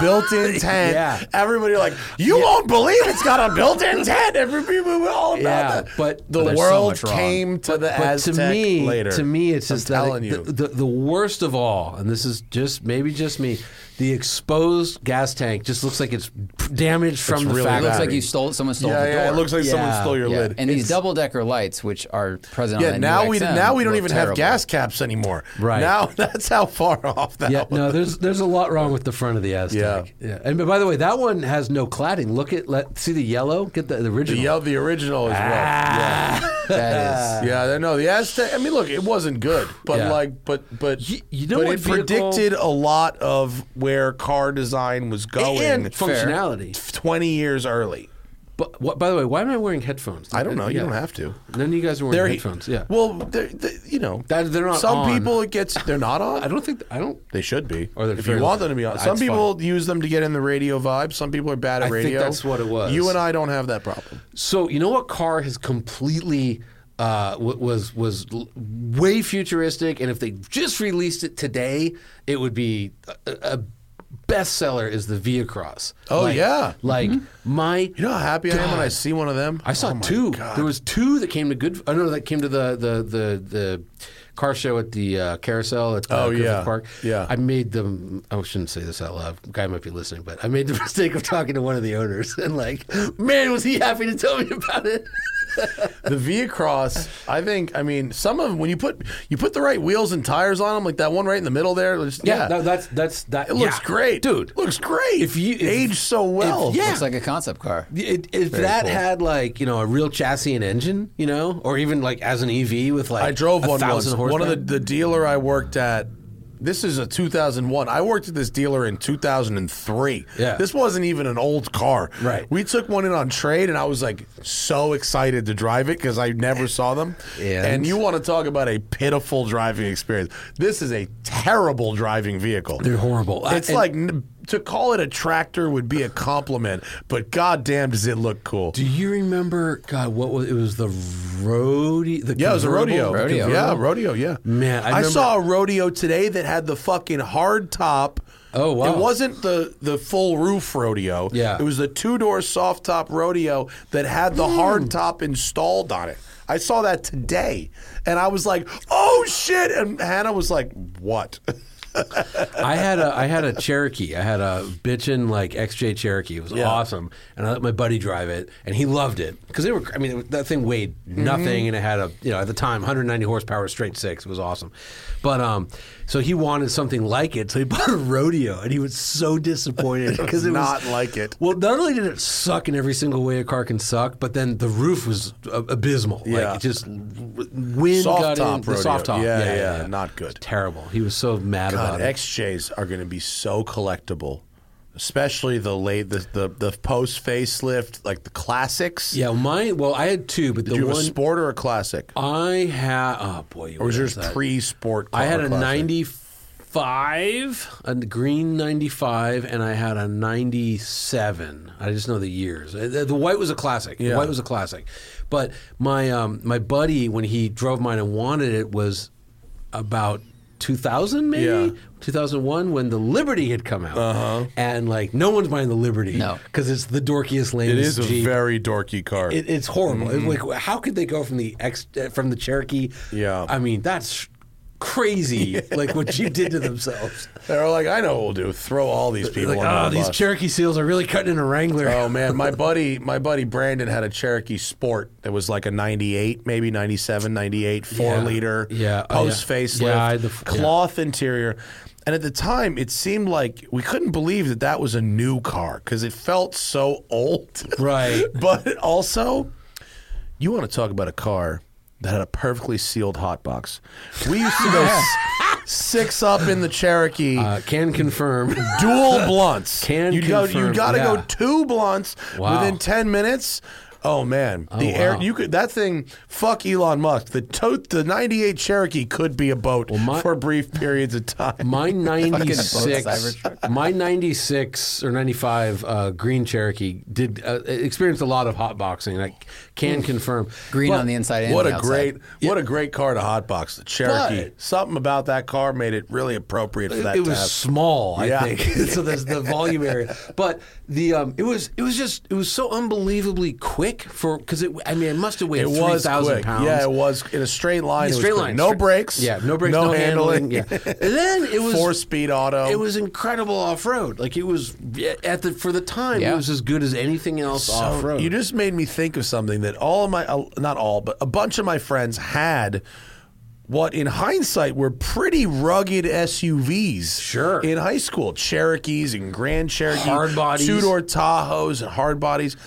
Speaker 1: (laughs)
Speaker 2: built-in tent,
Speaker 1: Yeah.
Speaker 2: everybody like you won't believe it's got a built-in tent. Everybody were all about
Speaker 1: Yeah,
Speaker 2: that.
Speaker 1: but-
Speaker 2: the
Speaker 1: but
Speaker 3: there's so
Speaker 2: world
Speaker 3: much wrong.
Speaker 2: came to the
Speaker 1: But
Speaker 2: Aztec
Speaker 1: to me,
Speaker 2: later.
Speaker 1: to me, it's
Speaker 2: I'm
Speaker 1: just
Speaker 2: telling
Speaker 1: that
Speaker 2: you.
Speaker 1: The, the, the worst of all, and this is just maybe just me. The exposed gas tank just looks like it's damaged from
Speaker 2: It's
Speaker 1: the
Speaker 2: really
Speaker 3: it
Speaker 1: factory.
Speaker 3: looks like you stole someone stole
Speaker 2: yeah,
Speaker 3: the
Speaker 2: yeah,
Speaker 3: door.
Speaker 2: it looks like someone
Speaker 1: Yeah,
Speaker 2: stole your
Speaker 3: Yeah,
Speaker 2: lid.
Speaker 3: And these double decker lights, which are present
Speaker 2: Yeah,
Speaker 3: on that
Speaker 2: now
Speaker 3: new
Speaker 2: we
Speaker 3: XM,
Speaker 2: now we don't
Speaker 3: look
Speaker 2: even have
Speaker 3: terrible.
Speaker 2: gas caps anymore.
Speaker 1: Right.
Speaker 2: now, (laughs) that's how far off that.
Speaker 1: Yeah,
Speaker 2: was.
Speaker 1: no, there's there's a lot wrong with the front of the Aztec. Yeah, and by the way, that one has no cladding. Look at let see the yellow. Get the, the
Speaker 2: the
Speaker 1: original.
Speaker 2: yell the original as well.
Speaker 1: Ah.
Speaker 2: (laughs)
Speaker 3: That is.
Speaker 2: Yeah, yeah, no, the Aztec. I mean, look, it wasn't good, but
Speaker 1: Yeah.
Speaker 2: like, but but
Speaker 1: Y- you know
Speaker 2: but
Speaker 1: what
Speaker 2: it
Speaker 1: vehicle-
Speaker 2: predicted a lot of where car design was going.
Speaker 1: (laughs) and functionality.
Speaker 2: Twenty years early.
Speaker 1: But what, by the way, why am I wearing headphones?
Speaker 2: I don't know. You
Speaker 1: Yeah.
Speaker 2: don't have to.
Speaker 1: None of you guys are wearing
Speaker 2: They're
Speaker 1: headphones. Yeah.
Speaker 2: Well, they're, they- you know,
Speaker 1: That- they're not
Speaker 2: Some
Speaker 1: on.
Speaker 2: people it gets they're not on.
Speaker 1: I don't think th- I don't.
Speaker 2: They should be.
Speaker 1: Or they're
Speaker 2: if you
Speaker 1: very
Speaker 2: want
Speaker 1: loud.
Speaker 2: them to be on.
Speaker 1: That's
Speaker 2: Some people use them to get in the radio vibe. Some people are bad at
Speaker 1: I think
Speaker 2: radio.
Speaker 1: that's what it was.
Speaker 2: You and I don't have that problem.
Speaker 1: So you know what car has completely uh, w- was was l- way futuristic, and if they just released it today, it would be uh, a, a bestseller. Is the Via Cross?
Speaker 2: Oh,
Speaker 1: Like-
Speaker 2: yeah. Mm-hmm.
Speaker 1: like my.
Speaker 2: You know how happy I am when I see one of them. Oh
Speaker 1: I saw
Speaker 2: two.
Speaker 1: two. There was two that came to good. I know that came to the the the, the car show at the uh, carousel at uh,
Speaker 2: Oh,
Speaker 1: Griffith
Speaker 2: yeah.
Speaker 1: Park.
Speaker 2: Yeah.
Speaker 1: I made them. oh, I shouldn't say this out loud. Guy might be listening, (laughs) but I made the mistake of talking to one of the owners and like, man, was he happy to tell me about it.
Speaker 2: the Via Cross, I think. I mean, some of them when you put you put the right wheels and tires on them, like that one right in the middle there. just- yeah,
Speaker 1: no, that's that's that.
Speaker 2: it looks
Speaker 1: yeah.
Speaker 2: great,
Speaker 1: dude.
Speaker 2: Looks great.
Speaker 1: If you- if-
Speaker 2: age so well,
Speaker 1: yeah.
Speaker 3: Looks like a concept car.
Speaker 1: It, if that
Speaker 2: cool.
Speaker 1: had like you know a real chassis and engine, you know, or even like as an EV with like
Speaker 2: I drove
Speaker 1: a
Speaker 2: one once.
Speaker 1: thousand
Speaker 2: One of
Speaker 1: horsepower.
Speaker 2: the, the dealer I worked at. This is a 2001. I worked at this dealer in 2003.
Speaker 1: Yeah.
Speaker 2: This wasn't even an old car.
Speaker 1: Right.
Speaker 2: We took one in on trade, and I was like so excited to drive it because I never saw them.
Speaker 1: And?
Speaker 2: and you want to talk about a pitiful driving experience? This is a terrible driving vehicle.
Speaker 1: They're horrible. I-
Speaker 2: It's
Speaker 1: and
Speaker 2: like n- to call it a tractor would be a compliment, but goddamn, does it look cool?
Speaker 1: do you remember? God, what was it? Was the rodeo? The
Speaker 2: Yeah, it was a rodeo.
Speaker 1: convertible?
Speaker 3: Rodeo.
Speaker 2: Yeah, rodeo. Yeah.
Speaker 1: Man, I
Speaker 2: I,
Speaker 1: remember-
Speaker 2: saw a rodeo today that had the fucking hard top.
Speaker 1: Oh, wow.
Speaker 2: It wasn't the the full roof rodeo.
Speaker 1: Yeah.
Speaker 2: It was the two door soft top rodeo that had the
Speaker 1: Mm.
Speaker 2: hard top installed on it. I saw that today, and I was like, "Oh shit!" And Hannah was like, "What?" (laughs)
Speaker 1: I had a I had a Cherokee. I had a bitchin' like XJ Cherokee. It was
Speaker 2: Yeah.
Speaker 1: awesome, and I let my buddy drive it, and he loved it because they were. I mean, that thing weighed
Speaker 2: Mm-hmm.
Speaker 1: nothing, and it had a you know at the time 190 horsepower straight six. It was awesome, but um, so he wanted something like it, so he (laughs) bought a rodeo, and he was so
Speaker 2: (laughs)
Speaker 1: disappointed because it was
Speaker 2: Not like it.
Speaker 1: Well, not only did it suck in every single way a car can suck, but then the roof was a- abysmal.
Speaker 2: Yeah.
Speaker 1: like, it just wind
Speaker 2: Soft
Speaker 1: got in.
Speaker 2: top
Speaker 1: The soft top,
Speaker 2: rodeo. Yeah, yeah, not good.
Speaker 1: Terrible. He was so mad about
Speaker 2: God,
Speaker 1: it.
Speaker 2: XJs are going to be so collectible, especially the late the the, the post facelift, like the classics.
Speaker 1: Yeah, mine. Well, I had two, but
Speaker 2: Do
Speaker 1: the
Speaker 2: you have
Speaker 1: one
Speaker 2: a sport or a classic?
Speaker 1: I had. Oh boy, you
Speaker 2: Or was
Speaker 1: were
Speaker 2: yours
Speaker 1: that.
Speaker 2: pre-sport?
Speaker 1: I had
Speaker 2: car
Speaker 1: a
Speaker 2: classic?
Speaker 1: ninety-five, a green ninety-five, and I had a ninety-seven. I just know the years. Uh, The, the white was a classic. The
Speaker 2: Yeah.
Speaker 1: white was a classic, but my um, my buddy when he drove mine and wanted it was about. 2000 maybe
Speaker 2: Yeah.
Speaker 1: 2001 when the Liberty had come out uh-huh. and like no one's buying the Liberty
Speaker 3: No.
Speaker 1: because it's the dorkiest lane
Speaker 2: It is
Speaker 1: Jeep
Speaker 2: a very dorky car.
Speaker 1: It, it's horrible. It's like, how could they go from the ex uh, from the Cherokee?
Speaker 2: Mm-hmm. Yeah.
Speaker 1: I mean that's
Speaker 2: (laughs)
Speaker 1: crazy. (laughs) like what you did to themselves.
Speaker 2: They're like, I know what we'll do. Throw all "Ah, these people.
Speaker 1: Like,
Speaker 2: under
Speaker 1: oh,
Speaker 2: the
Speaker 1: these
Speaker 2: bus."
Speaker 1: Cherokee seals are really cutting in a Wrangler.
Speaker 2: Oh man, my buddy, my buddy Brandon had a Cherokee Sport that was like a 98, maybe 97, 98, 4
Speaker 1: Yeah.
Speaker 2: liter,
Speaker 1: Yeah. Oh, yeah.
Speaker 2: post facelift,
Speaker 1: Yeah, I had the f- yeah.
Speaker 2: cloth interior. And at the time, it seemed like we couldn't believe that that was a new car cuz it felt so old.
Speaker 1: Right.
Speaker 2: (laughs) but also you want to talk about a car that had a perfectly sealed hot box. We used
Speaker 1: (laughs)
Speaker 2: to go s- six up in the Cherokee
Speaker 1: Uh, can
Speaker 2: (laughs)
Speaker 1: confirm. (laughs)
Speaker 2: dual blunts.
Speaker 1: Can
Speaker 2: you go? You
Speaker 1: confirm,
Speaker 2: got to
Speaker 1: yeah.
Speaker 2: go two blunts
Speaker 1: Wow.
Speaker 2: within ten minutes. Oh man, the air
Speaker 1: wow.
Speaker 2: you could that thing. Fuck Elon Musk. The tote, the '98 Cherokee could be a boat
Speaker 1: my-
Speaker 2: for brief periods
Speaker 1: (laughs)
Speaker 2: of time.
Speaker 1: My
Speaker 3: Cybertruck.
Speaker 1: 96, my 96 or 95 uh, green Cherokee did uh, experienced a lot of hot boxing. I can confirm.
Speaker 3: Green
Speaker 1: But-
Speaker 3: on the inside and
Speaker 2: What
Speaker 3: the
Speaker 2: a
Speaker 3: outside.
Speaker 2: great, what a great car to hotbox. The Cherokee.
Speaker 1: But-
Speaker 2: Something about that car made it really appropriate for that.
Speaker 1: it
Speaker 2: to
Speaker 1: was
Speaker 2: have.
Speaker 1: small, I
Speaker 2: Yeah.
Speaker 1: think. (laughs) so there's the volume area, but the um, it was it was just it was so unbelievably quick for because it I mean it must have weighed
Speaker 2: It
Speaker 1: three
Speaker 2: was
Speaker 1: thousand
Speaker 2: quick.
Speaker 1: pounds.
Speaker 2: Yeah, it was in a straight line.
Speaker 1: Yeah,
Speaker 2: it was
Speaker 1: straight
Speaker 2: quick.
Speaker 1: line,
Speaker 2: No
Speaker 1: straight-
Speaker 2: brakes.
Speaker 1: Yeah, no brakes, no, handling. Yeah, (laughs) and then it was
Speaker 2: Four speed auto.
Speaker 1: It was incredible off road. Like it was at the for the time,
Speaker 3: Yeah.
Speaker 1: it was as good as anything else
Speaker 2: So,
Speaker 1: off road.
Speaker 2: You just made me think of something that all of my, uh, not all, but a bunch of my friends had. What in hindsight were pretty rugged SUVs.
Speaker 1: Sure.
Speaker 2: In high school, Cherokees and Grand Cherokees,
Speaker 1: Hard bodies.
Speaker 2: two door Tahoes and hard bodies.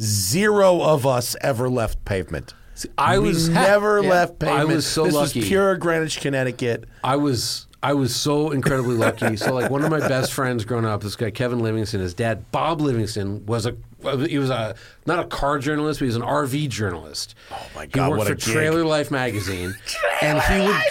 Speaker 2: Zero of us ever left pavement.
Speaker 1: I
Speaker 2: We
Speaker 1: was-
Speaker 2: never
Speaker 1: Yeah.
Speaker 2: left
Speaker 1: I
Speaker 2: pavement.
Speaker 1: was so
Speaker 2: this
Speaker 1: lucky.
Speaker 2: was pure Greenwich, Connecticut.
Speaker 1: I was I was so incredibly lucky. so like one of my best friends growing up, this guy Kevin Livingston, his dad Bob Livingston was a he was a not a car journalist, but he was an RV journalist. Oh
Speaker 2: my God,
Speaker 1: He worked
Speaker 2: what a
Speaker 1: for
Speaker 2: gig.
Speaker 1: Trailer Life
Speaker 2: (laughs)
Speaker 1: magazine, and he (laughs) would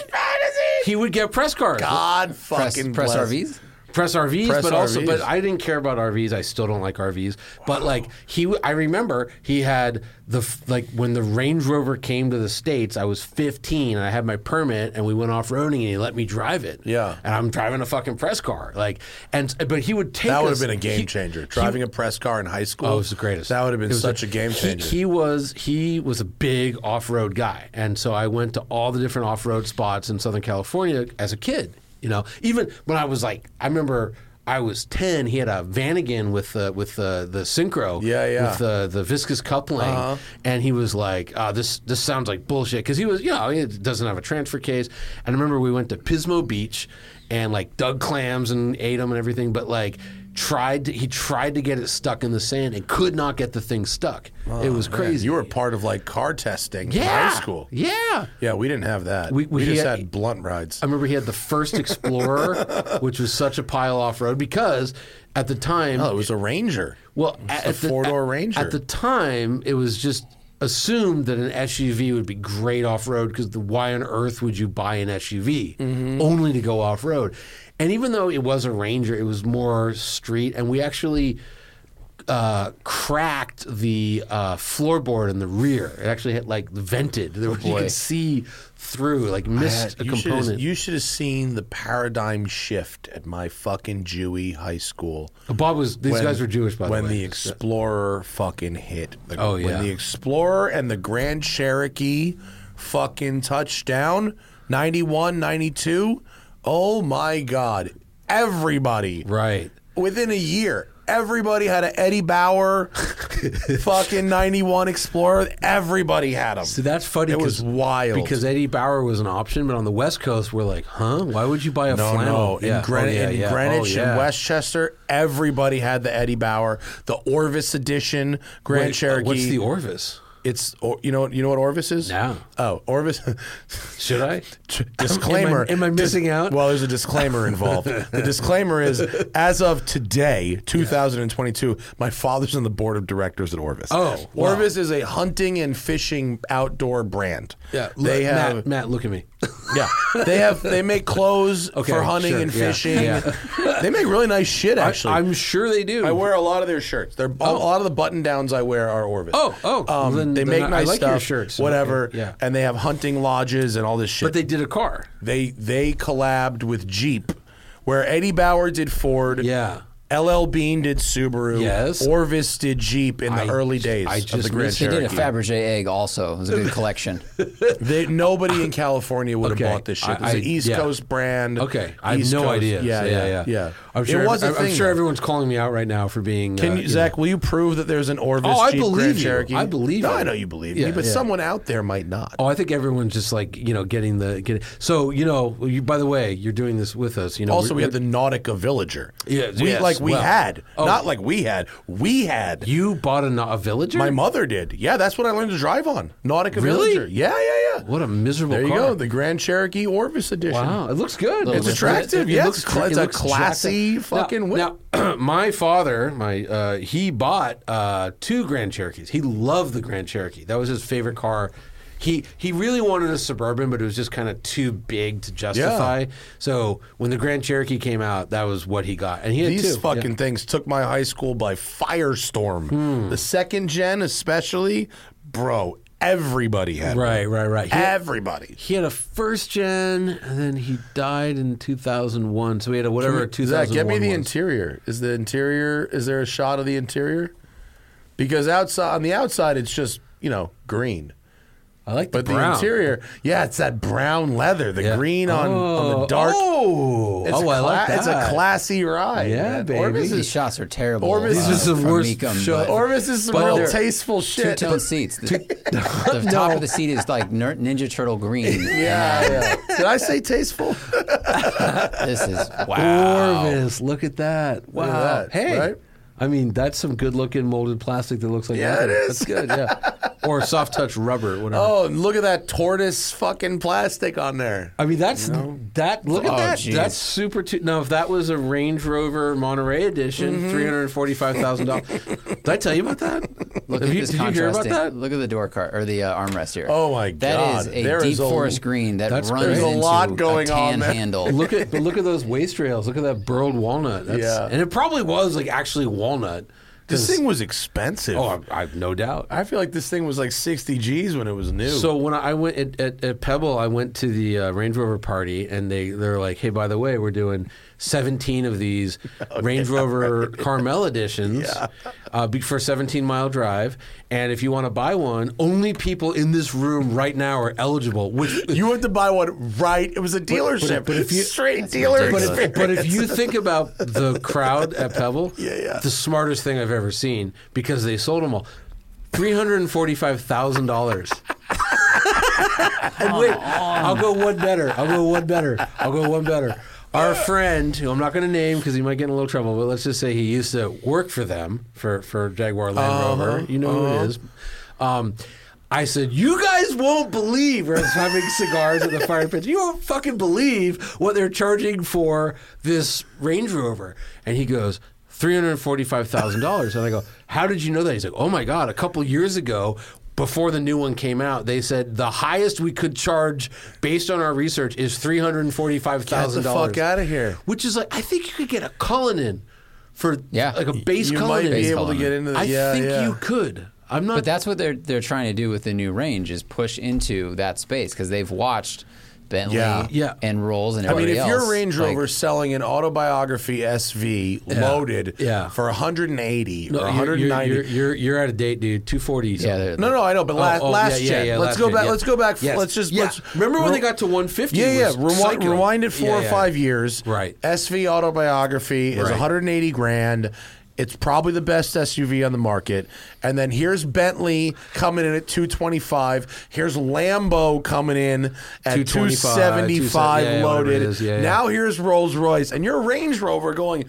Speaker 1: he would get press cars,
Speaker 2: God
Speaker 3: Press,
Speaker 2: fucking
Speaker 3: press
Speaker 2: bless.
Speaker 3: RVs?
Speaker 1: press RVs,
Speaker 2: Press
Speaker 1: but also
Speaker 2: RVs.
Speaker 1: but I didn't care about RVs. I still don't like RVs, but like he, w- I remember he had the f- like when the Range Rover came to the states. I was 15 and I had my permit, and we went off roading, and he let me drive it.
Speaker 2: Yeah.
Speaker 1: and I'm driving a fucking press car, like and but he would take
Speaker 2: That would
Speaker 1: us-
Speaker 2: have been a game
Speaker 1: he-
Speaker 2: changer. Driving a press car in high school.
Speaker 1: Oh, it was the greatest.
Speaker 2: That would have
Speaker 1: It
Speaker 2: been
Speaker 1: was
Speaker 2: such a, game
Speaker 1: he-
Speaker 2: changer.
Speaker 1: He, was he was a big off road guy, and so I went to all the different off road spots in Southern California as a kid. You know, even when I was like, I remember I was ten, he had a Vanagon with uh, with uh, the synchro,
Speaker 2: Yeah, yeah.
Speaker 1: with uh, the the viscous coupling, and he was like, oh, "This this sounds like bullshit," because he was, you know, he doesn't have a transfer case. And I remember we went to Pismo Beach, and like dug clams and ate them and everything, but like tried to, he tried to get it stuck in the sand and could not get the thing stuck. it was crazy.
Speaker 2: You were part of like car testing in
Speaker 1: yeah,
Speaker 2: high school.
Speaker 1: Yeah.
Speaker 2: Yeah, we didn't have that.
Speaker 1: We-
Speaker 2: We,
Speaker 1: we
Speaker 2: just
Speaker 1: had-
Speaker 2: had blunt rides.
Speaker 1: I remember he had the first Explorer, which was such a pile off road because at the time,
Speaker 2: Oh, it was a Ranger.
Speaker 1: well,
Speaker 2: It was
Speaker 1: at,
Speaker 2: a
Speaker 1: at the-
Speaker 2: four-door
Speaker 1: at-
Speaker 2: Ranger.
Speaker 1: At the time, it was just assumed that an SUV would be great off road because why on earth would you buy an SUV
Speaker 2: Mm-hmm.
Speaker 1: only to go off road? And even though it was a Ranger, it was more street, and we actually. Uh, cracked the uh, floorboard in the rear. It actually had like vented.
Speaker 2: Oh,
Speaker 1: There was, you
Speaker 3: boy.
Speaker 1: could see through, like missed a
Speaker 2: you should have-
Speaker 1: component.
Speaker 2: you should have seen the paradigm shift at my fucking Jewy high school.
Speaker 1: Bob was. These
Speaker 2: when-
Speaker 1: guys were Jewish, by the way.
Speaker 2: when the Explorer fucking hit. The-
Speaker 1: Oh, yeah.
Speaker 2: When the Explorer and the Grand Cherokee fucking touchdown, 91, 92. Oh my God. Everybody.
Speaker 1: right.
Speaker 2: Within a year, everybody had a Eddie
Speaker 1: (laughs)
Speaker 2: Bauer fucking 91 Explorer. Everybody had them.
Speaker 1: So that's funny.
Speaker 2: It was
Speaker 1: 'cause-
Speaker 2: wild.
Speaker 1: because Eddie Bauer was an option, but on the West Coast, we're like, huh? Why would you buy a
Speaker 2: No,
Speaker 1: flannel?
Speaker 2: no. In, Gren-
Speaker 1: Oh, yeah,
Speaker 2: in
Speaker 1: yeah.
Speaker 2: Greenwich
Speaker 1: Oh, yeah.
Speaker 2: and Westchester, everybody had the Eddie Bauer, the Orvis edition Grand
Speaker 1: Wait,
Speaker 2: Cherokee.
Speaker 1: uh, What's the Orvis?
Speaker 2: It's or, you know you know what Orvis is?
Speaker 1: No.
Speaker 2: Oh, Orvis. (laughs)
Speaker 1: Should I?
Speaker 2: disclaimer.
Speaker 1: Am I, am I missing out?
Speaker 2: Well, there's a disclaimer involved. the disclaimer
Speaker 1: (laughs)
Speaker 2: is as of today, 2022, my father's on the board of directors at Orvis.
Speaker 1: Oh, wow.
Speaker 2: Orvis is a hunting and fishing outdoor brand.
Speaker 1: yeah. Look,
Speaker 2: they have
Speaker 1: Matt, Matt, look at me.
Speaker 2: yeah. They have they
Speaker 1: (laughs)
Speaker 2: make clothes for hunting
Speaker 1: sure,
Speaker 2: and
Speaker 1: yeah,
Speaker 2: fishing.
Speaker 1: yeah.
Speaker 2: They make really nice shit (laughs) actually.
Speaker 1: I'm sure they do.
Speaker 2: I wear a lot of their shirts. They're, A lot of the button downs I wear are Orvis.
Speaker 1: Oh, oh, well,
Speaker 2: Um,
Speaker 1: then-
Speaker 2: they
Speaker 1: then
Speaker 2: make
Speaker 1: I- I
Speaker 2: nice
Speaker 1: like your
Speaker 2: stuff,
Speaker 1: shirts.
Speaker 2: whatever.
Speaker 1: Okay, yeah.
Speaker 2: And they have hunting lodges and all this shit.
Speaker 1: but they did a car.
Speaker 2: they they collabed with Jeep, where Eddie Bauer did Ford.
Speaker 1: Yeah.
Speaker 2: LL Bean did Subaru.
Speaker 1: Yes.
Speaker 2: Orvis did Jeep in the
Speaker 1: I-
Speaker 2: early days
Speaker 1: I
Speaker 2: of
Speaker 1: just
Speaker 2: the Grand
Speaker 1: missed-
Speaker 3: They did a
Speaker 2: Cherokee.
Speaker 3: Fabergé egg also. It was a good
Speaker 2: (laughs)
Speaker 3: collection.
Speaker 2: They- nobody
Speaker 1: (coughs)
Speaker 2: in California would
Speaker 1: Okay,
Speaker 2: have bought this shit.
Speaker 1: I-
Speaker 2: It's was
Speaker 1: I-
Speaker 2: an East
Speaker 1: yeah.
Speaker 2: Coast brand.
Speaker 1: Okay, I have
Speaker 2: East
Speaker 1: no
Speaker 2: Coast-
Speaker 1: idea.
Speaker 2: Yeah, yeah, yeah.
Speaker 1: I'm sure.
Speaker 2: it was a
Speaker 1: I'm,
Speaker 2: thing.
Speaker 1: sure
Speaker 2: though.
Speaker 1: everyone's calling me out right now for being. uh,
Speaker 2: Can
Speaker 1: you
Speaker 2: you,
Speaker 1: know-
Speaker 2: Zach, will you prove that there's an Orvis
Speaker 1: Oh, I
Speaker 2: Jeep
Speaker 1: believe
Speaker 2: Grand
Speaker 1: you.
Speaker 2: Cherokee?
Speaker 1: I believe
Speaker 2: No,
Speaker 1: you.
Speaker 2: I know you believe
Speaker 1: Yeah,
Speaker 2: me, but
Speaker 1: yeah.
Speaker 2: someone out there might not.
Speaker 1: Oh, I think everyone's just like you know getting the get. So you know, you, by the way, you're doing this with us. You know,
Speaker 2: also,
Speaker 1: we're-
Speaker 2: we had the Nautica Villager.
Speaker 1: Yeah,
Speaker 2: we,
Speaker 1: yes,
Speaker 2: like we
Speaker 1: well.
Speaker 2: had,
Speaker 1: Oh.
Speaker 2: not like we had. We had.
Speaker 1: you bought a, a villager.
Speaker 2: My mother did. Yeah, that's what I learned to drive on. Nautica
Speaker 1: Really?
Speaker 2: Villager. Yeah, yeah, yeah.
Speaker 1: what a miserable.
Speaker 2: there you
Speaker 1: car.
Speaker 2: go. The Grand Cherokee Orvis edition.
Speaker 1: Wow, it looks good.
Speaker 2: It's attractive, yeah, it's cla- it's a classy
Speaker 1: attractive.
Speaker 2: fucking whip.
Speaker 1: now, Now, (clears throat) my father, my uh, he bought uh, two Grand Cherokees. He loved the Grand Cherokee. That was his favorite car. He he really wanted a suburban, but it was just kind of too big to justify. So when the Grand Cherokee came out, that was what he got, and he had two.
Speaker 2: These
Speaker 1: Yeah.
Speaker 2: fucking things took my high school by firestorm.
Speaker 1: Hmm.
Speaker 2: The second gen, especially, bro. Everybody had one.
Speaker 1: right, right, right. He-
Speaker 2: Everybody.
Speaker 1: He had a first gen, and then he died in 2001. So he had a whatever 2001.
Speaker 2: Zach, get me the
Speaker 1: was.
Speaker 2: interior. Is the interior? Is there a shot of the interior? Because outside on the outside, it's just you know green,
Speaker 1: I like the
Speaker 2: but
Speaker 1: brown.
Speaker 2: the interior, yeah, it's that brown leather, the
Speaker 1: Yeah.
Speaker 2: green on, on the
Speaker 1: Oh,
Speaker 2: dark.
Speaker 1: Oh,
Speaker 2: it's
Speaker 1: oh,
Speaker 2: a
Speaker 1: I like
Speaker 2: cla-
Speaker 1: that.
Speaker 2: It's a classy ride.
Speaker 1: Yeah,
Speaker 2: man.
Speaker 1: baby.
Speaker 2: Orvis
Speaker 3: These
Speaker 2: is,
Speaker 3: shots are terrible. uh,
Speaker 2: Orvis- These
Speaker 1: are some
Speaker 3: from
Speaker 1: worst
Speaker 3: Mecum,
Speaker 1: shots.
Speaker 3: but-
Speaker 2: Orvis is some
Speaker 3: But
Speaker 2: real
Speaker 3: they're
Speaker 2: tasteful shit.
Speaker 3: Two-tone seats. The, (laughs) the
Speaker 2: (laughs)
Speaker 3: top of the seat is like ner- Ninja Turtle green.
Speaker 2: yeah, yeah. (laughs) Did I say tasteful?
Speaker 3: uh, This is wow.
Speaker 1: Orvis, look at that. Wow.
Speaker 2: that,
Speaker 1: hey.
Speaker 2: right?
Speaker 1: I mean, that's some good looking molded plastic that looks like
Speaker 2: Yeah,
Speaker 1: leather.
Speaker 2: it is.
Speaker 1: That's good, yeah.
Speaker 2: (laughs)
Speaker 1: or soft touch rubber, whatever.
Speaker 2: Oh, and look at that tortoise fucking plastic on there.
Speaker 1: I mean, that's that. Look at
Speaker 3: Oh,
Speaker 1: that.
Speaker 3: geez.
Speaker 1: That's super. Two, now, if that was a Range Rover Monterey edition, hundred forty-five thousand (laughs) dollars. Did I tell you about that?
Speaker 3: Look
Speaker 1: Have
Speaker 3: at
Speaker 1: you,
Speaker 3: this
Speaker 1: did you hear about
Speaker 3: contrasting.
Speaker 1: that?
Speaker 3: Look at the door card or the uh, armrest here.
Speaker 2: Oh, my God.
Speaker 3: That is a
Speaker 2: There
Speaker 3: deep
Speaker 2: is a-
Speaker 3: forest green that
Speaker 1: That's
Speaker 3: runs
Speaker 1: great. There's a
Speaker 3: into
Speaker 2: lot going on
Speaker 3: tan
Speaker 2: there.
Speaker 3: handle.
Speaker 1: look at but look at those waist rails. Look at that burled walnut. That's,
Speaker 2: Yeah.
Speaker 1: and it probably was like actually walnut.
Speaker 2: This thing was expensive.
Speaker 1: Oh, I, I no doubt.
Speaker 2: I feel like this thing was like 60 G's when it was new.
Speaker 1: So when I went at, at, at Pebble, I went to the uh, Range Rover party, and they they're like, "Hey, by the way, we're doing 17 of
Speaker 2: (laughs)
Speaker 1: these Range Rover Carmel editions uh, be- for a 17 mile drive. And if you want to buy one, only people in this room right now are eligible,
Speaker 2: (laughs)
Speaker 1: which
Speaker 2: You had to buy one right. It was a dealership.
Speaker 1: but if you-
Speaker 2: Straight dealer
Speaker 1: but
Speaker 2: experience.
Speaker 1: if, but if
Speaker 2: (laughs)
Speaker 1: you think about the crowd at Pebble,
Speaker 2: Yeah, yeah.
Speaker 1: the smartest thing I've ever seen because they sold them all. Three hundred and forty-five thousand dollars. And wait, I'll go one better. I'll go one better. I'll go one better. Our friend, who I'm not going to name because he might get in a little trouble, but let's just say he used to work for them for for Jaguar Land Rover. You know who it is. Um, I said, "You guys won't believe." We're having cigars at the fire pit. You won't fucking believe what they're charging for this Range Rover. And he goes, $345,000. And I go, How did you know that? He's like, Oh my God, a couple years ago, before the new one came out, they said the highest we could charge based on our research is $345,000.
Speaker 4: Get the fuck outta here.
Speaker 1: Which is like, I think you could get a Cullinan for
Speaker 3: Yeah.
Speaker 1: like a base
Speaker 2: you might
Speaker 1: Cullinan.
Speaker 2: be
Speaker 3: Base
Speaker 2: able to
Speaker 3: Cullinan.
Speaker 2: get into the.
Speaker 1: I
Speaker 2: yeah,
Speaker 1: think
Speaker 2: yeah.
Speaker 1: you could. I'm not.
Speaker 3: (laughs) But that's what they're they're trying to do with the new range is push into that space because they've watched Bentley
Speaker 2: Yeah.
Speaker 1: Yeah.
Speaker 3: and Rolls and
Speaker 2: I mean,
Speaker 3: everybody
Speaker 2: if
Speaker 3: else.
Speaker 2: your Range
Speaker 3: like,
Speaker 2: Rover's selling an autobiography SV loaded
Speaker 1: yeah.
Speaker 2: for 180
Speaker 1: No,
Speaker 2: or
Speaker 1: you're,
Speaker 2: 190,
Speaker 1: you're, you're, you're, you're out of date, dude. 240.
Speaker 3: yeah, they're-
Speaker 2: No, no, I know, but la-
Speaker 1: oh,
Speaker 2: last
Speaker 1: yeah, yeah,
Speaker 2: gen.
Speaker 1: yeah,
Speaker 2: let's
Speaker 1: last
Speaker 2: go
Speaker 1: gen,
Speaker 2: back.
Speaker 1: yeah.
Speaker 2: Let's go back.
Speaker 1: Yes.
Speaker 2: Let's just
Speaker 1: Yeah.
Speaker 2: let's,
Speaker 1: Remember when they got to 150
Speaker 2: Yeah, yeah.
Speaker 1: was
Speaker 2: Rewind,
Speaker 1: psycho.
Speaker 2: rewind it four
Speaker 1: Yeah,
Speaker 2: or
Speaker 1: yeah.
Speaker 2: five years.
Speaker 1: Right.
Speaker 2: SV autobiography is
Speaker 1: Right.
Speaker 2: 180 grand. It's probably the best SUV on the market. And then here's Bentley coming in at 225. Here's Lambo coming in at
Speaker 1: 225,
Speaker 2: 275
Speaker 1: yeah, whatever it
Speaker 2: loaded.
Speaker 1: is, yeah, yeah.
Speaker 2: now here's Rolls Royce, and you're a Range Rover going.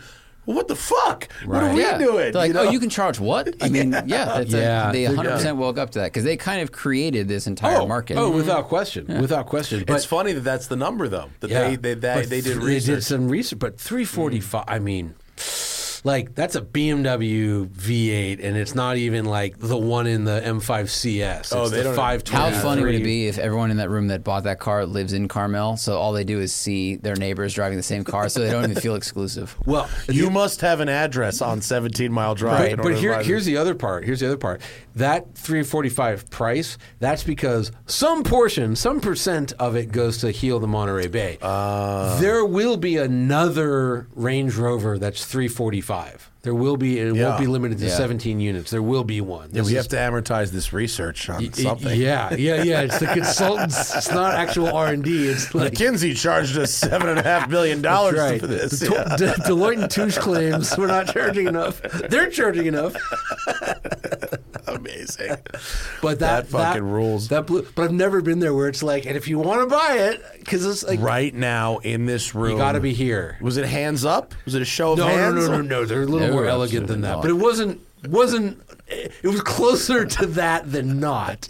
Speaker 2: "Well, What the fuck? What are
Speaker 1: Right.
Speaker 2: we
Speaker 3: yeah.
Speaker 2: doing?
Speaker 3: They're like,
Speaker 2: know?
Speaker 3: oh, you can charge what? I mean, yeah, that's
Speaker 1: (laughs)
Speaker 3: a-
Speaker 1: Yeah.
Speaker 3: they
Speaker 1: They're
Speaker 3: 100 percent woke up to that because they kind of created this entire
Speaker 1: Oh,
Speaker 3: market.
Speaker 1: oh, without question, without question. But
Speaker 2: it's funny that that's the number though. That
Speaker 1: Yeah.
Speaker 2: they they they,
Speaker 1: But
Speaker 2: they did
Speaker 1: th-
Speaker 2: research.
Speaker 1: They did some research, but 345, I mean, like that's a BMW V8 and it's not even like the one in the M5 CS. It's
Speaker 2: Oh, they
Speaker 1: the
Speaker 2: don't-
Speaker 1: 520.
Speaker 3: How funny would it be if everyone in that room that bought that car lives in Carmel, so all they do is see their neighbors driving the same car, so they don't even
Speaker 1: (laughs)
Speaker 3: feel exclusive.
Speaker 1: Well,
Speaker 2: (laughs) You must have an address on 17 Mile Drive. in
Speaker 1: But,
Speaker 2: order
Speaker 1: but
Speaker 2: to
Speaker 1: here,
Speaker 2: ride it.
Speaker 1: here's the other part. Here's the other part. That 345 price, that's because some portion, some percent of it goes to heal the Monterey Bay.
Speaker 2: Ah.
Speaker 1: there will be another Range Rover that's 345. There will be, and it
Speaker 2: Yeah.
Speaker 1: won't be limited to
Speaker 3: Yeah.
Speaker 1: 17 units. There will be one.
Speaker 2: Yeah, we have to amortize this research on something.
Speaker 1: Yeah, yeah, yeah. It's the consultants. It's not actual R and D. It's like
Speaker 2: (laughs) McKinsey charged us seven and a half million dollars
Speaker 1: That's right.
Speaker 2: for this.
Speaker 1: De-
Speaker 2: Yeah. (laughs)
Speaker 1: De- Deloitte and Touche claims we're not charging enough. They're charging enough.
Speaker 2: Amazing.
Speaker 1: But that,
Speaker 2: That fucking rules.
Speaker 1: That blew, but I've never been there where it's like, and if you want to buy it, because it's like
Speaker 2: Right now in this room,
Speaker 1: you got to be here.
Speaker 2: Was it hands up? Was it a show of
Speaker 1: No, no,
Speaker 2: hands?
Speaker 1: no, no, no. They're a little
Speaker 3: No,
Speaker 1: more elegant than
Speaker 3: absolutely
Speaker 1: that.
Speaker 3: not.
Speaker 1: But it wasn't wasn't. It was closer to that than not.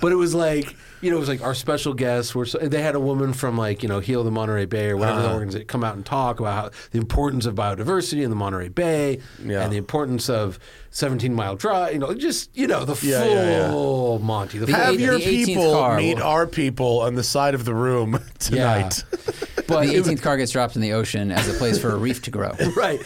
Speaker 1: But it was like you know, it was like our special guests were. So, they had a woman from like you know Heal the Monterey Bay or whatever
Speaker 2: Uh-huh.
Speaker 1: the organization come out and talk about how, the importance of biodiversity in the Monterey Bay
Speaker 2: Yeah.
Speaker 1: and the importance of Seventeen Mile Drive. You know, just you know the
Speaker 2: Yeah,
Speaker 1: full
Speaker 2: yeah, yeah.
Speaker 1: Monty. The
Speaker 2: Have
Speaker 1: full
Speaker 3: The
Speaker 2: your
Speaker 3: 18th
Speaker 2: people
Speaker 3: car
Speaker 2: meet
Speaker 3: will-
Speaker 2: our people on the side of the room (laughs) tonight.
Speaker 1: But
Speaker 3: the
Speaker 1: it was-
Speaker 3: 18th car gets dropped in the ocean as a place for a reef to grow.
Speaker 1: (laughs) right.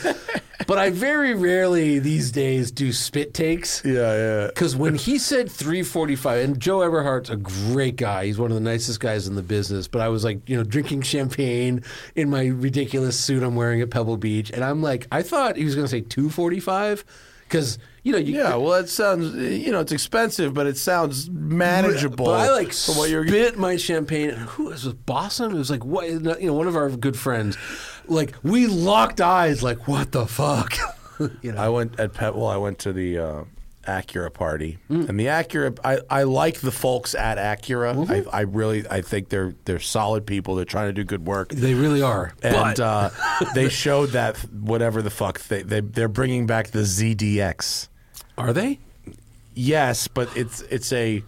Speaker 1: But I very rarely these days do spit takes.
Speaker 2: Yeah, yeah.
Speaker 1: Because when he said 345, and Joe Everhart's a great guy. He's one of the nicest guys in the business. But I was like, you know, drinking champagne in my ridiculous suit I'm wearing at Pebble Beach. And I'm like, I thought he was going to say 245. Because, you know, you,
Speaker 2: Yeah, well, it sounds, you know, it's expensive, but it sounds manageable.
Speaker 1: But I like
Speaker 2: for what you're
Speaker 1: spit my champagne. And who was it? Bossum? It was like what? You know, one of our good friends. Like we locked eyes. Like what the fuck? (laughs) you know.
Speaker 2: I went at Pet. Well, I went to the uh, Acura party, and the Acura. I, I like the folks at Acura. I, I really I think they're they're solid people. They're trying to do good work.
Speaker 1: They really are.
Speaker 2: And (laughs) uh, they showed that whatever the fuck they, they they're bringing back the ZDX.
Speaker 1: Are they?
Speaker 2: Yes, but it's it's a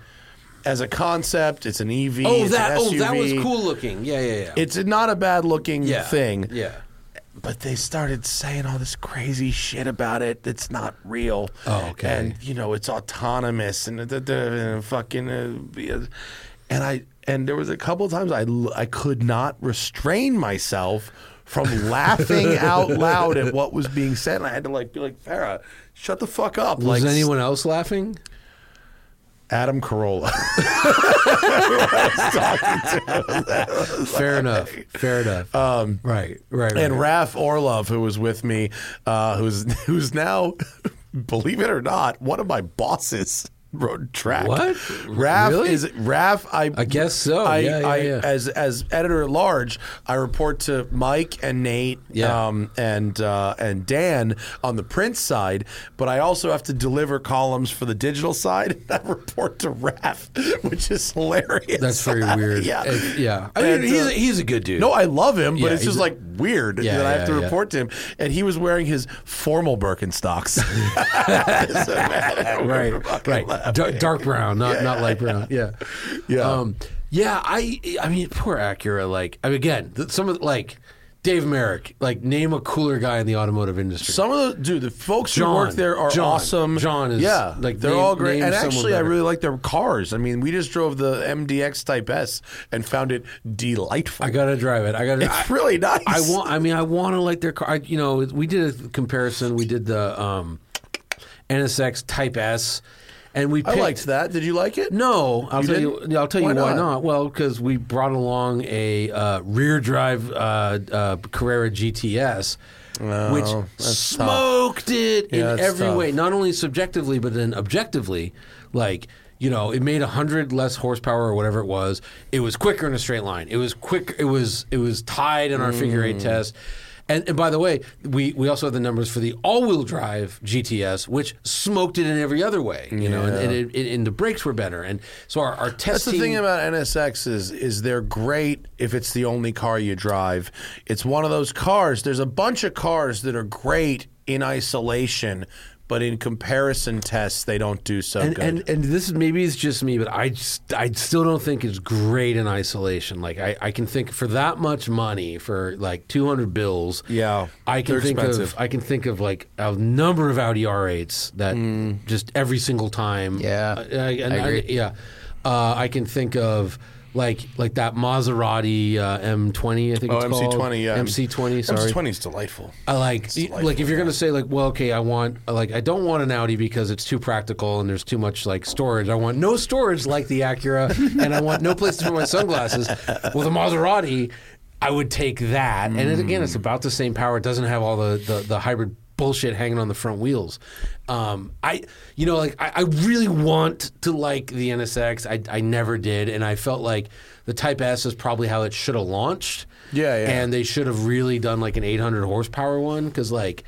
Speaker 2: as a concept, it's an EV.
Speaker 1: Oh,
Speaker 2: it's
Speaker 1: that
Speaker 2: an
Speaker 1: oh that was
Speaker 2: SUV.
Speaker 1: cool looking. Yeah, yeah, yeah.
Speaker 2: It's not a bad looking
Speaker 1: yeah.
Speaker 2: thing.
Speaker 1: Yeah.
Speaker 2: but they started saying all this crazy shit about it that's not real.
Speaker 1: Oh, okay.
Speaker 2: And you know it's autonomous and the, fucking uh, be- and I and there was a couple of times I l- I could not restrain myself
Speaker 1: (laughs)
Speaker 2: from laughing out loud at what was being said. And I had to like be like Farah, shut the fuck up.
Speaker 1: Was
Speaker 2: like
Speaker 1: anyone else laughing?
Speaker 2: Adam Carolla.
Speaker 1: Fair
Speaker 2: (laughs)
Speaker 1: enough. Fair enough.
Speaker 2: Uh,
Speaker 1: Um, right, right, right.
Speaker 2: and
Speaker 1: right.
Speaker 2: Raf Orlov, who was with me, uh, who's (laughs) who's now, believe it or not, one of my bosses. Wrote track.
Speaker 1: What?
Speaker 2: Raf
Speaker 1: Really?
Speaker 2: is Raf. I
Speaker 1: I guess so.
Speaker 2: I,
Speaker 1: Yeah, yeah,
Speaker 2: I
Speaker 1: yeah.
Speaker 2: as as editor at large, I report to Mike and Nate,
Speaker 1: Yeah.
Speaker 2: um, and uh, and Dan on the print side, but I also have to deliver columns for the digital side. (laughs) I report to Raf, (laughs) which is hilarious.
Speaker 1: That's very weird.
Speaker 2: (laughs) yeah,
Speaker 1: It- yeah. I mean,
Speaker 2: And,
Speaker 1: he's,
Speaker 2: uh,
Speaker 1: a, he's a good dude.
Speaker 2: no, I love him, but
Speaker 1: Yeah,
Speaker 2: it's
Speaker 1: he's
Speaker 2: just
Speaker 1: a-
Speaker 2: like weird
Speaker 1: Yeah,
Speaker 2: that I have
Speaker 1: yeah,
Speaker 2: to
Speaker 1: yeah.
Speaker 2: report to him. And he was wearing his
Speaker 1: (laughs)
Speaker 2: formal Birkenstocks. (laughs) So, man, I
Speaker 1: right,
Speaker 2: fucking
Speaker 1: right.
Speaker 2: laugh.
Speaker 1: Dar- dark brown, not not light
Speaker 2: (laughs)
Speaker 1: brown. Yeah,
Speaker 2: Yeah.
Speaker 1: um, yeah. I I mean, poor Acura. Like I mean, again, th- some of like Dave Merrick. Like name a cooler guy in the automotive industry.
Speaker 2: Some of the dude, the folks
Speaker 1: John.
Speaker 2: who work there are
Speaker 1: John.
Speaker 2: awesome.
Speaker 1: John is,
Speaker 2: yeah,
Speaker 1: like,
Speaker 2: they're
Speaker 1: name-
Speaker 2: all great.
Speaker 1: name
Speaker 2: And
Speaker 1: someone
Speaker 2: actually, I
Speaker 1: better.
Speaker 2: really like their cars. I mean, we just drove the MDX Type S and found it delightful.
Speaker 1: I gotta drive it. I gotta.
Speaker 2: it's really nice.
Speaker 1: I want. I mean, I want to like their car. I, you know, we did a comparison. We did the um, NSX Type S, and we.
Speaker 2: I
Speaker 1: Picked,
Speaker 2: liked that. Did you like it?
Speaker 1: No, I'll
Speaker 2: You
Speaker 1: tell
Speaker 2: didn't?
Speaker 1: you. I'll tell you
Speaker 2: Why
Speaker 1: why
Speaker 2: not?
Speaker 1: not. Well, because we brought along a uh, rear drive uh, uh, Carrera GTS, which smoked it
Speaker 2: Oh, Yeah,
Speaker 1: in
Speaker 2: that's
Speaker 1: every
Speaker 2: tough.
Speaker 1: way, not only subjectively but then objectively. Like you know, it made hundred less horsepower or whatever it was. It was quicker in a straight line. It was quick. It was it was tied in our figure
Speaker 2: Mm.
Speaker 1: eight test. And, and by the way, we, we also have the numbers for the all-wheel drive GTS, which smoked it in every other way, you know, and, and it it, and the brakes were better. And so our, our testing.
Speaker 2: That's the thing about NSX is is they're great if it's the only car you drive. It's one of those cars. There's a bunch of cars that are great in isolation, but in comparison tests they don't do so
Speaker 1: and,
Speaker 2: good.
Speaker 1: and and this is maybe it's just me, but I just, I still don't think it's great in isolation. Like I, I can think for that much money for like two hundred bills.
Speaker 2: Yeah,
Speaker 1: I can
Speaker 2: they're
Speaker 1: think
Speaker 2: expensive.
Speaker 1: of I can think of like a number of Audi R8s that
Speaker 2: Mm.
Speaker 1: just every single time.
Speaker 3: Yeah,
Speaker 1: Uh, and
Speaker 3: I agree.
Speaker 1: yeah, uh, I can think of. Like like that Maserati uh, M20, I think
Speaker 2: oh,
Speaker 1: it's called
Speaker 2: MC20, yeah.
Speaker 1: MC20, sorry,
Speaker 2: MC20 is delightful.
Speaker 1: I like like if you're gonna say like, well, okay, I want like I don't want an Audi because it's too practical and there's too much like storage. I want no storage like the Acura, and I want no place to put my sunglasses. With a Maserati, I would take that, and it, again,
Speaker 2: Mm.
Speaker 1: it's about the same power. It doesn't have all the the, the hybrid bullshit hanging on the front wheels. Um, I you know like I, I really want to like the NSX. I I never did, and I felt like the Type S is probably how it should have launched.
Speaker 2: Yeah, yeah.
Speaker 1: And they should have really done like an 800 horsepower one because, like,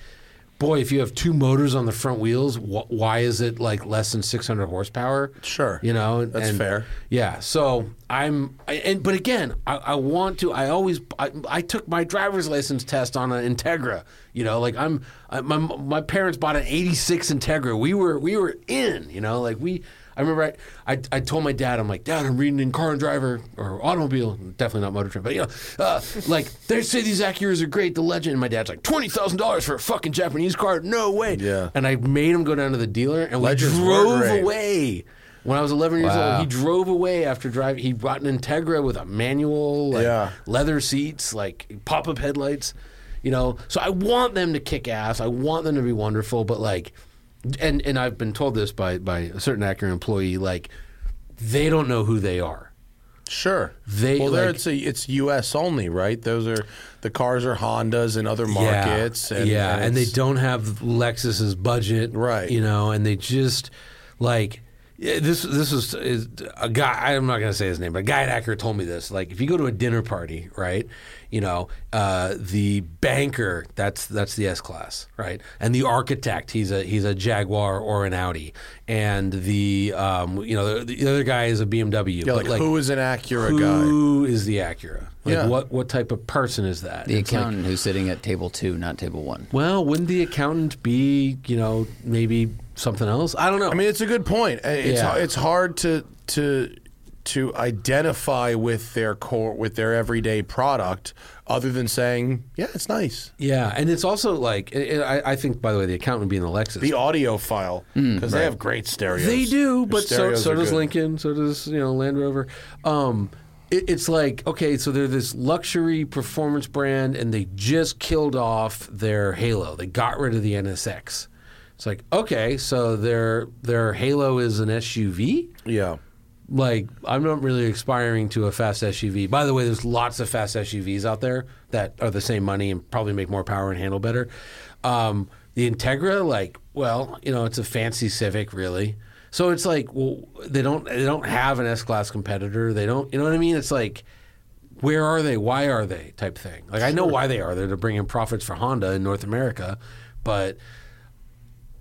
Speaker 1: boy, if you have two motors on the front wheels, wh- why is it like less than 600 horsepower?
Speaker 2: Sure.
Speaker 1: you know and-
Speaker 2: That's
Speaker 1: and-
Speaker 2: fair.
Speaker 1: Yeah, so I'm I, and but again, I, I want to. I always I, I took my driver's license test on an Integra. You know, like I'm I, my my parents bought an '86 Integra. We were we were in. You know, like we. I remember I, I, I told my dad, I'm like, Dad, I'm reading in Car and Driver or Automobile, definitely not Motor Trend, but you know, uh, like, they say these Acuras are great, the legend. And my dad's like, $20,000 for a fucking Japanese car? No way.
Speaker 2: Yeah.
Speaker 1: And I made him go down to the dealer and
Speaker 2: Legends
Speaker 1: we
Speaker 2: were
Speaker 1: drove
Speaker 2: great.
Speaker 1: away. When I was 11 years
Speaker 3: Wow.
Speaker 1: old, he drove away after driving. He brought an Integra with a manual, like
Speaker 2: Yeah.
Speaker 1: leather seats, like pop up headlights. You know, so I want them to kick ass. I want them to be wonderful, but like, and and I've been told this by by a certain Acura employee, like they don't know who they are.
Speaker 2: Sure.
Speaker 1: They,
Speaker 2: well, there
Speaker 1: like-
Speaker 2: it's a, it's U.S. only, right? Those are the cars are Hondas in other markets.
Speaker 1: Yeah,
Speaker 2: and,
Speaker 1: yeah, and, they
Speaker 2: it's-
Speaker 1: don't have Lexus's budget,
Speaker 2: Right.
Speaker 1: You know, and they just like yeah, this. This was is a guy. I'm not going to say his name, but a guy at Acker told me this. Like, if you go to a dinner party, right? You know, uh, the banker that's that's the S class, right? And the architect he's a he's a Jaguar or an Audi, and the um, you know the, the other guy is a BMW.
Speaker 2: Yeah,
Speaker 1: but,
Speaker 2: like, who is an Acura guy?
Speaker 1: who is the Acura? Like,
Speaker 2: Yeah.
Speaker 1: what what type of person is that?
Speaker 3: The
Speaker 1: It's like-
Speaker 3: accountant who's sitting at table two, not
Speaker 1: (laughs)
Speaker 3: table one.
Speaker 1: well, wouldn't the accountant be, you know, maybe something else? I don't know.
Speaker 2: I mean, it's a good point. Uh, It's
Speaker 1: Yeah.
Speaker 2: it's hard to to to identify with their core with their everyday product, other than saying, yeah, it's nice.
Speaker 1: yeah, and it's also like it, it, I, I think. By the way, the accountant being the Lexus,
Speaker 2: The audio file
Speaker 1: Hmm.
Speaker 2: because they have great stereos.
Speaker 1: they do,
Speaker 2: Their
Speaker 1: but so,
Speaker 2: stereos
Speaker 1: so
Speaker 2: are
Speaker 1: does
Speaker 2: good.
Speaker 1: Lincoln, so does you know Land Rover. Um, it, it's like okay, so they're this luxury performance brand, and they just killed off their Halo. They got rid of the NSX. It's like, okay, so their their Halo is an SUV?
Speaker 2: Yeah.
Speaker 1: Like, I'm not really aspiring to a fast SUV. By the way, there's lots of fast SUVs out there that are the same money and probably make more power and handle better. Um, the Integra, like, well, you know, it's a fancy Civic, really. So it's like, well, they don't they don't have an S class competitor. They don't, you know what I mean? It's like, where are they? Why are they? Type thing. Like, I know why they are. They're to bring in profits for Honda in North America, but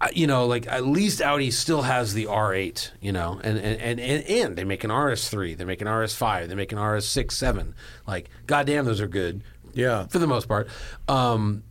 Speaker 1: I- you know, like at least Audi still has the R8, you know, and and, and, and, and they make an RS3, they make an RS5, they make an RS6, 7. Like, goddamn, those are good.
Speaker 2: Yeah.
Speaker 1: For the most part. Um,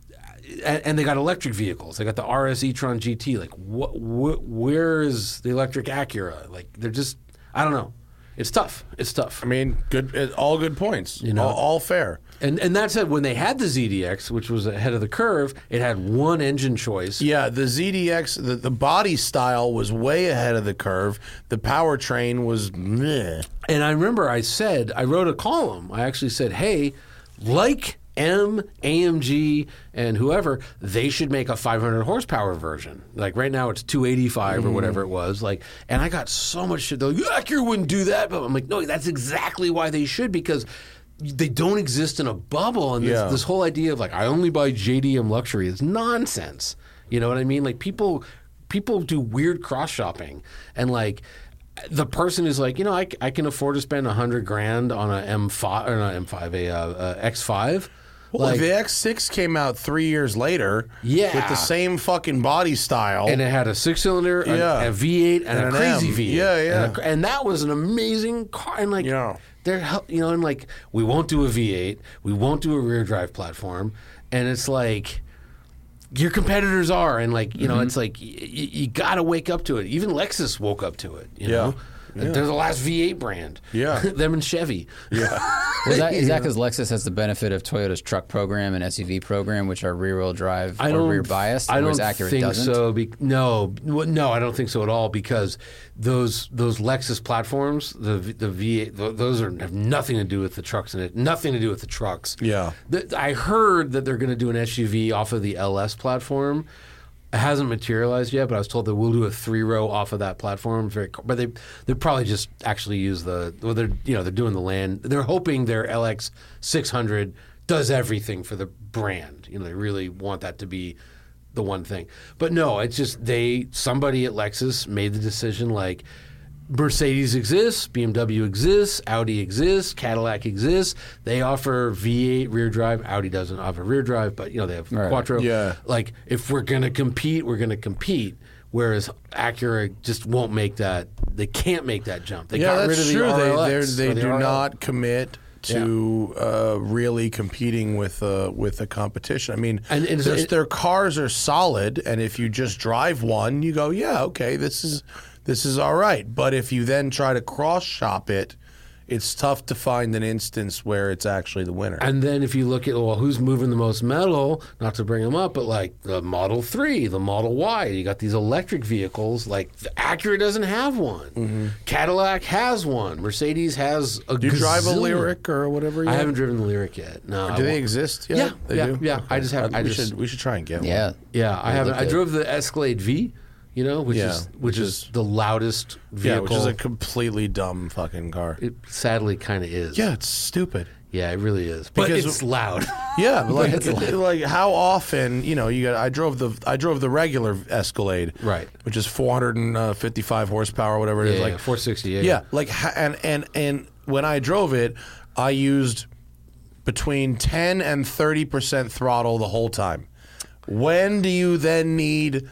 Speaker 1: and, and they got electric vehicles. They got the RS e-tron GT. Like, what? Wh- where is the electric Acura? Like, they're just, I don't know. It's tough. It's tough.
Speaker 2: I mean, good. uh, All good points. You
Speaker 1: know.
Speaker 2: all, all fair.
Speaker 1: And and that said, when they had the ZDX, which was ahead of the curve, it had one engine choice.
Speaker 2: Yeah, the ZDX, the, the body style was way ahead of the curve. The powertrain was meh.
Speaker 1: And I remember I said, I wrote a column. I actually said, hey, like M, AMG, and whoever, they should make a 500 horsepower version. Like right now it's 285 or whatever it was. Like, and I got so much shit. They're like, Acura wouldn't do that. But I'm like, no, that's exactly why they should because they don't exist in a bubble. And this,
Speaker 2: Yeah.
Speaker 1: this whole idea of like, I only buy JDM luxury is nonsense. You know what I mean? Like people, people do weird cross shopping and like, the person is like, you know, I, c- I can afford to spend a hundred grand on a M5 or not M5, a, uh, uh X5.
Speaker 2: Well,
Speaker 1: Like,
Speaker 2: the X6 came out three years later.
Speaker 1: Yeah.
Speaker 2: With the same fucking body style.
Speaker 1: and it had a six cylinder, a
Speaker 2: Yeah.
Speaker 1: a V8, and,
Speaker 2: And
Speaker 1: a
Speaker 2: an M.
Speaker 1: crazy V8.
Speaker 2: Yeah,
Speaker 1: And
Speaker 2: yeah.
Speaker 1: a cr- And, that was an amazing car. And like,
Speaker 2: Yeah.
Speaker 1: they're hel- you know, and like, we won't do a V8, we won't do a rear drive platform, and it's like. Your competitors are, and like
Speaker 2: Mm-hmm.
Speaker 1: you know, it's like y- y- you got to wake up to it. Even Lexus woke up to it. You
Speaker 2: Yeah.
Speaker 1: know, they're the last V8 brand. (laughs)
Speaker 2: Yeah.
Speaker 1: them and Chevy. (laughs)
Speaker 2: yeah.
Speaker 3: Well, that, is that because Lexus has the benefit of Toyota's truck program and SUV program, which are rear-wheel drive
Speaker 1: I
Speaker 3: or
Speaker 1: don't.
Speaker 3: rear biased,
Speaker 1: I
Speaker 3: whereas
Speaker 1: don't
Speaker 3: Acura
Speaker 1: think
Speaker 3: doesn't?
Speaker 1: so. Be, no, Well, no, I don't think so at all. Because those those Lexus platforms, the V- the V th- those are have nothing to do with the trucks in it. Nothing to do with the trucks.
Speaker 2: Yeah.
Speaker 1: The- I heard that they're going to do an SUV off of the LS platform. It hasn't materialized yet, but I was told that we'll do a three row off of that platform. Very, co- but they they probably just actually use the well, they're you know they're doing the land. They're hoping their LX six hundred does everything for the brand. You know, they really want that to be the one thing. But no, it's just they somebody at Lexus made the decision like Mercedes exists, BMW exists, Audi exists, Cadillac exists. They offer V8 rear drive. Audi doesn't offer rear drive, but you know they have
Speaker 3: Right.
Speaker 1: Quattro.
Speaker 2: Yeah.
Speaker 1: Like if we're gonna compete, we're gonna compete. Whereas Acura just won't make that. They can't make that jump. They
Speaker 2: Yeah,
Speaker 1: got
Speaker 2: that's
Speaker 1: rid of the
Speaker 2: true. They-
Speaker 1: RLX
Speaker 2: they're-
Speaker 1: or
Speaker 2: They,
Speaker 1: the
Speaker 2: do
Speaker 1: RL.
Speaker 2: not commit to uh, really competing with uh, with the competition. I mean,
Speaker 1: And- and is
Speaker 2: their-
Speaker 1: it-
Speaker 2: their cars are solid, and if you just drive one, you go, yeah, okay, this is this is all right. But if you then try to cross shop it, it's tough to find an instance where it's actually the winner.
Speaker 1: And then if you look at well, who's moving the most metal? Not to bring them up, but like the Model Three, the Model Y. You got these electric vehicles. Like the Acura doesn't have one. Cadillac has one. Mercedes has a.
Speaker 2: do you drive a
Speaker 1: gazillion.
Speaker 2: lyric or whatever?
Speaker 1: I
Speaker 2: yet?
Speaker 1: haven't driven the lyric yet. No. I
Speaker 2: Do they
Speaker 1: won't.
Speaker 2: exist?
Speaker 1: Yeah,
Speaker 2: yet? they
Speaker 1: yeah,
Speaker 2: do.
Speaker 1: yeah. I just
Speaker 2: Okay.
Speaker 1: haven't- I
Speaker 2: we
Speaker 1: just-
Speaker 2: should we should try and get
Speaker 3: Yeah.
Speaker 2: one.
Speaker 1: Yeah, I haven't.
Speaker 3: looked
Speaker 1: I
Speaker 3: at-
Speaker 1: drove the Escalade V. You know, which
Speaker 2: Yeah,
Speaker 1: is which,
Speaker 2: which
Speaker 1: is,
Speaker 2: is-
Speaker 1: the loudest
Speaker 2: Yeah,
Speaker 1: vehicle.
Speaker 2: which is a completely dumb fucking car.
Speaker 1: it sadly kind of is.
Speaker 2: yeah, it's stupid.
Speaker 1: yeah, it really is. But
Speaker 2: Because-
Speaker 1: it's loud. (laughs)
Speaker 2: Yeah, (laughs) but like like, how often you know you got? I drove the I drove the regular Escalade,
Speaker 1: Right.
Speaker 2: Which is 455 uh, horsepower, whatever it is.
Speaker 1: yeah,
Speaker 2: like
Speaker 1: like 468.
Speaker 2: yeah, like ha- and and and when I drove it, I used between 10 and 30 percent throttle the whole time. When do you then need?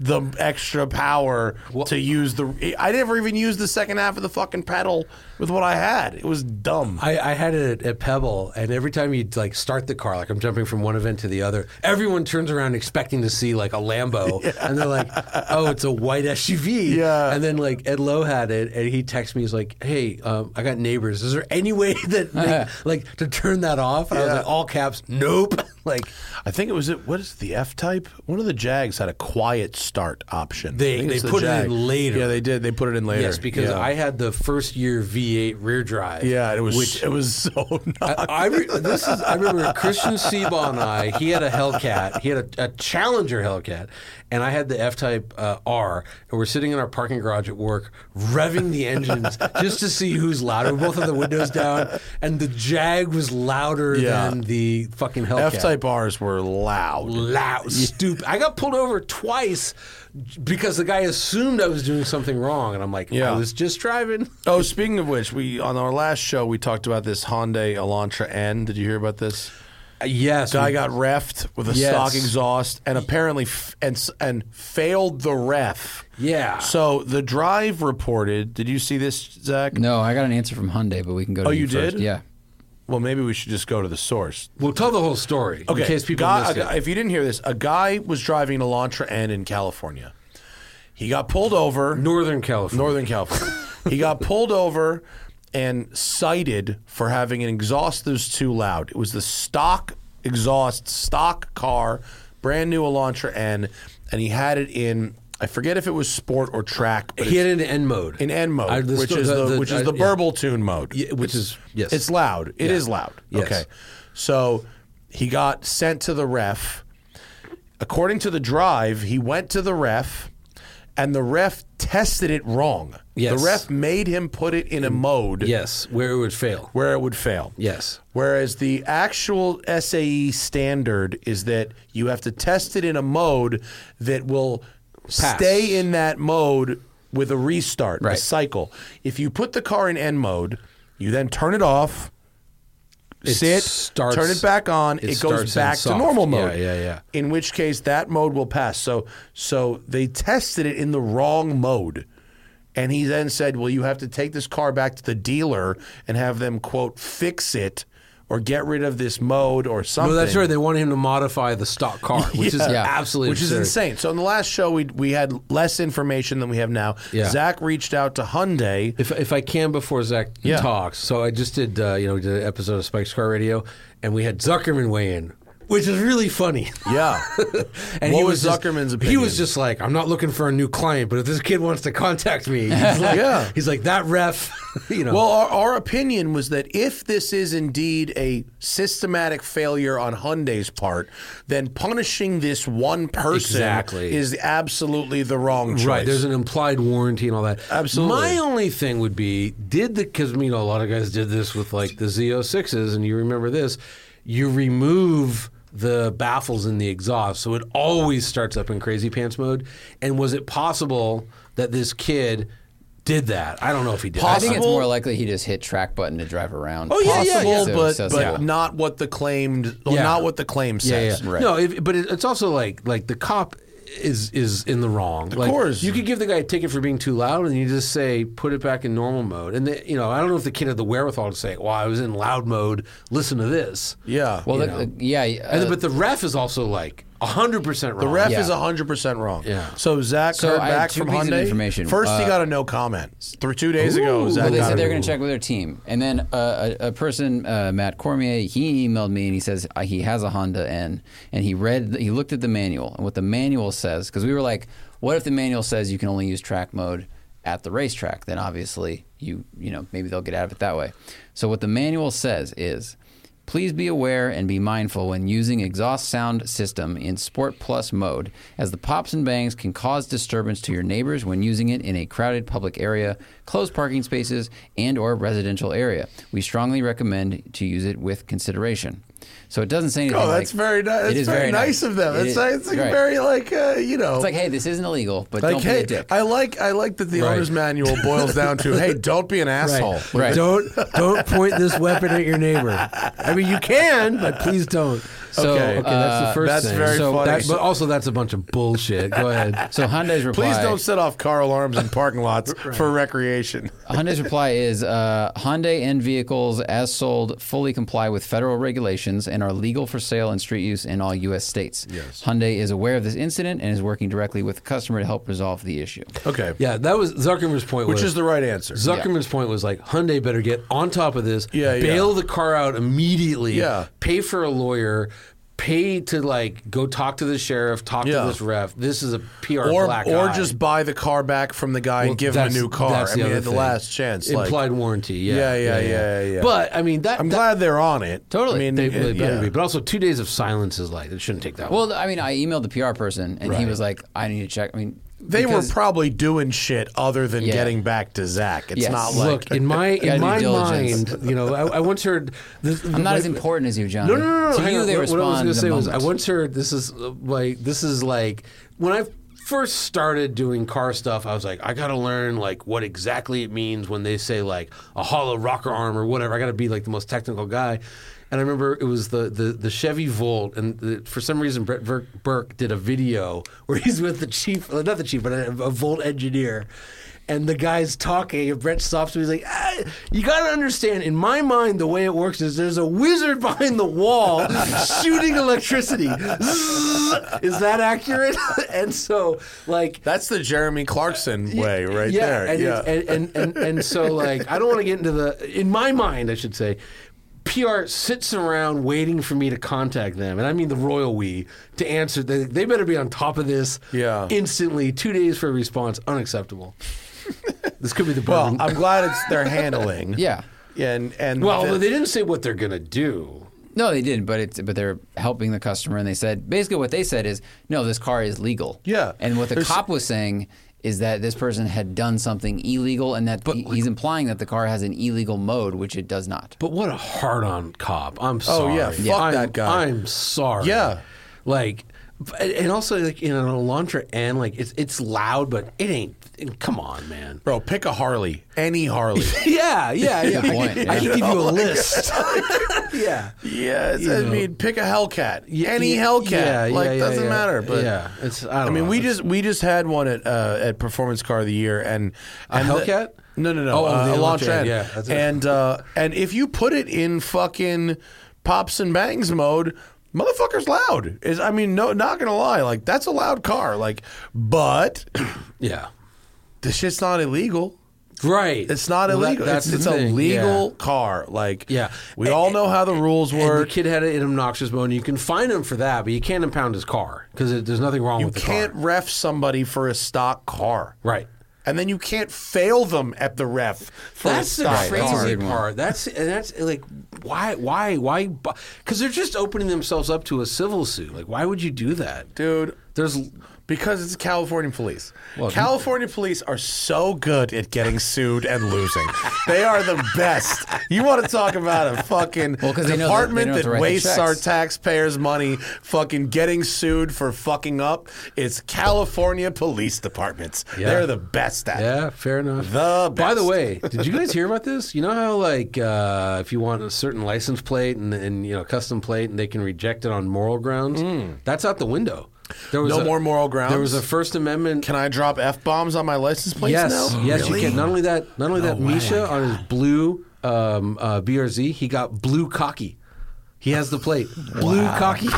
Speaker 2: The extra power to use the. I never even used the second half of the fucking pedal with what I had. It was dumb.
Speaker 1: I, I had it at, at Pebble, and every time you would like start the car, like I'm jumping from one event to the other, everyone turns around expecting to see like a
Speaker 2: (laughs)
Speaker 1: Lambo, and they're like, "Oh, it's a white SUV."
Speaker 2: Yeah.
Speaker 1: And then like Ed Lowe had it, and he texted me, he's like, "Hey, um, (laughs) I got neighbors. Is there any way that like, like to turn that off?" And I was
Speaker 2: Uh-huh. Yeah.
Speaker 1: like, "All caps, nope." (laughs) like
Speaker 2: I think it was it. What is it, the F type? One of the Jags had a quiet start option.
Speaker 1: They-
Speaker 2: I think
Speaker 1: they
Speaker 2: it's the
Speaker 1: put it
Speaker 2: Jag.
Speaker 1: in later.
Speaker 2: Yeah, they did. They put it in later.
Speaker 1: yes, because
Speaker 2: yeah.
Speaker 1: I had the first year V8 rear drive.
Speaker 2: yeah, it was
Speaker 1: which Uh,
Speaker 2: it was so (laughs) not.
Speaker 1: I, I re- this is I remember Christian Seba and I. He had a Hellcat. He had a, a Challenger Hellcat, and I had the F Type uh, R. And we're sitting in our parking garage at work, revving the engines just to see who's louder. We both had the windows down, and the Jag was louder
Speaker 2: Yeah.
Speaker 1: than the fucking Hellcat.
Speaker 2: F type R's were loud.
Speaker 1: Loud, stupid. I got pulled over twice because the guy assumed I was doing something wrong, and I'm like,
Speaker 2: Yeah.
Speaker 1: I was just driving.
Speaker 2: Oh, speaking of which, we on our last show we talked about this Hyundai Elantra N. Did you hear about this?
Speaker 1: Uh, yes,
Speaker 2: Guy
Speaker 1: we-
Speaker 2: got refed with a
Speaker 1: Yes.
Speaker 2: stock exhaust and apparently f- and s- and failed the ref.
Speaker 1: Yeah.
Speaker 2: So the drive reported. Did you see this, Zach?
Speaker 3: No, I got an answer from Hyundai, but we can go. to
Speaker 2: Oh, you
Speaker 3: first.
Speaker 2: did?
Speaker 3: Yeah.
Speaker 2: Well, maybe we should just go to the source.
Speaker 1: We'll tell the whole story in case people
Speaker 2: guy-
Speaker 1: missed
Speaker 2: a guy-
Speaker 1: it.
Speaker 2: If you didn't hear this, a guy was driving an Elantra N in California. He got pulled over.
Speaker 1: Northern California.
Speaker 2: Northern California. (laughs) he got pulled over and cited for having an exhaust that was too loud. It was the stock exhaust, stock car, brand new Elantra N, and he had it in. I forget if it was sport or track, but
Speaker 1: He had
Speaker 2: it's
Speaker 1: it in N mode.
Speaker 2: in N mode,
Speaker 1: I- the
Speaker 2: which
Speaker 1: sto-
Speaker 2: is the,
Speaker 1: the-
Speaker 2: which
Speaker 1: I-
Speaker 2: is the
Speaker 1: yeah.
Speaker 2: burble tune mode,
Speaker 1: Yeah, which
Speaker 2: It's-
Speaker 1: is- yes.
Speaker 2: it's loud. It is
Speaker 1: Yeah.
Speaker 2: loud.
Speaker 1: Yes.
Speaker 2: Okay, so he got sent to the ref. According to the drive, he went to the ref, and the ref tested it wrong.
Speaker 1: Yes. Mm.
Speaker 2: the ref made him put it in a mode
Speaker 1: Yes, where it would fail.
Speaker 2: where it would fail.
Speaker 1: Yes.
Speaker 2: Whereas the actual SAE standard is that you have to test it in a mode that will
Speaker 1: Pass.
Speaker 2: stay in that mode with a restart, a
Speaker 1: Right.
Speaker 2: cycle. If you put the car in N mode, you then turn it off,
Speaker 1: It
Speaker 2: sit,
Speaker 1: starts-
Speaker 2: turn it back on,
Speaker 1: it
Speaker 2: it,
Speaker 1: starts
Speaker 2: goes
Speaker 1: in
Speaker 2: back to
Speaker 1: soft.
Speaker 2: normal
Speaker 1: Yeah,
Speaker 2: mode.
Speaker 1: yeah, yeah.
Speaker 2: In which case that mode will pass. So so they tested it in the wrong mode. And he then said, "Well, you have to take this car back to the dealer and have them quote fix it or get rid of this mode or something."
Speaker 1: No, that's right. They wanted him to modify the stock
Speaker 2: (laughs)
Speaker 1: car, which is
Speaker 3: Yeah.
Speaker 1: absolutely
Speaker 2: Which is
Speaker 1: absurd.
Speaker 2: insane. So in the last show, we we had less information than we have now.
Speaker 1: Yeah.
Speaker 2: Zach reached out
Speaker 1: (laughs)
Speaker 2: to Hyundai.
Speaker 1: If, if I can before Zach
Speaker 2: Yeah.
Speaker 1: talks, so I just did uh, you know we did an episode of Spike's Car Radio, and we had Zuckerman weigh in, which is really funny. (laughs)
Speaker 2: Yeah,
Speaker 1: And
Speaker 2: What
Speaker 1: he
Speaker 2: was
Speaker 1: just-
Speaker 2: Zuckerman's
Speaker 1: He
Speaker 2: opinion?
Speaker 1: was just like, I'm not looking for a new client, but if this kid wants to contact
Speaker 2: (laughs)
Speaker 1: me, (laughs) he's like,
Speaker 2: Yeah.
Speaker 1: he's like that ref, (laughs) you know.
Speaker 2: Well, our, our opinion was that if this is indeed a systematic failure on Hyundai's part, then punishing this one person
Speaker 1: Exactly.
Speaker 2: is absolutely the wrong choice.
Speaker 1: Right, there's an implied warranty and all that.
Speaker 2: Absolutely.
Speaker 1: My only thing would be did the because you know a lot of guys did this with like the Z06s, and you remember this, you remove the baffles in the exhaust, so it always starts up in crazy pants mode. And was it possible that this kid did that? I don't know if he did.
Speaker 3: I think it's
Speaker 2: Possible-
Speaker 3: more likely he just hit track button to drive around. Oh
Speaker 1: yeah, yeah,
Speaker 2: possible,
Speaker 1: yeah.
Speaker 2: but, but not what the claimed, well,
Speaker 1: Yeah.
Speaker 2: not what the claim says.
Speaker 1: Yeah, yeah. No, if, but it, it's also like like the cop is is in the wrong. Of
Speaker 2: course.
Speaker 1: you could give the guy a ticket for being too loud, and you just say put it back in normal mode. And the, you know, I don't know if the kid had the wherewithal to say, "Well, I was in loud mode. Listen to this."
Speaker 2: Yeah.
Speaker 3: Well,
Speaker 1: you
Speaker 3: the-
Speaker 1: know.
Speaker 3: the- yeah.
Speaker 1: And
Speaker 3: uh,
Speaker 1: but the ref is also like hundred percent wrong.
Speaker 2: The ref
Speaker 3: Yeah.
Speaker 2: is 100% wrong.
Speaker 1: Yeah.
Speaker 2: So Zach
Speaker 3: So
Speaker 2: heard
Speaker 3: I had
Speaker 2: back
Speaker 3: two
Speaker 2: from
Speaker 3: pieces of
Speaker 2: Hyundai.
Speaker 3: information.
Speaker 2: First, he
Speaker 3: Uh,
Speaker 2: got a no comment. Through two days ago, Zach
Speaker 3: Well, they
Speaker 2: got
Speaker 3: said
Speaker 2: a-
Speaker 3: they're going to check with their team, and then uh, a, a person, uh, Matt Cormier, he emailed me and he says uh, he has a Honda N, and he read, he looked at the manual and what the manual says because we were like, what if the manual says you can only use track mode at the racetrack? Then obviously you, you know, maybe they'll get out of it that way. So what the manual says is. Please be aware and be mindful when using exhaust sound system in Sport Plus mode, as the pops and bangs can cause disturbance to your neighbors when using it in a crowded public area, closed parking spaces, and or residential area. We strongly recommend to use it with consideration. So it doesn't say anything.
Speaker 4: Oh, that's
Speaker 3: like-
Speaker 4: very nice.
Speaker 3: It
Speaker 4: That's
Speaker 3: is
Speaker 4: very, nice of them.
Speaker 3: It
Speaker 4: It's,
Speaker 3: is-
Speaker 4: like, it's like
Speaker 3: right.
Speaker 4: very like uh, you know.
Speaker 3: It's like, hey, this isn't illegal, but
Speaker 2: Like,
Speaker 3: don't be
Speaker 2: hey,
Speaker 3: a dick.
Speaker 2: I like I like that the
Speaker 1: Right.
Speaker 2: owner's manual boils down
Speaker 1: (laughs)
Speaker 2: to hey, don't be an asshole.
Speaker 1: Right.
Speaker 3: Right.
Speaker 1: Don't don't point this weapon at your neighbor. I mean, you can, but please don't. So
Speaker 2: Okay.
Speaker 1: okay, that's the
Speaker 2: Uh,
Speaker 1: first
Speaker 2: that's
Speaker 1: thing.
Speaker 2: very
Speaker 1: so
Speaker 2: funny.
Speaker 1: that- but also, that's a bunch of bullshit. Go (laughs) ahead.
Speaker 3: so Hyundai's
Speaker 4: (laughs)
Speaker 3: reply.
Speaker 2: Please don't set off car alarms in parking
Speaker 1: (laughs)
Speaker 2: lots for recreation.
Speaker 3: Hyundai's reply is uh, Hyundai and vehicles as sold fully comply with federal regulations and are legal for sale and street use in all U.S. states. Yes. Hyundai is aware of this incident and is working directly with the customer to help resolve the issue.
Speaker 2: (laughs) Okay.
Speaker 1: Yeah, that was Zuckerman's point.
Speaker 2: Which
Speaker 1: was,
Speaker 2: is the right answer.
Speaker 1: Zuckerman's point was like Hyundai better get on top of this,
Speaker 2: Yeah, yeah.
Speaker 1: bail the car out immediately,
Speaker 2: Yeah.
Speaker 1: pay for a lawyer, paid to like go talk to the sheriff, talk
Speaker 2: Yeah.
Speaker 1: to this ref. This is a PR
Speaker 2: or
Speaker 1: black
Speaker 2: or
Speaker 1: eye.
Speaker 2: just buy the car back from the guy
Speaker 1: Well,
Speaker 2: and give him a
Speaker 1: that's-
Speaker 2: new car.
Speaker 1: that's
Speaker 2: I mean,
Speaker 1: other
Speaker 2: at the
Speaker 1: thing.
Speaker 2: last chance, like-
Speaker 1: implied warranty. Yeah,
Speaker 2: Yeah, yeah, yeah, yeah.
Speaker 1: But I mean that.
Speaker 2: I'm
Speaker 1: that-
Speaker 2: glad they're on it.
Speaker 3: Totally.
Speaker 2: I mean,
Speaker 1: they,
Speaker 2: it-
Speaker 1: they better
Speaker 2: yeah.
Speaker 1: be. But also, two days of silence is like it shouldn't take that. long.
Speaker 3: Well, I mean, I emailed the PR person, and he was like, "I need to check." I mean,
Speaker 2: They
Speaker 3: because-
Speaker 2: were probably doing shit other than
Speaker 3: Yeah.
Speaker 2: getting back to Zach. It's
Speaker 3: Yes.
Speaker 2: not like
Speaker 1: look in
Speaker 2: (laughs)
Speaker 1: my
Speaker 3: gotta
Speaker 1: in
Speaker 3: do
Speaker 1: my
Speaker 3: diligence.
Speaker 1: mind, you know, I, I once heard. This,
Speaker 3: I'm not as important as you, John.
Speaker 1: No, no, no, no.
Speaker 3: To
Speaker 1: Oh, hang
Speaker 3: you,
Speaker 1: on.
Speaker 3: they
Speaker 1: what,
Speaker 3: respond.
Speaker 1: what I was gonna
Speaker 3: in the
Speaker 1: say was, I
Speaker 3: moment.
Speaker 1: once heard this is uh, like this is like when I first started doing car stuff. I was like, I gotta learn like what exactly it means when they say like a hollow rocker arm or whatever. I gotta be like the most technical guy. And I remember it was the the, the Chevy Volt, and the, for some reason Brett Ver- Burke did a video where he's with the chief, uh, not the chief, but a, a Volt engineer. And the guy's talking, and Brett stops him. He's like, ah, "You gotta understand. In my mind, the way it works is there's a wizard (laughs) behind the wall shooting electricity. (laughs) Zzz. is that accurate?" (laughs) and so, like,
Speaker 5: That's the Jeremy Clarkson way, right
Speaker 1: yeah,
Speaker 5: there.
Speaker 1: And,
Speaker 5: yeah.
Speaker 1: it's- And, and, and,
Speaker 5: (laughs)
Speaker 1: and so, like, I don't want to get into the, in my mind, I should say, PR sits around waiting for me to contact them, and I mean the royal we, to answer. They, they better be on top of this
Speaker 5: Yeah.
Speaker 1: instantly. Two days for a response,
Speaker 5: (laughs)
Speaker 1: unacceptable. this could be the
Speaker 5: well,
Speaker 2: Oh,
Speaker 1: bourbon. Well,
Speaker 5: I'm glad it's they're
Speaker 1: (laughs)
Speaker 5: handling.
Speaker 3: Yeah.
Speaker 5: And and the-
Speaker 1: they didn't say what they're going to do.
Speaker 3: No, they didn't, but it's but they're helping the customer, and they said basically what they said is no, this car is legal.
Speaker 5: Yeah.
Speaker 3: and what the
Speaker 5: There's-
Speaker 3: cop was saying is that this person had done something illegal, and that he- he's implying that the car has an illegal mode, which it does not.
Speaker 1: But what a hard on cop. I'm sorry.
Speaker 5: yeah, fuck
Speaker 1: I'm,
Speaker 5: that guy.
Speaker 1: I'm sorry.
Speaker 5: Yeah.
Speaker 1: Like, but- and also like in an Elantra and like it's it's loud, but it ain't. Come on, man.
Speaker 2: bro, pick a Harley, any (laughs) Harley.
Speaker 1: Yeah, yeah, yeah.
Speaker 3: Good point,
Speaker 1: I
Speaker 3: yeah.
Speaker 1: can give (laughs) you a list. yeah.
Speaker 2: yeah, it's- I mean, pick a Hellcat, any
Speaker 1: yeah,
Speaker 2: Hellcat.
Speaker 1: yeah,
Speaker 2: like
Speaker 1: yeah,
Speaker 2: doesn't
Speaker 1: yeah.
Speaker 2: matter. But
Speaker 1: yeah, it's. I, don't
Speaker 2: I mean,
Speaker 1: know.
Speaker 2: we
Speaker 1: It's-
Speaker 2: just we just had one at uh, at Performance Car of the Year and, and the-
Speaker 1: Hellcat?
Speaker 2: no, no, no.
Speaker 1: Oh,
Speaker 2: uh,
Speaker 1: the
Speaker 2: Elantra.
Speaker 1: Elantra,
Speaker 2: N.
Speaker 1: yeah, that's it.
Speaker 2: and uh, and if you put it in fucking pops and bangs mode, motherfucker's loud. Is I mean, no, not gonna lie, like that's a loud car. Like, but (coughs)
Speaker 1: Yeah.
Speaker 2: this shit's not illegal.
Speaker 1: Right.
Speaker 2: It's not
Speaker 1: Well, that-
Speaker 2: illegal.
Speaker 1: that's
Speaker 2: it's it's
Speaker 1: the
Speaker 2: a
Speaker 1: thing,
Speaker 2: legal
Speaker 1: yeah.
Speaker 2: car. Like,
Speaker 1: Yeah.
Speaker 2: we all know how the rules
Speaker 1: And the
Speaker 2: work.
Speaker 1: kid had it in obnoxious mode. And you can fine him for that, but you can't impound his car because there's nothing wrong
Speaker 2: You
Speaker 1: with the
Speaker 2: can't
Speaker 1: car.
Speaker 2: ref somebody for a stock car,
Speaker 1: Right.
Speaker 2: And then you can't fail them at the ref for a
Speaker 1: That's the
Speaker 2: stock car.
Speaker 1: crazy
Speaker 3: Hard one.
Speaker 1: part. That's and that's like why why why because they're just opening themselves up to a civil suit. Like why would you do that?
Speaker 2: dude.
Speaker 1: There's
Speaker 2: Because it's California police. California police are so good at getting sued and losing. they are the best. You want to talk about a fucking
Speaker 3: 'cause they know that- they
Speaker 2: department
Speaker 3: know
Speaker 2: that,
Speaker 3: to write the
Speaker 2: wastes our
Speaker 3: checks.
Speaker 2: taxpayers' money fucking getting sued for fucking up? It's California police departments.
Speaker 1: Yeah.
Speaker 2: They're the best at it.
Speaker 1: Yeah, fair enough.
Speaker 2: The
Speaker 1: By the
Speaker 2: best.
Speaker 1: way, did you guys hear about this? You know how like uh, if you want a certain license plate and, and you know custom plate, and they can reject it on moral grounds. That's out the window. There was
Speaker 2: No
Speaker 1: a-
Speaker 2: more moral grounds?
Speaker 1: There was a First Amendment.
Speaker 2: Can I drop F bombs on my license plates
Speaker 1: yes,
Speaker 2: now?
Speaker 1: yes,
Speaker 2: Really?
Speaker 1: you
Speaker 2: Oh
Speaker 1: can. Not only that, not only that, Misha on his blue um, uh, BRZ, he got blue cocky. He has the plate, blue cocky. (laughs)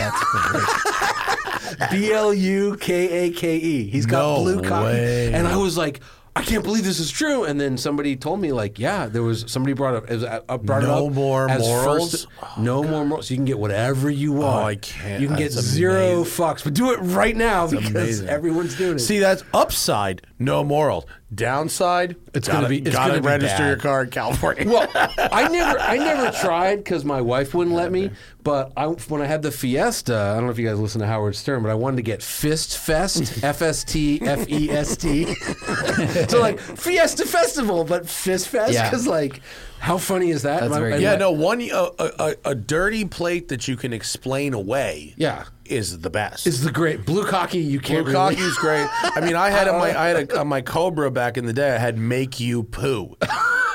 Speaker 1: B L U K A K E. He's got
Speaker 2: No
Speaker 1: blue cocky.
Speaker 2: way.
Speaker 1: And I was like, I can't believe this is true. And then somebody told me, like, yeah, there was somebody brought up, it was, uh, brought
Speaker 2: No
Speaker 1: it up
Speaker 2: more
Speaker 1: as
Speaker 2: morals? Oh,
Speaker 1: first- no more morals. You can get whatever you want.
Speaker 2: I can't.
Speaker 1: You can get
Speaker 2: That's
Speaker 1: zero
Speaker 2: amazing.
Speaker 1: fucks, but do it right now because
Speaker 2: amazing.
Speaker 1: everyone's doing it.
Speaker 2: See, that's upside, no morals. Downside,
Speaker 1: It's
Speaker 2: gotta,
Speaker 1: gonna be- it's
Speaker 2: gotta
Speaker 1: gonna be
Speaker 2: register
Speaker 1: bad.
Speaker 2: your car in California.
Speaker 1: well, I never, I never tried because my wife wouldn't let me. But I, when I had the Fiesta, I don't know if you guys listen to Howard Stern, but I wanted to get Fist Fest,
Speaker 3: (laughs)
Speaker 1: F S T F E S T. So like Fiesta Festival, but Fist Fest
Speaker 3: Yeah.
Speaker 1: because like, how funny is that?
Speaker 3: That's
Speaker 1: My-
Speaker 3: very
Speaker 1: and
Speaker 3: good.
Speaker 2: yeah,
Speaker 1: my-
Speaker 2: no one a, a, a- a dirty plate that you can explain away.
Speaker 1: Yeah.
Speaker 2: is the best.
Speaker 1: It's the great blue cocky. You can't
Speaker 2: Blue
Speaker 1: really-
Speaker 2: cocky's great. I mean, I had on my I had a, on my Cobra back in the day. I had make
Speaker 1: (laughs)
Speaker 2: you poo,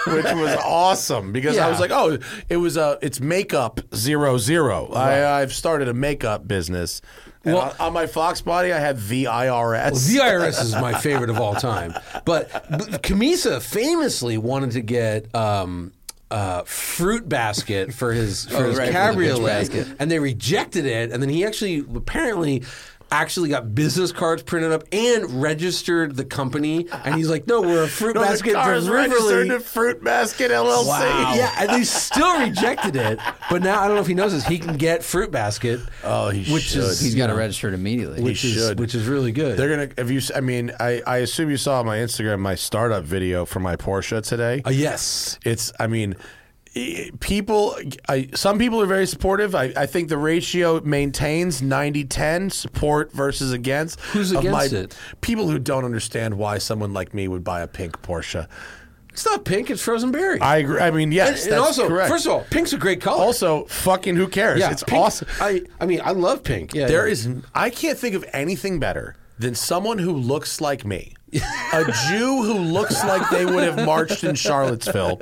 Speaker 2: which was awesome because I
Speaker 1: Yeah.
Speaker 2: was like, oh, it was uh, it's makeup zero zero. I, I've started a makeup business. And
Speaker 1: Well-
Speaker 2: on, on my Fox body, I had VIRS.
Speaker 1: The IRS is my favorite of all time. But Camisa famously wanted to get um, uh, fruit basket for his for his
Speaker 3: right, for the bitch
Speaker 1: cabriolet,
Speaker 3: basket.
Speaker 1: and they rejected it. And then he actually apparently. actually got business cards printed up and registered the company. And he's like, no, we're a
Speaker 2: (laughs)
Speaker 1: fruit basket
Speaker 2: car is
Speaker 1: from Riverly.
Speaker 2: registered to Fruit Basket LLC.
Speaker 1: Yeah, and they still rejected it. But now I don't know if he knows this. He can get fruit basket.
Speaker 2: Oh, he
Speaker 1: which is
Speaker 2: should.
Speaker 3: He's got to register it immediately.
Speaker 1: which is
Speaker 2: should.
Speaker 1: which is really good.
Speaker 2: They're gonna. Have you? s- I mean, I, I assume you saw on my Instagram my startup video for my Porsche today.
Speaker 1: Uh, yes.
Speaker 2: It's. I mean, i- people. I, some people are very supportive. I, I think the ratio maintains 90-10, support versus against.
Speaker 1: Who's
Speaker 2: of
Speaker 1: against it?
Speaker 2: People who don't understand why someone like me would buy a pink Porsche.
Speaker 1: It's not pink. It's frozen berry.
Speaker 2: I agree. I mean, yes,
Speaker 1: and, and
Speaker 2: that's
Speaker 1: also,
Speaker 2: correct.
Speaker 1: first of all, pink's a great color.
Speaker 2: also, fucking who cares?
Speaker 1: yeah,
Speaker 2: it's
Speaker 1: pink-
Speaker 2: awesome.
Speaker 1: I I mean, I love pink. Yeah,
Speaker 2: There
Speaker 1: yeah.
Speaker 2: is, I can't think of anything better than someone who looks like me. a Jew who looks like they would have marched in Charlottesville,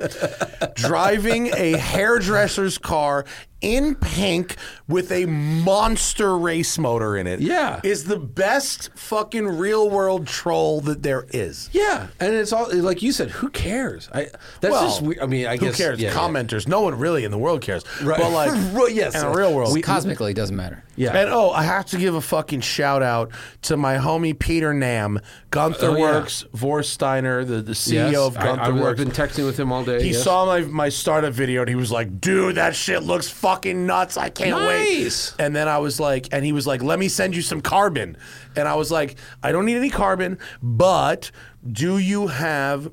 Speaker 2: driving a hairdresser's car in pink with a monster race motor in it.
Speaker 1: Yeah.
Speaker 2: Is the best fucking real world troll that there is.
Speaker 1: Yeah, and it's all like you said. Who cares? I that's
Speaker 2: Well,
Speaker 1: just weird. I mean, I
Speaker 2: Who
Speaker 1: guess
Speaker 2: cares?
Speaker 1: yeah, yeah.
Speaker 2: Commenters. No one really in the world cares. But like,
Speaker 1: (laughs) Well, yes,
Speaker 2: in the real world.
Speaker 3: Cosmically, it doesn't matter.
Speaker 1: Yeah.
Speaker 2: And oh, I have to give a fucking shout out to my homie Peter Nam, Gunther
Speaker 1: Oh, yeah.
Speaker 2: Works, Vorsteiner, the, the CEO
Speaker 1: Yes,
Speaker 2: E of
Speaker 1: I-
Speaker 2: Gunther
Speaker 1: I've, I've
Speaker 2: Works.
Speaker 1: been texting with him all day.
Speaker 2: He
Speaker 1: yes.
Speaker 2: saw my, my startup video and he was like, dude, that shit looks fucking nuts. I can't
Speaker 1: Nice.
Speaker 2: wait. And then I was like, and he was like, let me send you some carbon. And I was like, I don't need any carbon, but do you have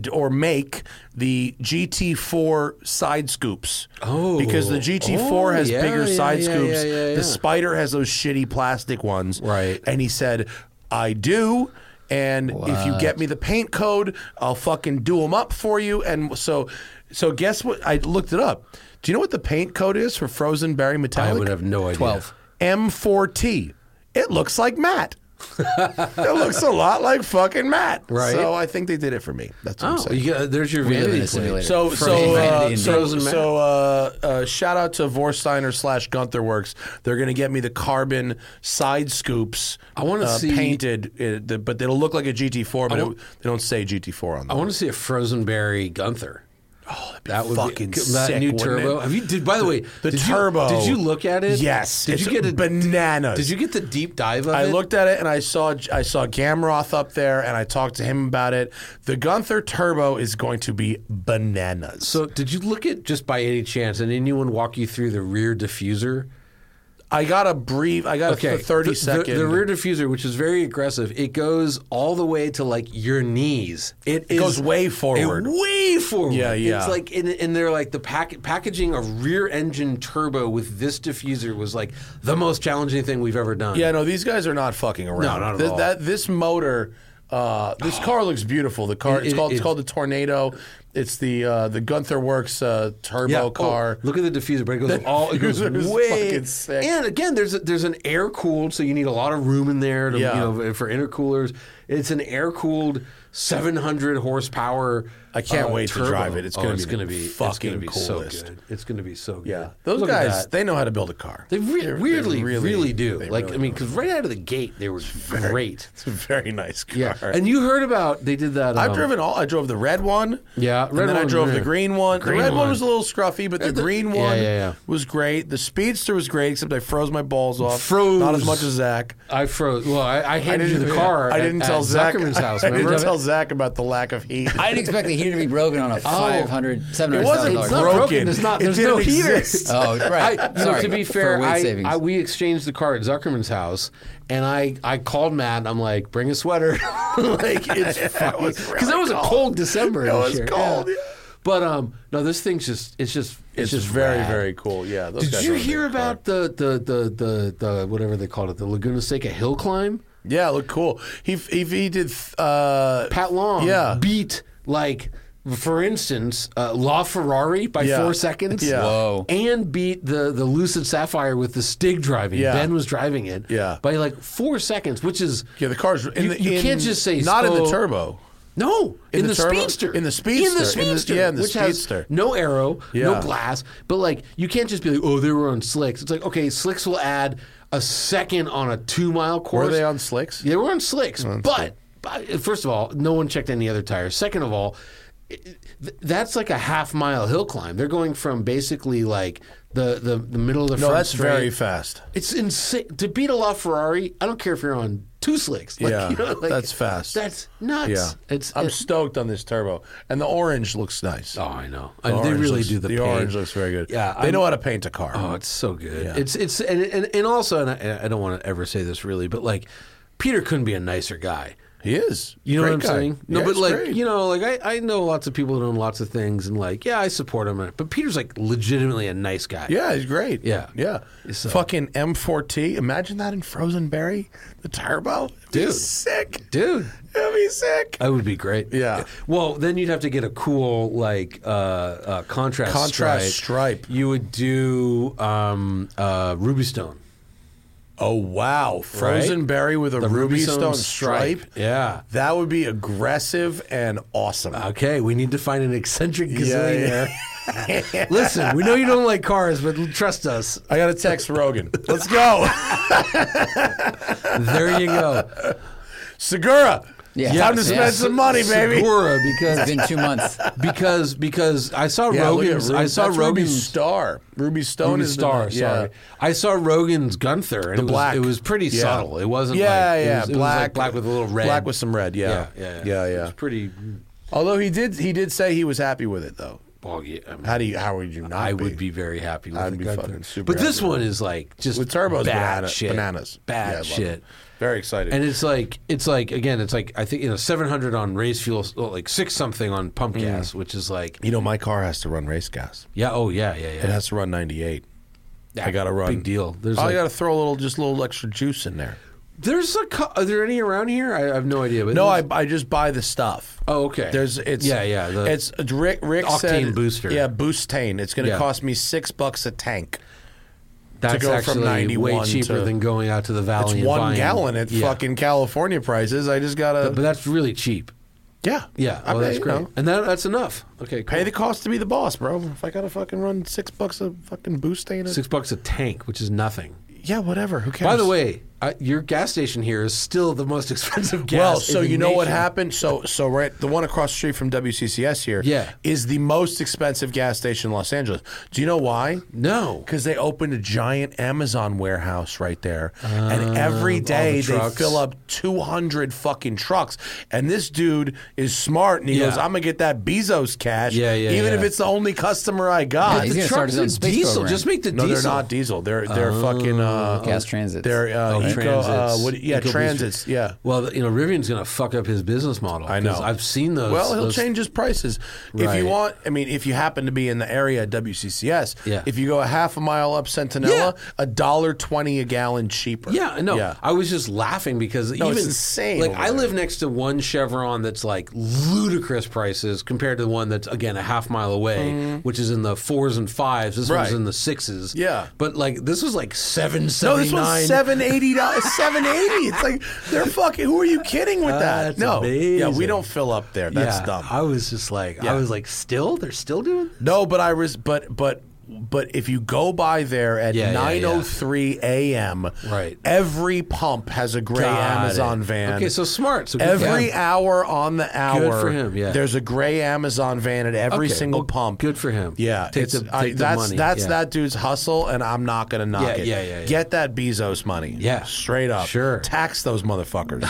Speaker 2: d- or make the GT4 side scoops?
Speaker 1: Oh.
Speaker 2: Because the GT4
Speaker 1: Oh,
Speaker 2: has
Speaker 1: yeah,
Speaker 2: bigger
Speaker 1: yeah,
Speaker 2: side
Speaker 1: yeah, yeah,
Speaker 2: scoops.
Speaker 1: yeah,
Speaker 2: The
Speaker 1: yeah.
Speaker 2: Spider has those shitty plastic ones.
Speaker 1: Right.
Speaker 2: And he said, I do. And if you get me the paint code, I'll fucking do them up for you. And so, so guess what? I looked it up. Do you know what the paint code is for frozen berry
Speaker 1: I
Speaker 2: metallic?
Speaker 1: would have no idea.
Speaker 3: 12.
Speaker 2: M4T. It looks
Speaker 1: (laughs)
Speaker 2: like Matt. it looks a lot like fucking Matt.
Speaker 1: Right.
Speaker 2: So I think they did it for me. That's what I'm
Speaker 1: Oh,
Speaker 2: saying.
Speaker 1: you got, there's your
Speaker 3: live in
Speaker 1: vanity
Speaker 3: a
Speaker 1: plate.
Speaker 3: simulator.
Speaker 2: So
Speaker 3: From
Speaker 2: so
Speaker 3: Infinity
Speaker 2: uh,
Speaker 3: and
Speaker 2: so,
Speaker 1: Doom.
Speaker 2: so uh, uh, shout out to Vorsteiner slash Gunther Works. They're gonna get me the carbon side scoops.
Speaker 1: I wanna
Speaker 2: uh,
Speaker 1: see-
Speaker 2: painted, uh, the, but it'll look like a GT4, but
Speaker 1: want-
Speaker 2: it, they don't say GT4 on
Speaker 1: I
Speaker 2: them.
Speaker 1: want to see a frozen berry Gunther. Oh, that would
Speaker 2: fucking
Speaker 1: that
Speaker 2: sick,
Speaker 1: new
Speaker 2: wouldn't
Speaker 1: turbo.
Speaker 2: it?
Speaker 1: Have you? Did by the way,
Speaker 2: the
Speaker 1: did you-
Speaker 2: turbo.
Speaker 1: did you look at it?
Speaker 2: Yes.
Speaker 1: Did you
Speaker 2: It's
Speaker 1: get a
Speaker 2: bananas?
Speaker 1: Did you get the deep dive of it?
Speaker 2: I looked at it and I saw I saw Gamroth up there and I talked to him about it. The Gunther Turbo is going to be bananas.
Speaker 1: So did you look at just by any chance? And anyone walk you through the rear diffuser?
Speaker 2: I got a brief. I got a
Speaker 1: Okay,
Speaker 2: Uh, thirty
Speaker 1: the- the-
Speaker 2: second.
Speaker 1: The, rear diffuser, which is very aggressive, it goes all the way to like your knees. It, is-
Speaker 2: goes way forward.
Speaker 1: It way forward.
Speaker 2: Yeah, yeah.
Speaker 1: It's like, and, and they're like the pack, packaging a rear engine turbo with this diffuser was like the most challenging thing we've ever done.
Speaker 2: Yeah, no, these guys are not fucking around.
Speaker 1: No, not at
Speaker 2: Th-
Speaker 1: all.
Speaker 2: That, this motor, uh, this car looks beautiful. The car,
Speaker 1: It-
Speaker 2: it's
Speaker 1: it-
Speaker 2: called it's
Speaker 1: it-
Speaker 2: called the Tornado. It's the uh, the Gunther Works uh, turbo
Speaker 1: Yeah. Oh,
Speaker 2: car.
Speaker 1: look at the diffuser, but it
Speaker 2: (laughs)
Speaker 1: goes all it goes
Speaker 2: diffuser is
Speaker 1: way.
Speaker 2: fucking sick.
Speaker 1: And again, there's a, there's an air cooled, so you need a lot of room in there to,
Speaker 2: Yeah.
Speaker 1: you know for intercoolers. It's an air cooled 700 horsepower.
Speaker 2: I can't wait to
Speaker 1: turbo.
Speaker 2: drive it. It's
Speaker 1: Oh,
Speaker 2: gonna
Speaker 1: it's
Speaker 2: be
Speaker 1: gonna
Speaker 2: the
Speaker 1: be it's
Speaker 2: fucking
Speaker 1: gonna be
Speaker 2: coolest.
Speaker 1: So good. It's gonna be so good.
Speaker 2: yeah, those
Speaker 1: Look at
Speaker 2: guys,
Speaker 1: that.
Speaker 2: they know how to build a car.
Speaker 1: They re-
Speaker 2: They're- they
Speaker 1: weirdly, really, do.
Speaker 2: they
Speaker 1: Like,
Speaker 2: really
Speaker 1: I mean,
Speaker 2: do.
Speaker 1: because right out of the gate, they were great.
Speaker 2: (laughs) it's a very nice car.
Speaker 1: Yeah, and you heard about they did that.
Speaker 2: I've
Speaker 1: um,
Speaker 2: driven all. I drove the red one.
Speaker 1: Yeah,
Speaker 2: and
Speaker 1: red
Speaker 2: then I
Speaker 1: one,
Speaker 2: drove
Speaker 1: yeah.
Speaker 2: the green one.
Speaker 1: Green
Speaker 2: the red one.
Speaker 1: one.
Speaker 2: was a little scruffy, but the, green
Speaker 1: yeah,
Speaker 2: one
Speaker 1: yeah, yeah.
Speaker 2: was great. The speedster was great, except I froze my balls off.
Speaker 1: Froze.
Speaker 2: Not as much as Zach.
Speaker 1: I froze. Well, I, I handed you
Speaker 2: didn't-
Speaker 1: the
Speaker 2: (laughs)
Speaker 1: car.
Speaker 2: I
Speaker 1: at-
Speaker 2: didn't
Speaker 1: at
Speaker 2: tell Zach.
Speaker 1: Zuckerman's house.
Speaker 2: (laughs) I
Speaker 1: remember?
Speaker 2: didn't tell Zach about the lack of heat.
Speaker 3: I didn't expect the heater to be
Speaker 1: (laughs)
Speaker 3: broken
Speaker 1: Oh.
Speaker 3: on a five hundred, seven
Speaker 2: it
Speaker 3: hundred
Speaker 1: It's
Speaker 2: wasn't
Speaker 3: thousand dollars.
Speaker 1: not
Speaker 2: broken.
Speaker 1: broken. There's not-
Speaker 2: It
Speaker 1: there's
Speaker 2: didn't
Speaker 1: no heater.
Speaker 2: exist.
Speaker 3: Oh, right.
Speaker 1: I, you know,
Speaker 3: Sorry.
Speaker 1: to be
Speaker 3: For
Speaker 1: fair,
Speaker 3: weight
Speaker 1: I,
Speaker 3: savings.
Speaker 1: I, we exchanged the car at Zuckerman's house, and I, I called Matt. and I'm like, bring a sweater, (laughs) like it's (laughs)
Speaker 2: it was
Speaker 1: because
Speaker 2: really
Speaker 1: it was a cold December.
Speaker 2: It
Speaker 1: this
Speaker 2: was
Speaker 1: year.
Speaker 2: cold, yeah.
Speaker 1: But um, no, this thing's just it's just
Speaker 2: It's
Speaker 1: it's,
Speaker 2: just
Speaker 1: just
Speaker 2: very,
Speaker 1: rad.
Speaker 2: very cool. Yeah. those
Speaker 1: Did
Speaker 2: guys
Speaker 1: you
Speaker 2: are a
Speaker 1: hear
Speaker 2: good car.
Speaker 1: about the the, the the the whatever they called it, the Laguna Seca hill climb?
Speaker 2: Yeah, it looked cool. He he, he did. Uh,
Speaker 1: Pat Long
Speaker 2: Yeah.
Speaker 1: beat like for instance, uh, La Ferrari by
Speaker 2: Yeah.
Speaker 1: four seconds.
Speaker 2: Yeah.
Speaker 3: Whoa.
Speaker 1: And beat the, the Lucid Sapphire with the Stig driving.
Speaker 2: Yeah.
Speaker 1: Ben was driving it
Speaker 2: Yeah.
Speaker 1: by like four seconds, which is
Speaker 2: yeah, the car's in
Speaker 1: You-
Speaker 2: the,
Speaker 1: you
Speaker 2: in-
Speaker 1: can't just say
Speaker 2: not in the
Speaker 1: so-
Speaker 2: turbo.
Speaker 1: no in,
Speaker 2: the
Speaker 1: the,
Speaker 2: turbo-
Speaker 1: speedster.
Speaker 2: in the
Speaker 1: In the
Speaker 2: speedster, in the-
Speaker 1: speedster.
Speaker 2: yeah, in the
Speaker 1: which
Speaker 2: speedster.
Speaker 1: Has no arrow,
Speaker 2: Yeah.
Speaker 1: no glass. But like you can't just be like, oh, they were on slicks. It's like okay, slicks will add a second on a two mile course.
Speaker 2: Were they on slicks?
Speaker 1: They were on slicks, but, but first of all, no one checked any other tires. Second of all, th- that's like a half mile hill climb. They're going from basically like the the, the middle of the
Speaker 2: No,
Speaker 1: front
Speaker 2: that's
Speaker 1: straight.
Speaker 2: very fast.
Speaker 1: It's insane to beat a LaFerrari. I don't care if you're on two slicks.
Speaker 2: Yeah, that's fast.
Speaker 1: That's nuts.
Speaker 2: Yeah,
Speaker 1: it's.
Speaker 2: I'm
Speaker 1: it-
Speaker 2: stoked on this turbo, and the orange looks nice.
Speaker 1: oh, I know.
Speaker 2: The
Speaker 1: they
Speaker 2: orange
Speaker 1: really
Speaker 2: looks-
Speaker 1: do the.
Speaker 2: the
Speaker 1: paint.
Speaker 2: orange looks very good.
Speaker 1: Yeah,
Speaker 2: they
Speaker 1: I'm-
Speaker 2: know how to paint a car.
Speaker 1: Oh, it's so good. It's it's and and, and also, and I, I don't want to ever say this really, but like, Peter couldn't be a nicer guy.
Speaker 2: he is.
Speaker 1: You know
Speaker 2: Great
Speaker 1: what I'm
Speaker 2: guy.
Speaker 1: saying? No,
Speaker 2: Yeah,
Speaker 1: but
Speaker 2: he's
Speaker 1: like
Speaker 2: great.
Speaker 1: you know, like I, I know lots of people that own lots of things, and like yeah, I support him, but Peter's like legitimately a nice guy.
Speaker 2: Yeah, he's great.
Speaker 1: Yeah. uh,
Speaker 2: yeah.
Speaker 1: So-
Speaker 2: Fucking M4T. Imagine that in Frozen Berry, the turbo. It'd be
Speaker 1: Dude.
Speaker 2: sick.
Speaker 1: dude,
Speaker 2: It'd be sick.
Speaker 1: that would be great.
Speaker 2: Yeah.
Speaker 1: Well, then you'd have to get a cool like uh, uh, contrast
Speaker 2: Contrast
Speaker 1: stripe.
Speaker 2: stripe.
Speaker 1: You would do um, uh, ruby stone,
Speaker 2: Oh wow, Frozen
Speaker 1: Right?
Speaker 2: Berry with a
Speaker 1: The
Speaker 2: ruby stone stripe.
Speaker 1: Yeah. Uh,
Speaker 2: That would be aggressive and awesome.
Speaker 1: Okay, we need to find an eccentric
Speaker 2: Yeah,
Speaker 1: gazillionaire.
Speaker 2: (laughs)
Speaker 1: Listen, we know you don't like cars, but trust us.
Speaker 2: I got to
Speaker 1: (laughs)
Speaker 2: text Rogan. Let's go.
Speaker 1: There you go.
Speaker 2: (laughs) Segura.
Speaker 3: Yeah.
Speaker 2: Time to
Speaker 3: Yeah.
Speaker 2: spend some money, baby.
Speaker 1: Segura,
Speaker 3: It's
Speaker 1: because
Speaker 3: been two months.
Speaker 1: because because I saw
Speaker 2: Yeah, look at
Speaker 1: Rogan's.
Speaker 2: Ru-
Speaker 1: I saw
Speaker 2: that's Ruby
Speaker 1: Rogan's
Speaker 2: Star. Ruby Stone
Speaker 1: Ruby
Speaker 2: is the-
Speaker 1: Star. Sorry,
Speaker 2: yeah.
Speaker 1: I saw Rogan's Gunther. And it was,
Speaker 2: black.
Speaker 1: It was pretty
Speaker 2: Yeah.
Speaker 1: subtle. It wasn't.
Speaker 2: Yeah,
Speaker 1: like, it
Speaker 2: yeah,
Speaker 1: was- it was
Speaker 2: black,
Speaker 1: like black with a little red.
Speaker 2: black with some red. Yeah,
Speaker 1: yeah, yeah,
Speaker 2: yeah,
Speaker 1: It was pretty.
Speaker 2: Although he did, he did say he was happy with it though.
Speaker 1: Well, yeah, I, mean,
Speaker 2: How do you? How would you not?
Speaker 1: I would be very happy with
Speaker 2: I'd
Speaker 1: the
Speaker 2: be
Speaker 1: Gunther.
Speaker 2: fucking super
Speaker 1: But this
Speaker 2: happy with
Speaker 1: one is like just
Speaker 2: with turbos.
Speaker 1: bad
Speaker 2: banana-
Speaker 1: shit.
Speaker 2: Bananas. Yeah, I
Speaker 1: Bad
Speaker 2: love it.
Speaker 1: shit.
Speaker 2: Very excited.
Speaker 1: And it's like it's like again, it's like I think you know seven hundred on race fuel, well, like six something on pump
Speaker 2: Mm.
Speaker 1: gas, which is like
Speaker 2: you know, my car has to run race gas.
Speaker 1: yeah, oh yeah, yeah, yeah.
Speaker 2: It has to run 98.
Speaker 1: Yeah,
Speaker 2: I got to run. Oh,
Speaker 1: Big deal. There's
Speaker 2: I
Speaker 1: like,
Speaker 2: got to throw a little, just a little extra juice in there.
Speaker 1: there's a co- are there any around here? I, I have no idea. But
Speaker 2: No, I,
Speaker 1: there's-
Speaker 2: I just buy the stuff.
Speaker 1: Oh, okay.
Speaker 2: There's it's
Speaker 1: Yeah, yeah, the-
Speaker 2: it's Rick Rick
Speaker 1: Octane
Speaker 2: said-
Speaker 1: booster.
Speaker 2: Yeah, boostane. It's going to
Speaker 1: Yeah.
Speaker 2: cost me six bucks a tank.
Speaker 1: that's
Speaker 2: go from
Speaker 1: actually
Speaker 2: 91
Speaker 1: way cheaper
Speaker 2: to-
Speaker 1: than going out to the valley.
Speaker 2: It's
Speaker 1: and
Speaker 2: one
Speaker 1: Oh, buying-
Speaker 2: gallon at
Speaker 1: yeah.
Speaker 2: fucking California prices. I just gotta
Speaker 1: But that's really cheap.
Speaker 2: yeah
Speaker 1: Yeah,
Speaker 2: I
Speaker 1: oh, that's
Speaker 2: pay, you
Speaker 1: great,
Speaker 2: know,
Speaker 1: and that, that's enough. Okay, cool.
Speaker 2: pay the cost to be the boss, bro. If I gotta fucking run six bucks a fucking boostane,
Speaker 1: six bucks a tank, which is nothing.
Speaker 2: yeah, whatever. Who cares?
Speaker 1: By the way, I, your gas station here is still the most (laughs) expensive gas.
Speaker 2: Well,
Speaker 1: in
Speaker 2: so
Speaker 1: the
Speaker 2: you know what
Speaker 1: nation.
Speaker 2: happened? So so right the one across the street from WCCS here is
Speaker 1: Yeah.
Speaker 2: the most expensive gas station in Los Angeles. Do you know why?
Speaker 1: No,
Speaker 2: Because they opened a giant Amazon warehouse right there, and every day
Speaker 1: Ah, the
Speaker 2: they
Speaker 1: trucks.
Speaker 2: fill up two hundred fucking trucks. And this dude is smart, and he
Speaker 1: Yeah.
Speaker 2: goes, "I'm gonna get that Bezos cash,
Speaker 1: Yeah, yeah,
Speaker 2: even
Speaker 1: yeah.
Speaker 2: if it's the only customer I got."
Speaker 1: But
Speaker 3: he's
Speaker 1: the
Speaker 3: gonna start
Speaker 1: trucks
Speaker 3: his own
Speaker 1: are
Speaker 3: space
Speaker 1: diesel.
Speaker 3: program.
Speaker 1: Just make the
Speaker 2: no,
Speaker 1: diesel.
Speaker 2: they're not diesel. They're they're fucking uh,
Speaker 3: Gas transits.
Speaker 2: They're uh,
Speaker 1: Oh,
Speaker 2: eco,
Speaker 1: transits.
Speaker 2: Uh, what, yeah,
Speaker 1: Eco booster.
Speaker 2: transits. Yeah.
Speaker 1: Well, you know, Rivian's going to fuck up his business model.
Speaker 2: I know.
Speaker 1: 'cause I've seen those.
Speaker 2: Well, he'll
Speaker 1: those-
Speaker 2: change his prices if
Speaker 1: Right.
Speaker 2: you want. I mean, if you happen to be in the area at WCCS,
Speaker 1: Yeah.
Speaker 2: if you go a half a mile up Centinela,
Speaker 1: Yeah.
Speaker 2: a dollar twenty a gallon cheaper.
Speaker 1: Yeah, no. I was just laughing because
Speaker 2: No,
Speaker 1: even
Speaker 2: it's insane
Speaker 1: Like
Speaker 2: over
Speaker 1: I
Speaker 2: there.
Speaker 1: live next to one Chevron that's like ludicrous prices compared to the one that's again a half mile away, which is in the fours and fives. This
Speaker 2: Mm-hmm. Right.
Speaker 1: one's in the sixes.
Speaker 2: Yeah.
Speaker 1: but like this was like seven
Speaker 2: No,
Speaker 1: seventy
Speaker 2: this
Speaker 1: nine.
Speaker 2: one's seven eighty (laughs) dollars, seven eighty. It's like they're fucking. Who are you kidding with that?
Speaker 1: That's
Speaker 2: no, yeah, we
Speaker 1: amazing.
Speaker 2: don't fill up there. That's
Speaker 1: yeah,
Speaker 2: dumb.
Speaker 1: I was just like, I was like, still, they're still doing.
Speaker 2: No, but I was, but but but if you go by there at
Speaker 1: Yeah, yeah, yeah.
Speaker 2: nine oh three a.m.,
Speaker 1: Right.
Speaker 2: Every pump has a gray
Speaker 1: Got
Speaker 2: Amazon
Speaker 1: it.
Speaker 2: van.
Speaker 1: Okay, so smart. So good
Speaker 2: Every
Speaker 1: for him.
Speaker 2: hour on the hour,
Speaker 1: for him, yeah.
Speaker 2: there's a gray Amazon van at every
Speaker 1: Okay,
Speaker 2: single
Speaker 1: well,
Speaker 2: pump.
Speaker 1: Good for him.
Speaker 2: Yeah,
Speaker 1: take
Speaker 2: it's-
Speaker 1: the, take
Speaker 2: I-
Speaker 1: the
Speaker 2: that's
Speaker 1: money.
Speaker 2: that's
Speaker 1: yeah.
Speaker 2: that dude's hustle, and I'm not gonna knock
Speaker 1: Yeah,
Speaker 2: it.
Speaker 1: yeah, yeah, yeah.
Speaker 2: Get that Bezos money.
Speaker 1: Yeah.
Speaker 2: straight up.
Speaker 1: Sure.
Speaker 2: tax those motherfuckers,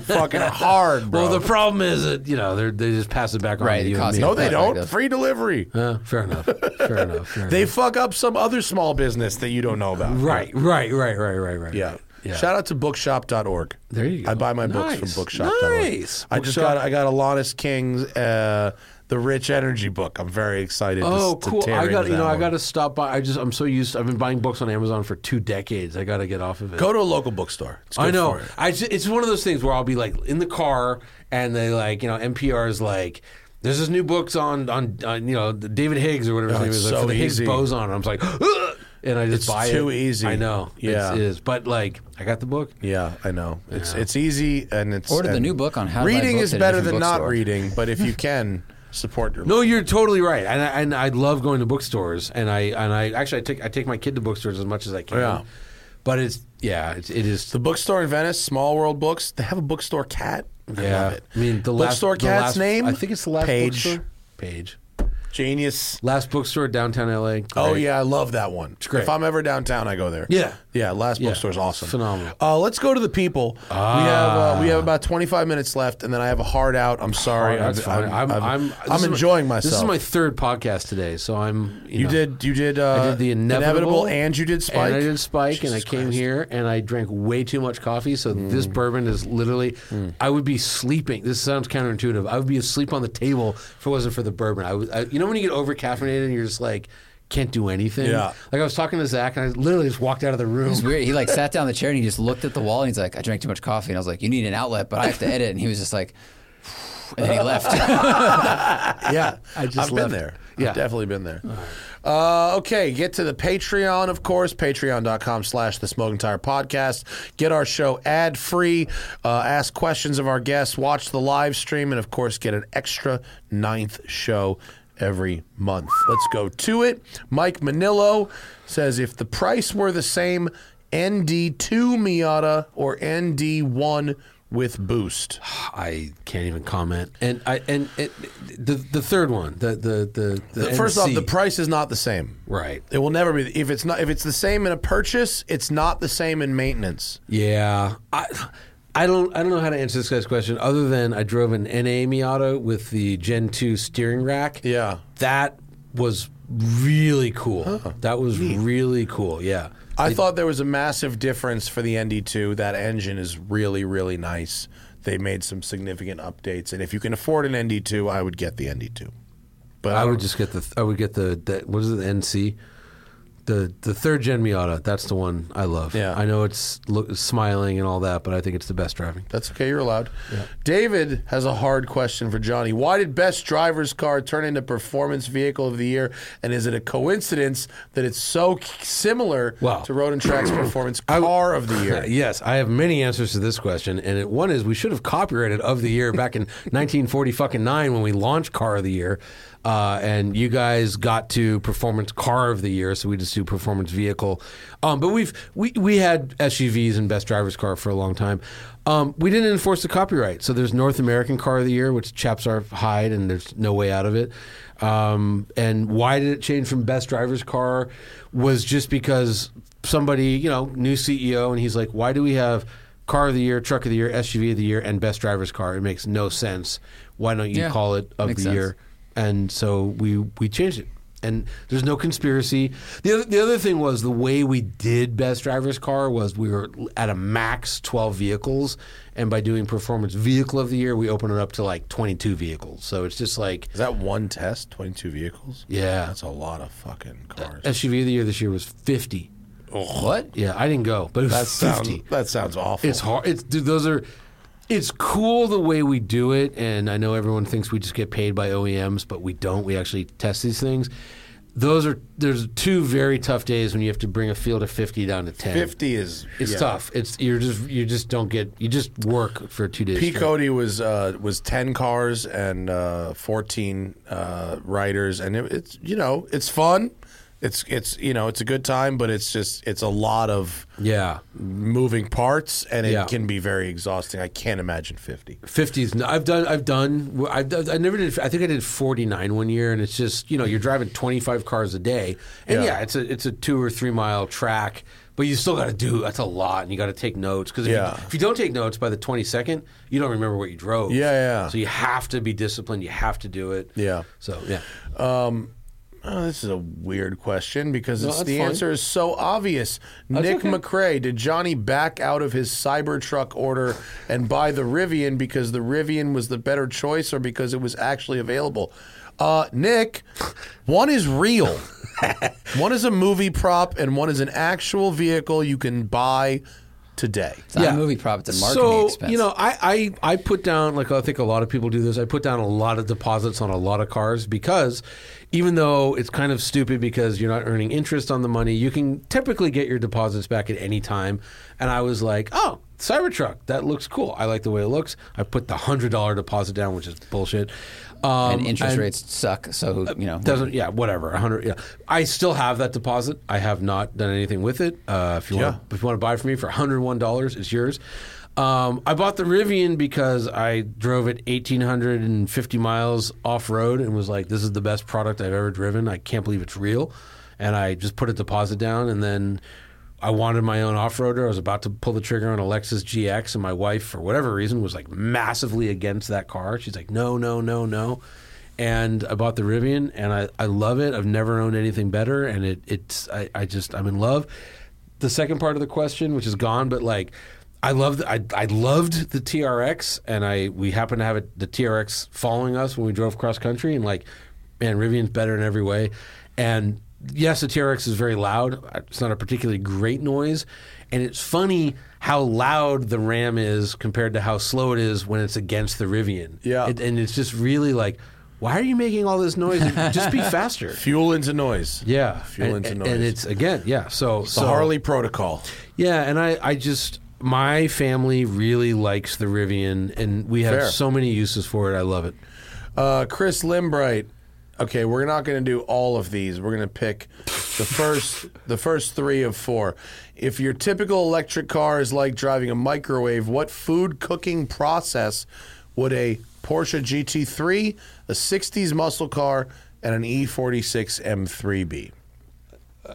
Speaker 1: (laughs)
Speaker 2: fucking hard, bro.
Speaker 1: Well, the problem is that you know they they just pass it back on
Speaker 3: Right,
Speaker 1: to
Speaker 3: it
Speaker 1: you. and
Speaker 3: costs
Speaker 1: me.
Speaker 2: no, they
Speaker 3: Yeah,
Speaker 2: don't.
Speaker 3: like that.
Speaker 2: Free delivery.
Speaker 1: Uh, fair enough. Fair enough. Fair
Speaker 2: (laughs) They
Speaker 1: enough.
Speaker 2: fuck up some other small business that you don't know about.
Speaker 1: right, right, right, right, right, right.
Speaker 2: Yeah.
Speaker 1: right. yeah.
Speaker 2: Shout out to bookshop.org.
Speaker 1: There you go.
Speaker 2: I buy my books
Speaker 1: Nice.
Speaker 2: from bookshop.org.
Speaker 1: Nice.
Speaker 2: I just
Speaker 1: Bookshop.
Speaker 2: got I got Alanis King's uh, The Rich Energy book. I'm very excited to-
Speaker 1: Oh,
Speaker 2: to,
Speaker 1: cool!
Speaker 2: tear
Speaker 1: I
Speaker 2: into
Speaker 1: got you
Speaker 2: that
Speaker 1: know I
Speaker 2: one.
Speaker 1: got to stop by. I just I'm so used. I've been buying books on Amazon for two decades. I got to get off of it.
Speaker 2: Go to a local bookstore. It's good
Speaker 1: I know.
Speaker 2: for it.
Speaker 1: I ju- it's one of those things where I'll be like in the car and they like you know NPR is like. There's this new books on, on on you know David Higgs or whatever his
Speaker 2: Oh,
Speaker 1: name
Speaker 2: it's
Speaker 1: is like,
Speaker 2: so
Speaker 1: for the Higgs
Speaker 2: easy.
Speaker 1: boson. I'm just like, "Ugh," and I just
Speaker 2: It's
Speaker 1: buy it.
Speaker 2: too easy.
Speaker 1: I know.
Speaker 2: Yeah.
Speaker 1: it is. But like, I got the book.
Speaker 2: Yeah, I know. It's it's easy and it's
Speaker 3: Order the
Speaker 2: and
Speaker 3: new book on how to buy
Speaker 2: reading
Speaker 3: books
Speaker 2: is
Speaker 3: at a
Speaker 2: better than
Speaker 3: different
Speaker 2: not
Speaker 3: bookstore.
Speaker 2: reading,
Speaker 1: (laughs)
Speaker 2: but if you can support your
Speaker 1: No, you're totally right, and I, and I love going to bookstores, and I and I actually I take I take my kid to bookstores as much as I can.
Speaker 2: Oh, Yeah.
Speaker 1: But it's yeah, it's, it is.
Speaker 2: The bookstore in Venice, Small World Books, they have a bookstore cat. I
Speaker 1: Yeah.
Speaker 2: love it.
Speaker 1: I mean, the last-
Speaker 2: bookstore
Speaker 1: the
Speaker 2: cat's
Speaker 1: last-
Speaker 2: name.
Speaker 1: I think it's the last
Speaker 2: page.
Speaker 1: bookstore. page.
Speaker 2: Genius.
Speaker 1: Last bookstore downtown LA. Great.
Speaker 2: Oh yeah, I love that one. It's
Speaker 1: great.
Speaker 2: If I'm ever downtown, I go there.
Speaker 1: Yeah.
Speaker 2: yeah. Last
Speaker 1: Yeah.
Speaker 2: bookstore's awesome.
Speaker 1: Phenomenal. Ah.
Speaker 2: Uh, let's go to the people. We have uh, we have about 25 minutes left, and then I have a hard out. I'm sorry.
Speaker 1: Sorry, that's fine.
Speaker 2: I'm, I'm, I'm,
Speaker 1: this is my-
Speaker 2: enjoying myself.
Speaker 1: This is my third podcast today, so I'm. You,
Speaker 2: You
Speaker 1: know,
Speaker 2: did. You did. Uh,
Speaker 1: I did the inevitable,
Speaker 2: and you did Spike.
Speaker 1: And I did Spike, and I came here, and I drank way too much coffee. So
Speaker 2: Mm.
Speaker 1: this bourbon is literally, I would be sleeping. This sounds counterintuitive. I would be asleep on the table if it wasn't for the bourbon. I, was, I you know, when you get over caffeinated and you're just like, can't do anything.
Speaker 2: Yeah.
Speaker 1: Like I was talking to Zach, and I literally just walked out of the room.
Speaker 3: It's weird. He like sat down in the chair and he just looked at the wall and he's like, "I drank too much coffee." And I was like, "You need an outlet, but I have to edit." And he was just like, and then he
Speaker 2: (laughs)
Speaker 3: left.
Speaker 2: yeah, I
Speaker 1: just
Speaker 2: have
Speaker 1: left.
Speaker 2: been there.
Speaker 1: Yeah.
Speaker 2: I've definitely been there. Uh, okay, get to the Patreon, of course, patreon.com slash the Smoking Tire Podcast. Get our show ad-free, uh, ask questions of our guests, watch the live stream, and, of course, get an extra ninth show every month. Let's go to it. Mike Manillo says, if the price were the same, ND2 Miata or ND1 with boost.
Speaker 1: I can't even comment. And I and it, the the third one, the the the, the
Speaker 2: First off,
Speaker 1: NC.
Speaker 2: the price is not the same.
Speaker 1: right.
Speaker 2: It will never be. If it's not, if it's the same in a purchase, it's not the same in maintenance.
Speaker 1: Yeah, I, I don't, I don't know how to answer this guy's question other than I drove an NA Miata with the Gen Two steering rack.
Speaker 2: Yeah.
Speaker 1: that was really cool. That was really cool. Yeah,
Speaker 2: I thought there was a massive difference for the ND2. That engine is really, really nice. They made some significant updates, and if you can afford an ND2, I would get the ND2. But
Speaker 1: I would just get the, I would get the, the what is it, the NC, the the third Gen Miata. That's the one I love.
Speaker 2: Yeah.
Speaker 1: I know it's look, smiling and all that, but I think it's the best driving.
Speaker 2: That's okay. You're allowed. David has a hard question for Johnny. Why did best driver's car turn into performance vehicle of the year? And is it a coincidence that it's so similar
Speaker 1: Wow.
Speaker 2: to Road and Track's performance car of the
Speaker 1: (laughs)
Speaker 2: year?
Speaker 1: Uh, Yes, I have many answers to this question, and it, one is we should have copyrighted of the year back in (laughs) 1940 fucking nine when we launched Car of the Year, uh, and you guys got to Performance Car of the Year, so we just do Performance Vehicle. Um, but we've we we had SUVs and Best Driver's Car for a long time. Um, we didn't enforce the copyright, so there's North American Car of the Year, which chaps are hide, and there's no way out of it. Um, and why did it change from Best Driver's Car? Was just because somebody, you know, new CEO, and he's like, why do we have car of the year, truck of the year, SUV of the year, and best driver's car? It makes no sense. Why don't you
Speaker 3: Yeah,
Speaker 1: call it of the
Speaker 3: makes sense.
Speaker 1: year? And so we we changed it. And there's no conspiracy. The other, the other thing was the way we did best driver's car was we were at a max 12 vehicles, and by doing performance vehicle of the year, we open it up to like 22 vehicles. So it's just like
Speaker 2: Is that one test? Twenty-two vehicles.
Speaker 1: Yeah.
Speaker 2: that's a lot of fucking cars.
Speaker 1: SUV of the year this year was 50.
Speaker 2: what?
Speaker 1: Yeah, I didn't go, but it was
Speaker 2: That
Speaker 1: 50.
Speaker 2: sounds that sounds awful.
Speaker 1: It's hard. It's dude, those are. It's cool the way we do it, and I know everyone thinks we just get paid by OEMs, but we don't. We actually test these things. Those are there's two very tough days when you have to bring a field of 50 down to 10.
Speaker 2: Fifty is
Speaker 1: It's
Speaker 2: yeah.
Speaker 1: tough. It's you're just you just don't get you just work for two days.
Speaker 2: P.
Speaker 1: straight.
Speaker 2: Cody was uh, was ten cars and uh, fourteen uh, riders, and it, it's you know it's fun. It's it's you know it's a good time, but it's just it's a lot of
Speaker 1: Yeah,
Speaker 2: moving parts, and it
Speaker 1: Yeah.
Speaker 2: can be very exhausting. I can't imagine fifty.
Speaker 1: 50s. No, I've done. I've done. I've done, I never did. I think I did 49 one year, and it's just you know you're driving 25 cars a day, and yeah,
Speaker 2: Yeah.
Speaker 1: it's a it's a two or three mile track, but you still got to do that's a lot, and you got to take notes because if, you-
Speaker 2: Yeah.
Speaker 1: if you don't take notes by the 22nd, you don't remember what you drove.
Speaker 2: Yeah, yeah.
Speaker 1: So you have to be disciplined. You have to do it.
Speaker 2: Yeah.
Speaker 1: So yeah.
Speaker 2: Oh, this is a weird question because it's,
Speaker 1: that's
Speaker 2: the
Speaker 1: fine.
Speaker 2: answer is so obvious. Nick
Speaker 1: okay.
Speaker 2: McRae, did Johnny back out of his Cybertruck order and buy the Rivian because the Rivian was the better choice or because it was actually available? Uh, Nick, one
Speaker 1: (laughs)
Speaker 2: is real. one is a movie prop and one is an actual vehicle you can buy today.
Speaker 3: It's not a movie prop. It's a marketing
Speaker 1: so,
Speaker 3: expense.
Speaker 1: You know, I, I, I put down, like I think a lot of people do this, I put down a lot of deposits on a lot of cars because even though it's kind of stupid because you're not earning interest on the money, you can typically get your deposits back at any time. And I was like, oh, Cybertruck, that looks cool. I like the way it looks. I put the $100 deposit down, which is bullshit. Um,
Speaker 3: and interest rates suck.
Speaker 2: Uh,
Speaker 3: So you know,
Speaker 1: doesn't yeah whatever 100 yeah i still have that deposit i have not done anything with it uh, if you
Speaker 2: Yeah.
Speaker 1: want if you want to buy it from me for $101 it's yours Um, I bought the Rivian because I drove it 1,850 miles off road and was like, this is the best product I've ever driven. I can't believe it's real. And I just put a deposit down and then I wanted my own off roader. I was about to pull the trigger on a Lexus GX, and my wife, for whatever reason, was like massively against that car. She's like, no, no, no, no. And I bought the Rivian, and I, I love it. I've never owned anything better, and it it's I, I just I'm in love. The second part of the question, which is gone, but like I loved I, I loved the TRX, and I we happened to have it, the TRX following us when we drove cross country, and like man, Rivian's better in every way. And yes, the TRX is very loud. It's not a particularly great noise, and it's funny how loud the Ram is compared to how slow it is when it's against the Rivian.
Speaker 2: Yeah.
Speaker 1: It- and it's just really like, why are you making all this noise? just
Speaker 2: (laughs)
Speaker 1: be faster.
Speaker 2: Fuel into noise.
Speaker 1: Yeah,
Speaker 2: Fuel
Speaker 1: and,
Speaker 2: into
Speaker 1: and-
Speaker 2: noise.
Speaker 1: and it's again, yeah. So,
Speaker 2: the
Speaker 1: so
Speaker 2: Harley protocol.
Speaker 1: yeah, and I, I just my family really likes the Rivian, and we have
Speaker 2: Fair.
Speaker 1: so many uses for it. I love it.
Speaker 2: Uh, Chris Limbright. Okay, we're not going to do all of these. We're going to pick the
Speaker 1: (laughs)
Speaker 2: first the first 3 of 4. If your typical electric car is like driving a microwave, what food cooking process would a Porsche GT3, a 60s muscle car, and an E E46 M3 be?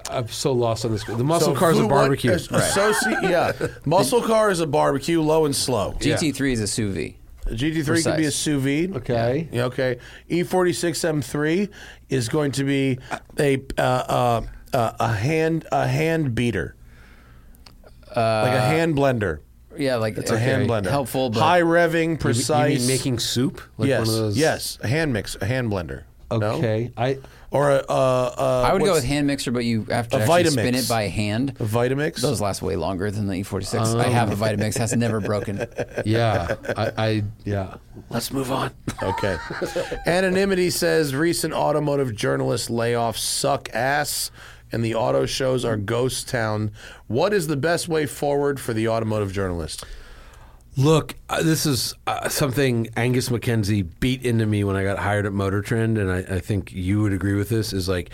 Speaker 1: I'm so lost on this. The muscle
Speaker 2: So
Speaker 1: car's a
Speaker 2: food- what
Speaker 1: barbecue.
Speaker 2: as- associ-
Speaker 1: (laughs)
Speaker 2: yeah. Muscle car is a barbecue, low and slow.
Speaker 3: GT3 is a sous vide.
Speaker 2: A GT3 could be a
Speaker 3: Precise.
Speaker 2: sous vide.
Speaker 1: Okay.
Speaker 2: Yeah, okay. E E46 M3 is going to be a uh, uh, uh, a hand a hand beater,
Speaker 1: Uh,
Speaker 2: like a hand blender.
Speaker 3: Yeah, like
Speaker 2: It's a hand blender.
Speaker 3: Helpful, but
Speaker 2: high uh, revving,
Speaker 1: You mean
Speaker 2: precise.
Speaker 1: making soup? Like
Speaker 2: yes,
Speaker 1: one of those?
Speaker 2: yes, a hand mix, a hand blender. No?
Speaker 1: Okay. I
Speaker 2: Or a, a, a
Speaker 3: I would go
Speaker 2: what's-
Speaker 3: with hand mixer, but you have to
Speaker 2: A
Speaker 3: actually spin
Speaker 2: Vitamix.
Speaker 3: it by hand.
Speaker 2: a Oh. Vitamix.
Speaker 3: Those last way longer than the E46. I have a Vitamix, has never
Speaker 2: (laughs)
Speaker 3: broken.
Speaker 1: yeah. I, I yeah. Let's move on.
Speaker 2: Okay. Anonymity says recent automotive journalist layoffs suck ass and the auto shows are ghost town. What is the best way forward for the automotive journalist?
Speaker 1: Look, uh, this is uh, something Angus McKenzie beat into me when I got hired at Motor Trend, and I, I think you would agree with this. Is like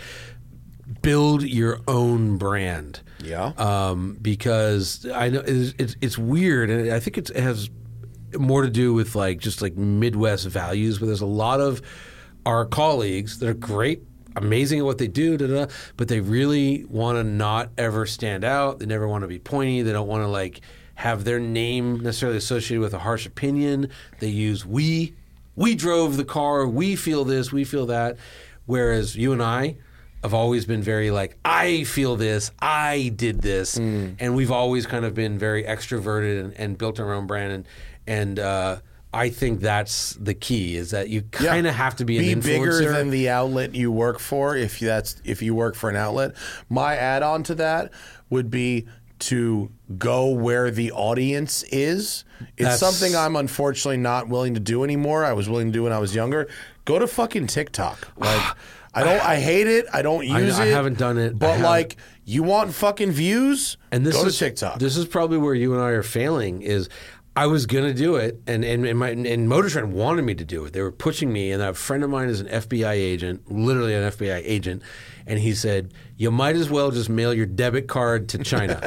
Speaker 1: build your own brand.
Speaker 2: Yeah.
Speaker 1: Um, because I know it's, it's, it's weird, and I think it's, it has more to do with like just like Midwest values, where there's a lot of our colleagues that are great, amazing at what they do, da, da, da, but they really want to not ever stand out. They never want to be pointy. They don't want to like have their name necessarily associated with a harsh opinion. They use we, we drove the car, we feel this, we feel that. Whereas you and I, have always been very like I feel this, I did this,
Speaker 2: Mm.
Speaker 1: and we've always kind of been very extroverted and, and built our own brand, and and uh, I think that's the key is that you kind of have to be an influencer.
Speaker 2: bigger than the outlet you work for. If that's if you work for an outlet, my add-on to that would be to go where the audience is.
Speaker 1: That's-
Speaker 2: It's something I'm unfortunately not willing to do anymore. I was willing to do when I was younger. Go to
Speaker 1: (sighs)
Speaker 2: fucking TikTok. Like I don't. I hate it. I don't
Speaker 1: I
Speaker 2: use it.
Speaker 1: haven't done it. I
Speaker 2: But
Speaker 1: haven't.
Speaker 2: like, you want fucking views?
Speaker 1: and this
Speaker 2: go
Speaker 1: is
Speaker 2: to TikTok.
Speaker 1: This is probably where you and I are failing. Is I was gonna do it, and and and, my, and Motor Trend wanted me to do it. They were pushing me, and a friend of mine is an FBI agent, literally an FBI agent, and he said, "You might as well just mail your debit card to
Speaker 2: (laughs)
Speaker 1: China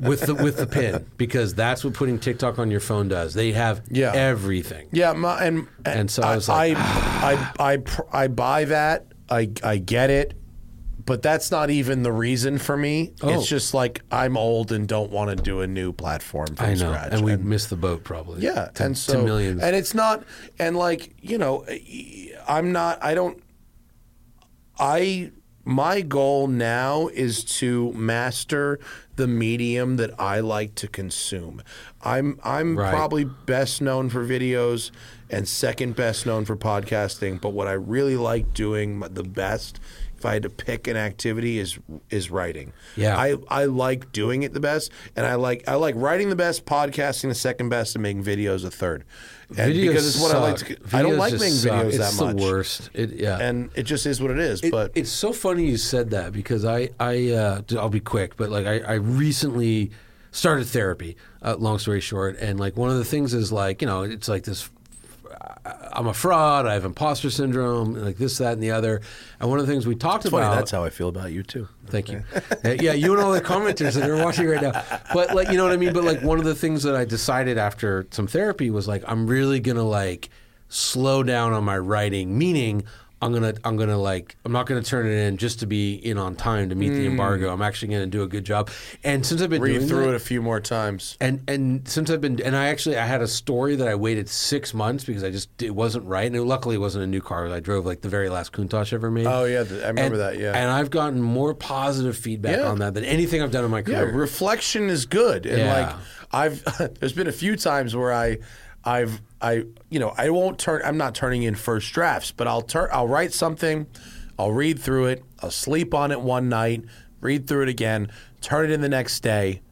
Speaker 1: with the with the pin, because that's what putting TikTok on your phone does. They have
Speaker 2: Yeah.
Speaker 1: everything.
Speaker 2: Yeah, my, and
Speaker 1: And so I was like, (sighs)
Speaker 2: I, I, I, pr- I buy that. I, I get it, but that's not even the reason for me.
Speaker 1: Oh.
Speaker 2: It's just like I'm old and don't want to do a new platform from
Speaker 1: I know,
Speaker 2: scratch.
Speaker 1: and we missed the boat probably.
Speaker 2: yeah,
Speaker 1: to,
Speaker 2: and
Speaker 1: to
Speaker 2: so
Speaker 1: millions.
Speaker 2: and it's not and like you know, eh, I'm not. I don't. I my goal now is to master the medium that I like to consume. I'm I'm
Speaker 1: Right.
Speaker 2: probably best known for videos and second best known for podcasting, but what I really like doing the best if I had to pick an activity is is writing.
Speaker 1: Yeah.
Speaker 2: I I like doing it the best and I like I like writing the best, podcasting the second best and making videos a third. And
Speaker 1: Videos
Speaker 2: because it's what I like to
Speaker 1: suck.
Speaker 2: I don't
Speaker 1: Videos
Speaker 2: like
Speaker 1: just
Speaker 2: making
Speaker 1: suck.
Speaker 2: videos
Speaker 1: it's
Speaker 2: that much.
Speaker 1: the worst. It, yeah.
Speaker 2: And it just is what it is,
Speaker 1: It-
Speaker 2: but
Speaker 1: it's so funny you said that because I I uh, I'll be quick, but like I, I recently started therapy. Uh, long story short, and like one of the things is like you know it's like this. I'm a fraud. I have imposter syndrome, like this, that, and the other. And one of the things we talked
Speaker 2: Funny,
Speaker 1: about.
Speaker 2: that's how I feel about you too.
Speaker 1: Thank you. Uh, yeah, you and all the commenters that are watching right now. But like, you know what I mean. But like, one of the things that I decided after some therapy was like, I'm really gonna like slow down on my writing. Meaning, I'm gonna, I'm gonna like, I'm not gonna turn it in just to be in on time to meet the embargo. I'm actually gonna do a good job. And since I've been
Speaker 2: Read
Speaker 1: doing
Speaker 2: through
Speaker 1: that-
Speaker 2: it a few more times.
Speaker 1: and and since I've been and I actually I had a story that I waited six months because I just it wasn't right and it, luckily it wasn't a new car I drove like the very last Countach ever made.
Speaker 2: Oh, yeah, th- I remember
Speaker 1: And-
Speaker 2: that, yeah.
Speaker 1: and I've gotten more positive feedback
Speaker 2: Yeah.
Speaker 1: on that than anything I've done in my
Speaker 2: Yeah,
Speaker 1: career.
Speaker 2: reflection is good. And
Speaker 1: uh, Yeah.
Speaker 2: like I've (laughs) there's been a few times where I I've I you know, I won't turn I'm not turning in first drafts, but I'll turn I'll write something, I'll read through it, I'll sleep on it one night, read through it again, turn it in the next day,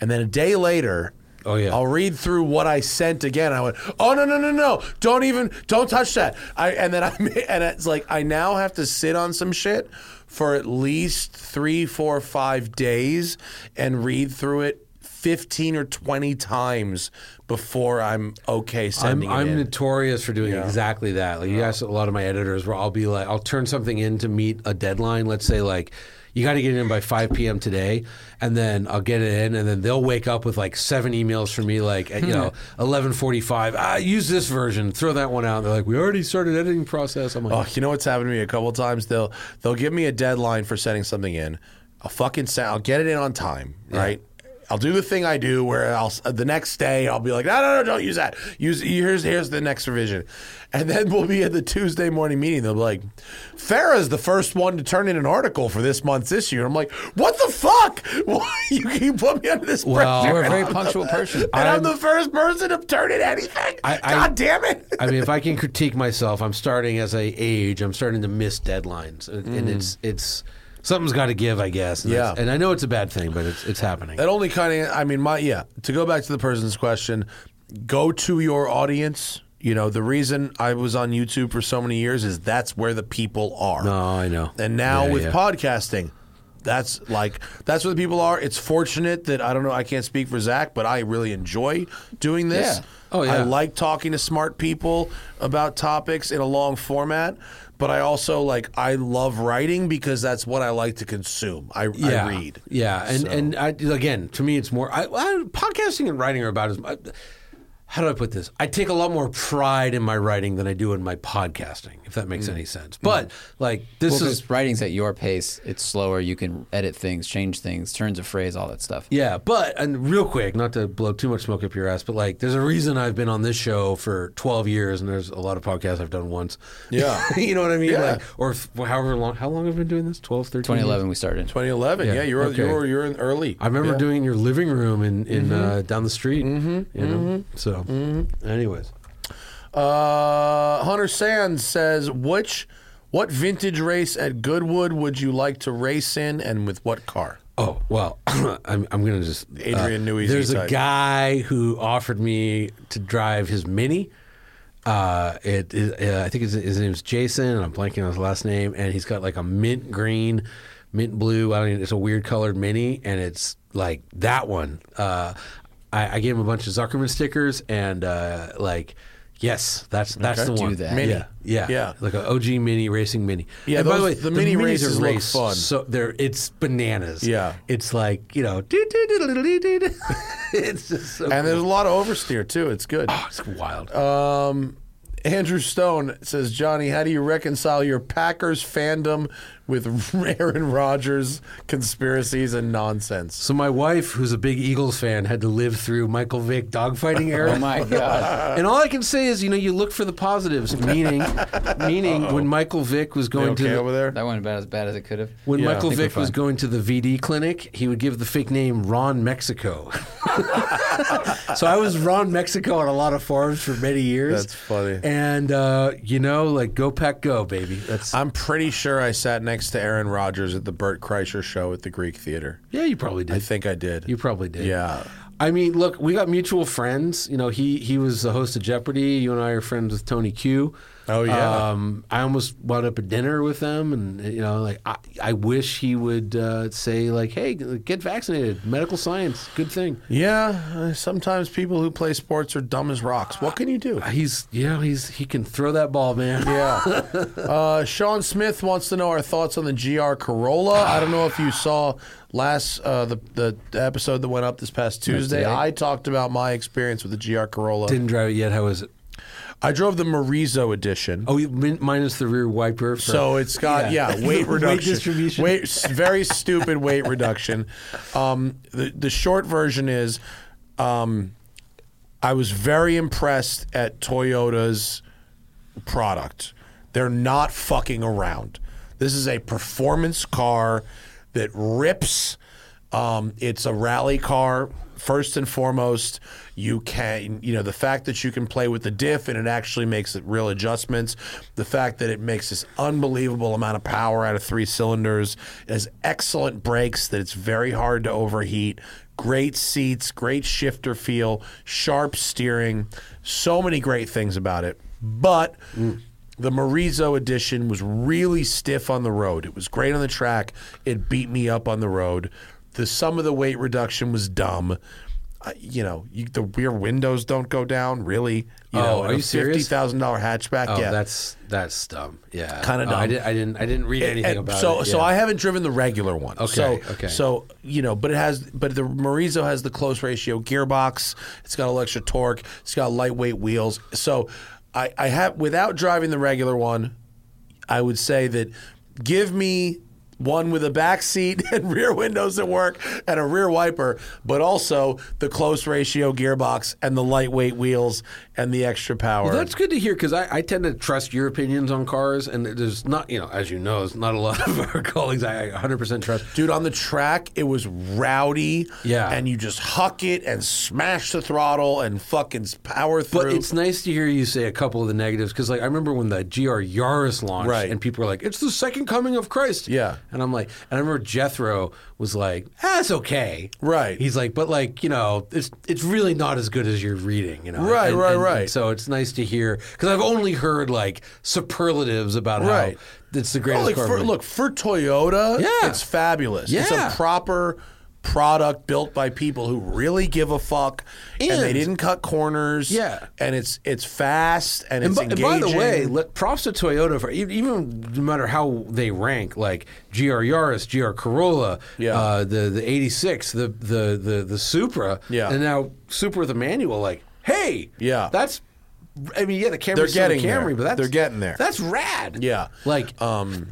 Speaker 2: and then a day later
Speaker 1: Oh, yeah.
Speaker 2: I'll read through what I sent again. I went, oh no no no no! Don't even don't touch that. I and then I (laughs) and it's like I now have to sit on some shit for at least three, four, five days and read through it fifteen or twenty times before I'm okay
Speaker 1: I'm,
Speaker 2: sending it
Speaker 1: I'm
Speaker 2: in.
Speaker 1: notorious for doing exactly that. Like you ask a lot of my editors, where I'll be like, I'll turn something in to meet a deadline. Let's say like, you got to get it in by 5 p.m. today, and then I'll get it in, and then they'll wake up with like seven emails from me, like at you
Speaker 2: (laughs)
Speaker 1: know 11:45. Ah, use this version, throw that one out. They're like, we already started editing process. I'm like,
Speaker 2: Oh, you know what's happened to me a couple times? They'll they'll give me a deadline for sending something in. I'll fucking send. I'll get it in on time, right? I'll do the thing I do where I'll s- the next day I'll be like, no, no, no, don't use that. Use here's here's the next revision, and then we'll be at the Tuesday morning meeting. They'll be like, Farah's the first one to turn in an article for this month's issue. I'm like, what the fuck? (laughs) Why you, you put me under this
Speaker 1: Well,
Speaker 2: pressure?
Speaker 3: You're a very punctual person.
Speaker 2: and I'm, the first person to turn in anything.
Speaker 1: I- I-
Speaker 2: God damn it!
Speaker 1: I mean, if I can critique myself, I'm starting as I age. I'm starting to miss deadlines, and and it's it's something's got to give, I guess. And that's-
Speaker 2: Mm. Yeah. Uh,
Speaker 1: and I know it's a bad thing, but it's it's happening.
Speaker 2: That only kind of, I mean, my, yeah, to go back to the person's question, go to your audience. You know, the reason I was on YouTube for so many years is that's where the people are.
Speaker 1: No, I know.
Speaker 2: And now
Speaker 1: Yeah,
Speaker 2: with
Speaker 1: yeah.
Speaker 2: podcasting, that's like, that's where the people are. It's fortunate that I don't know, I can't speak for Zach, but I really enjoy doing this.
Speaker 3: Yeah.
Speaker 1: Oh, yeah.
Speaker 2: I like talking to smart people about topics in a long format. But I also like I love writing because that's what I like to consume. I,
Speaker 1: yeah.
Speaker 2: I read.
Speaker 1: Yeah, and and I, again, to me, it's more I, I, podcasting and writing are about as. much. how do I put this? I take a lot more pride in my writing than I do in my podcasting, if that makes
Speaker 2: Mm.
Speaker 1: any sense. But like this is
Speaker 3: Because writing's at your pace, it's slower. You can edit things, change things, turns of phrase, all that stuff.
Speaker 1: Yeah, but and real quick, not to blow too much smoke up your ass, but like, there's a reason I've been on this show for 12 years, and there's a lot of podcasts I've done once.
Speaker 2: Yeah.
Speaker 1: (laughs) you know what I mean?
Speaker 2: Yeah.
Speaker 1: Like, or f- however long? How long have I been doing this? 12, 13.
Speaker 3: 2011 we started.
Speaker 2: 2011. Yeah, you're
Speaker 1: okay.
Speaker 2: you're you're in early.
Speaker 1: I remember
Speaker 2: Yeah.
Speaker 1: doing in your living room in in uh, down the street. Mm-hmm. You know. So, anyways,
Speaker 2: Uh, Hunter Sands says, "Which, what vintage race at Goodwood would you like to race in, and with what car?"
Speaker 1: oh well, (coughs) I'm I'm gonna just uh,
Speaker 2: Adrian Newey's
Speaker 1: There's a
Speaker 2: type.
Speaker 1: guy who offered me to drive his mini. Uh, it is. Uh, I think his, his name's Jason, and I'm blanking on his last name. And he's got like a mint green, mint blue. I mean, it's a weird colored mini, and it's like that one. Uh, I, I gave him a bunch of Zuckerman stickers, and uh, like, yes, that's that's the
Speaker 3: Do
Speaker 1: one.
Speaker 3: that.
Speaker 2: Mini.
Speaker 1: Yeah, yeah,
Speaker 2: Yeah.
Speaker 1: like an OG mini racing mini.
Speaker 2: Yeah,
Speaker 1: and by the way,
Speaker 2: those- the mini
Speaker 1: minis
Speaker 2: races
Speaker 1: are
Speaker 2: look
Speaker 1: raced
Speaker 2: fun.
Speaker 1: So they're it's bananas.
Speaker 2: Yeah.
Speaker 1: it's like you know, doo-doo-doo-doo-doo-doo-doo. (laughs) it's just so
Speaker 2: And there's a lot of oversteer too. It's good.
Speaker 1: (laughs) it's wild.
Speaker 2: Andrew Stone says, "Johnny, how do you reconcile your Packers fandom with (laughs) Aaron Rodgers conspiracies and nonsense?"
Speaker 1: So my wife, who's a big Eagles fan, had to live through Michael Vick dogfighting era.
Speaker 3: (laughs) Oh my God.
Speaker 1: And all I can say is, you know, you look for the positives. Meaning, meaning when Michael Vick was
Speaker 2: You
Speaker 1: going
Speaker 2: okay
Speaker 1: to the,
Speaker 2: over there?
Speaker 3: That went about as bad as it could have.
Speaker 1: when
Speaker 2: Yeah.
Speaker 1: Michael
Speaker 3: I think we're
Speaker 1: Vick was
Speaker 3: fine.
Speaker 1: going to the VD clinic, he would give the fake name Ron Mexico. so I was Ron Mexico on a lot of forums for many years.
Speaker 2: That's funny.
Speaker 1: And uh, you know, like go pack go, baby. That's
Speaker 2: I'm pretty sure I sat next to Aaron Rodgers at the Burt Kreischer show at the Greek Theater.
Speaker 1: yeah, you probably did.
Speaker 2: I think I did.
Speaker 1: you probably did.
Speaker 2: yeah.
Speaker 1: I mean, look, we got mutual friends. You know, he he was the host of Jeopardy. You and I are friends with Tony Q.
Speaker 2: Oh, yeah.
Speaker 1: Um, I almost wound up at dinner with them, and you know, like I, I wish he would uh, say like, "Hey, get vaccinated. Medical science, good thing."
Speaker 2: Yeah, uh, sometimes people who play sports are dumb as rocks. What can you do?
Speaker 1: He's you know he's he can throw that ball, man.
Speaker 2: (laughs) Yeah. Uh, Sean Smith wants to know our thoughts on the GR Corolla. I don't know if you saw last uh, the the episode that went up this past Tuesday.
Speaker 3: today.
Speaker 2: I talked about my experience with the GR Corolla.
Speaker 1: Didn't drive it yet. How is it?
Speaker 2: I drove the Marizo edition.
Speaker 1: Oh, you min- minus the rear wiper. For,
Speaker 2: So it's got yeah, (laughs) weight reduction,
Speaker 1: distribution.
Speaker 2: Weight- s- very stupid weight (laughs) reduction. Um, the the short version is, um, I was very impressed at Toyota's product. They're not fucking around. This is a performance car that rips. Um, it's a rally car first and foremost. You can, you know, the fact that you can play with the diff and it actually makes it real adjustments. The fact that it makes this unbelievable amount of power out of three cylinders. It has excellent brakes. That it's very hard to overheat. Great seats. Great shifter feel. Sharp steering. So many great things about it. But
Speaker 1: Mm.
Speaker 2: the Marizo edition was really stiff on the road. It was great on the track. It beat me up on the road. The sum of the weight reduction was dumb. Uh, you know, you, the rear windows don't go down really. You
Speaker 1: Oh,
Speaker 2: know,
Speaker 1: are
Speaker 2: in a
Speaker 1: you serious?
Speaker 2: Fifty thousand dollar hatchback.
Speaker 1: Oh,
Speaker 2: yeah,
Speaker 1: that's that's dumb. Yeah,
Speaker 2: Kinda
Speaker 1: Oh, I,
Speaker 2: dumb.
Speaker 1: did, I didn't I didn't read anything
Speaker 2: And
Speaker 1: about
Speaker 2: so,
Speaker 1: it.
Speaker 2: So
Speaker 1: yeah.
Speaker 2: I haven't driven the regular one.
Speaker 1: Okay,
Speaker 2: So,
Speaker 1: okay.
Speaker 2: So you know, but it has, but the Marizo has the close ratio gearbox. It's got electric torque. It's got lightweight wheels. So, I, I have without driving the regular one, I would say that give me one with a back seat (laughs) and rear windows that work and a rear wiper, but also the close ratio gearbox and the lightweight wheels and the extra power.
Speaker 1: Well, that's good to hear because I, I tend to trust your opinions on cars, and there's not, you know, as you know, there's not a lot (laughs) of our colleagues I 100% trust.
Speaker 2: Dude, on the track, it was rowdy.
Speaker 1: Yeah.
Speaker 2: And you just huck it and smash the throttle and fucking power through.
Speaker 1: But it's nice to hear you say a couple of the negatives because, like, I remember when the GR Yaris launched,
Speaker 2: Right.
Speaker 1: and people were like, "It's the second coming of Christ."
Speaker 2: Yeah.
Speaker 1: and I'm like, and I remember Jethro was like, "That's okay."
Speaker 2: Right.
Speaker 1: He's like, "But like, you know, it's it's really not as good as you're reading." You know.
Speaker 2: Right,
Speaker 1: And-
Speaker 2: right,
Speaker 1: and- and
Speaker 2: right.
Speaker 1: so it's nice to hear because I've only heard like superlatives about
Speaker 2: Right.
Speaker 1: how it's the
Speaker 2: Oh,
Speaker 1: greatest
Speaker 2: like
Speaker 1: car.
Speaker 2: for,
Speaker 1: ever.
Speaker 2: look, for Toyota,
Speaker 1: Yeah.
Speaker 2: it's fabulous. It's
Speaker 1: Yeah.
Speaker 2: a proper product built by people who really give a fuck and, they
Speaker 1: And-
Speaker 2: didn't cut corners.
Speaker 1: Yeah.
Speaker 2: And it's it's fast and,
Speaker 1: And
Speaker 2: it's
Speaker 1: by, and
Speaker 2: engaging.
Speaker 1: by the way, let, props to Toyota for e- even no matter how they rank, like GR Yaris, GR Corolla,
Speaker 2: Yeah.
Speaker 1: uh, the the '86, the, the the the Supra,
Speaker 2: Yeah.
Speaker 1: and now Supra with a manual. Like, hey,
Speaker 2: Yeah.
Speaker 1: that's. I mean, yeah, the Camry,
Speaker 2: They're
Speaker 1: getting
Speaker 2: getting
Speaker 1: Camry,
Speaker 2: there.
Speaker 1: but that's
Speaker 2: They're getting there.
Speaker 1: That's rad.
Speaker 2: Yeah. Uh,
Speaker 1: like um,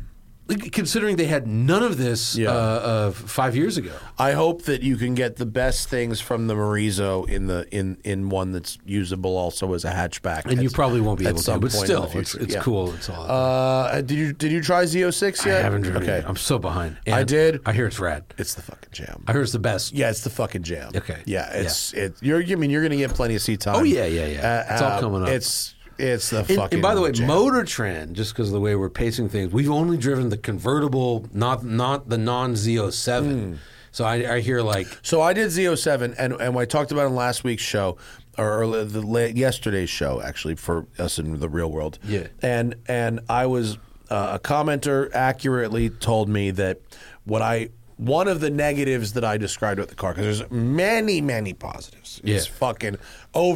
Speaker 1: considering they had none of this
Speaker 2: Yeah.
Speaker 1: uh, uh, five years ago.
Speaker 2: I hope that you can get the best things from the Marizo in the in in one that's usable also as a hatchback.
Speaker 1: And you
Speaker 2: at-
Speaker 1: probably won't be
Speaker 2: at
Speaker 1: able to,
Speaker 2: some
Speaker 1: but
Speaker 2: point in
Speaker 1: still,
Speaker 2: the
Speaker 1: it's,
Speaker 2: future.
Speaker 1: it's
Speaker 2: Yeah.
Speaker 1: cool. It's all.
Speaker 2: Uh, did you did you try Z06
Speaker 1: I
Speaker 2: yet?
Speaker 1: haven't driven it. I'm so behind. And
Speaker 2: I did.
Speaker 1: I hear it's rad.
Speaker 2: It's the fucking jam.
Speaker 1: I hear it's the best.
Speaker 2: Yeah, it's the fucking jam.
Speaker 1: Okay.
Speaker 2: Yeah, it's it. You're. I mean, you're gonna get plenty of seat time.
Speaker 1: Oh, yeah, yeah, yeah.
Speaker 2: Uh,
Speaker 1: It's all
Speaker 2: uh,
Speaker 1: coming up.
Speaker 2: It's it's the
Speaker 1: And,
Speaker 2: fucking.
Speaker 1: and by the way,
Speaker 2: jam.
Speaker 1: Motor Trend, just because of the way we're pacing things, we've only driven the convertible, not not the non Z07.
Speaker 2: Hmm.
Speaker 1: So I, I hear like
Speaker 2: So I did Z07, and and I talked about it on last week's show, or, or the la- yesterday's show, actually, for us in the real world.
Speaker 1: Yeah.
Speaker 2: And and I was uh, a commenter accurately told me that what I one of the negatives that I described with the car because there's many many positives. It's
Speaker 1: Yeah.
Speaker 2: fucking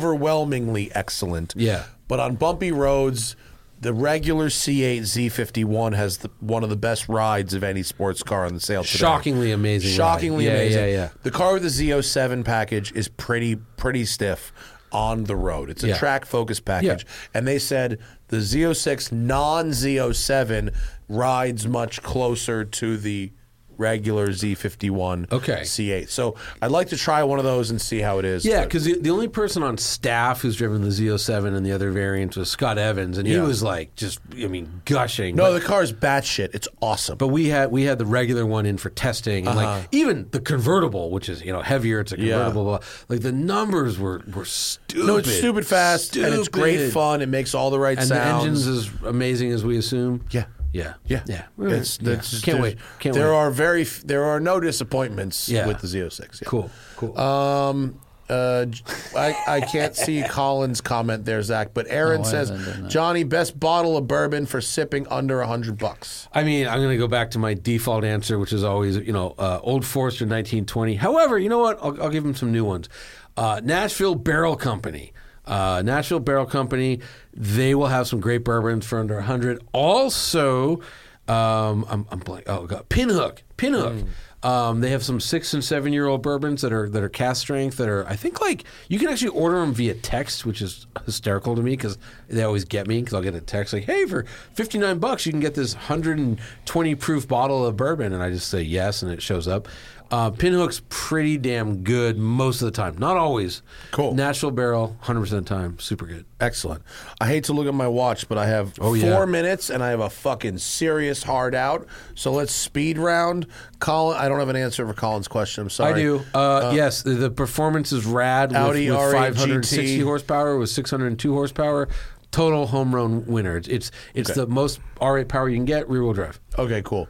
Speaker 2: overwhelmingly excellent.
Speaker 1: Yeah.
Speaker 2: But on bumpy roads. The regular C8 Z51 has the, one of the best rides of any sports car on the sale today.
Speaker 1: Shockingly amazing ride.
Speaker 2: Shockingly
Speaker 1: Yeah,
Speaker 2: amazing.
Speaker 1: yeah, yeah.
Speaker 2: The car with the Z07 package is pretty pretty stiff on the road. It's a
Speaker 1: Yeah.
Speaker 2: track focused package, and they said the Z06 non Z07 rides much closer to the regular Z51
Speaker 1: Okay.
Speaker 2: C8. So I'd like to try one of those and see how it is.
Speaker 1: yeah,
Speaker 2: but-
Speaker 1: because the, the only person on staff who's driven the Z07 and the other variants was Scott Evans, and he
Speaker 2: Yeah.
Speaker 1: was like just I mean gushing.
Speaker 2: no,
Speaker 1: but,
Speaker 2: the car's batshit. It's awesome.
Speaker 1: but we had we had the regular one in for testing, and like even the convertible, which is you know heavier, it's a
Speaker 2: Uh-huh. Yeah.
Speaker 1: convertible. Blah, like the numbers were were stupid.
Speaker 2: no, it's stupid fast and it's great
Speaker 1: Stupid.
Speaker 2: fun. It makes all the right
Speaker 1: And
Speaker 2: sounds.
Speaker 1: the engine's as amazing as we assume.
Speaker 2: Yeah.
Speaker 1: Yeah.
Speaker 2: Yeah,
Speaker 1: Yeah.
Speaker 2: It's,
Speaker 1: Yeah.
Speaker 2: that's just-
Speaker 1: Can't
Speaker 2: there's-
Speaker 1: wait. Can't
Speaker 2: there
Speaker 1: wait.
Speaker 2: are very f- there are no disappointments
Speaker 1: Yeah.
Speaker 2: with the Z06. yeah.
Speaker 1: cool. Cool.
Speaker 2: Um, Uh, J- I, I can't
Speaker 3: (laughs)
Speaker 2: see Colin's comment there, Zach. But Aaron
Speaker 3: Oh, I
Speaker 2: says,
Speaker 3: haven't done that.
Speaker 2: Johnny, best bottle of bourbon for sipping under a hundred bucks.
Speaker 1: I mean, I'm going to go back to my default answer, which is always, you know, uh, Old Forester 1920. However, you know what? I'll, I'll give them some new ones. Uh, Nashville Barrel Company. Uh, Nashville Barrel Company. They will have some great bourbons for under 100. Also, um, I'm, I'm blank. Oh God, Pinhook. Pinhook.
Speaker 2: Mm.
Speaker 1: Um, they have some six and seven year old bourbons that are that are cast strength that are I think like you can actually order them via text, which is hysterical to me because they always get me because I'll get a text like, "Hey, for fifty nine bucks, you can get this hundred and twenty proof bottle of bourbon," and I just say yes, and it shows up. Uh, Pinhook's pretty damn good most of the time, not always.
Speaker 2: Cool.
Speaker 1: Natural barrel, hundred percent time, super good.
Speaker 2: Excellent. I hate to look at my watch, but I have
Speaker 3: Oh,
Speaker 2: four
Speaker 1: yeah.
Speaker 2: minutes and I have a fucking serious hard out. So let's speed round. Colin, I don't have an answer for Colin's question. I'm sorry.
Speaker 1: I do. Uh, yes, the, the performance is rad.
Speaker 2: Audi
Speaker 1: with, with
Speaker 2: R8
Speaker 1: 560
Speaker 2: GT.
Speaker 1: horsepower with 602 horsepower. Total home run winner. It's it's, it's the most R8 power you can get. Rear wheel drive.
Speaker 2: Okay, cool.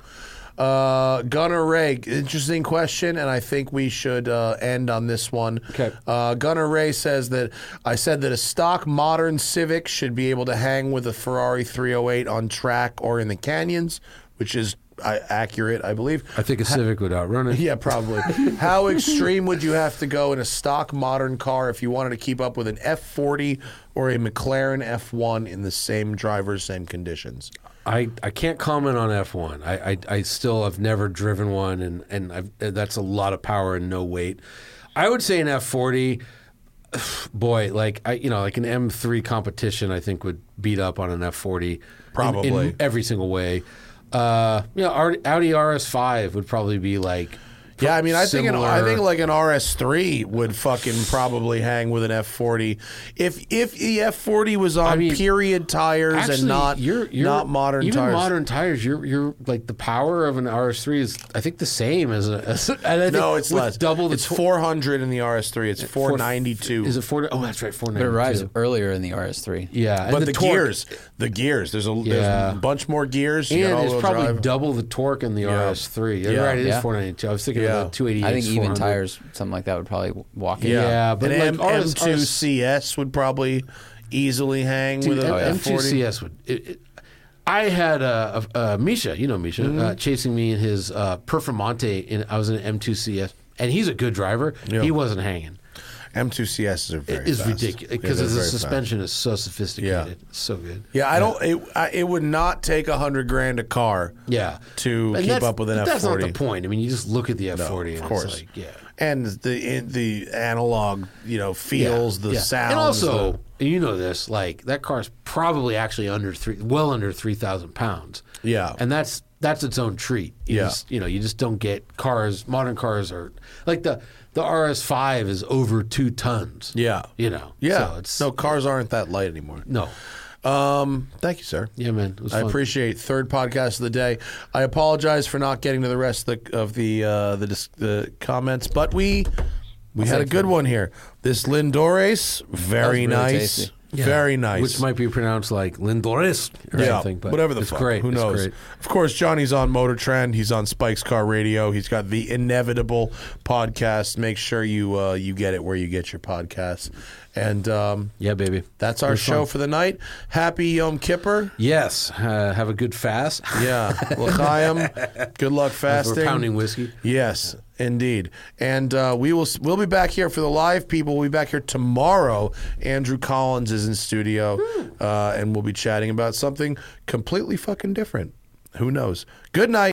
Speaker 2: Uh, Gunnar Ray, interesting question, and I think we should uh, end on this one.
Speaker 1: Okay.
Speaker 2: Uh, Gunnar Ray says that I said that a stock modern Civic should be able to hang with a Ferrari 308 on track or in the canyons, which is I, accurate, I believe.
Speaker 1: I think a Civic would outrun
Speaker 2: (laughs)
Speaker 1: it.
Speaker 2: Yeah, probably. How extreme would you have to go in a stock modern car if you wanted to keep up with an F40 or a McLaren F1 in the same driver, same conditions?
Speaker 1: I, I can't comment on F1. I, I, I still have never driven one, and, and I've, that's a lot of power and no weight. I would say an F40, (sighs) boy, like I, you know, like an M3 competition, I think would beat up on an F40 in-
Speaker 2: Probably.
Speaker 1: in every single way. Uh, you know, Ar- Audi RS5 would probably be like,
Speaker 2: Yeah, I mean, I think an, I
Speaker 1: similar-
Speaker 2: think like an RS3 would fucking probably hang with an F40 if if the F40 was on
Speaker 1: mean,
Speaker 2: period tires and not
Speaker 1: you're, you're,
Speaker 2: not modern
Speaker 1: even
Speaker 2: tires.
Speaker 1: modern tires, you're you're like the power of an RS3 is I think the same as a. As, and I think
Speaker 2: no, it's
Speaker 1: with
Speaker 2: less.
Speaker 1: Double the
Speaker 2: it's
Speaker 1: to-
Speaker 2: 400 in the RS3. It's
Speaker 1: Four-
Speaker 2: 492.
Speaker 1: Is it 40? Oh, that's right,
Speaker 3: But it
Speaker 1: 492.
Speaker 3: arrives earlier in the RS3.
Speaker 1: Yeah, and
Speaker 2: but the,
Speaker 1: torque-
Speaker 2: gears, the gears. There's a
Speaker 1: Yeah.
Speaker 2: there's a bunch more gears. You got
Speaker 1: and it's
Speaker 2: all-wheel
Speaker 1: probably
Speaker 2: drive.
Speaker 1: double the torque in the RS3. You're
Speaker 2: Yeah.
Speaker 1: right, it is
Speaker 3: Yeah.
Speaker 1: 492. I was thinking
Speaker 2: Yeah.
Speaker 1: about 288.
Speaker 3: I think even tires, something like that, would probably w- walk in.
Speaker 1: Yeah. but
Speaker 2: an
Speaker 1: like
Speaker 2: M,
Speaker 1: RS
Speaker 2: M2 CS would probably easily hang with an
Speaker 1: M-
Speaker 2: F40.
Speaker 1: M2CS would. It, it, I had uh, uh, Misha, you know Misha,
Speaker 2: Mm-hmm.
Speaker 1: uh, chasing me in his uh, Performante. In, I was in an M2CS, and he's a good driver. He wasn't hanging.
Speaker 2: M2CS is very
Speaker 1: It is
Speaker 2: fast.
Speaker 1: ridiculous
Speaker 2: Yeah,
Speaker 1: because
Speaker 2: they're
Speaker 1: the
Speaker 2: very fast.
Speaker 1: suspension is so sophisticated. It's so good.
Speaker 2: Yeah, I don't. It, I, it would not take a hundred grand a car.
Speaker 1: Yeah.
Speaker 2: to
Speaker 1: And
Speaker 2: keep
Speaker 1: that's-
Speaker 2: up with an
Speaker 1: but
Speaker 2: F
Speaker 1: That's not
Speaker 2: forty.
Speaker 1: the point. I mean, you just look at the F40 and
Speaker 2: of
Speaker 1: it's
Speaker 2: course.
Speaker 1: like, yeah.
Speaker 2: And the in, the analog, you know, feels the
Speaker 1: Yeah.
Speaker 2: sound.
Speaker 1: And also, you know this, like that car's probably actually under three, well under three thousand pounds.
Speaker 2: Yeah.
Speaker 1: and that's that's its own treat. You
Speaker 2: Yeah.
Speaker 1: just, you know, you just don't get cars. Modern cars are like the the RS5 is over two tons.
Speaker 2: Yeah.
Speaker 1: you know.
Speaker 2: yeah,
Speaker 1: so it's
Speaker 2: no cars aren't that light anymore.
Speaker 1: no.
Speaker 2: Um, thank you, sir.
Speaker 1: Yeah, man. It was
Speaker 2: I
Speaker 1: fun.
Speaker 2: appreciate third podcast of the day. I apologize for not getting to the rest of the of the uh, the, dis- the comments, but we we had a good one here. This Lindores, very
Speaker 3: really
Speaker 2: nice,
Speaker 3: tasty.
Speaker 1: Yeah.
Speaker 2: very nice.
Speaker 1: Which might be pronounced like Lindores or something, but
Speaker 2: whatever the
Speaker 1: it's
Speaker 2: fuck.
Speaker 1: great.
Speaker 2: Who
Speaker 1: It's
Speaker 2: knows?
Speaker 1: great.
Speaker 2: Of course, Johnny's on Motor Trend. He's on Spike's Car Radio. He's got the inevitable podcast. Make sure you uh, you get it where you get your podcasts. And um,
Speaker 1: Yeah, baby.
Speaker 2: that's our show for the night. Happy Yom Kippur.
Speaker 1: Yes. Uh, have a good fast.
Speaker 2: Yeah,
Speaker 1: (laughs)
Speaker 2: L'chaim. Good luck fasting.
Speaker 1: We're pounding whiskey.
Speaker 2: Yes, indeed. And uh, we will we'll be back here for the live people. We'll be back here tomorrow. Andrew Collins is in studio, uh, and we'll be chatting about something completely fucking different. Who knows? Good night.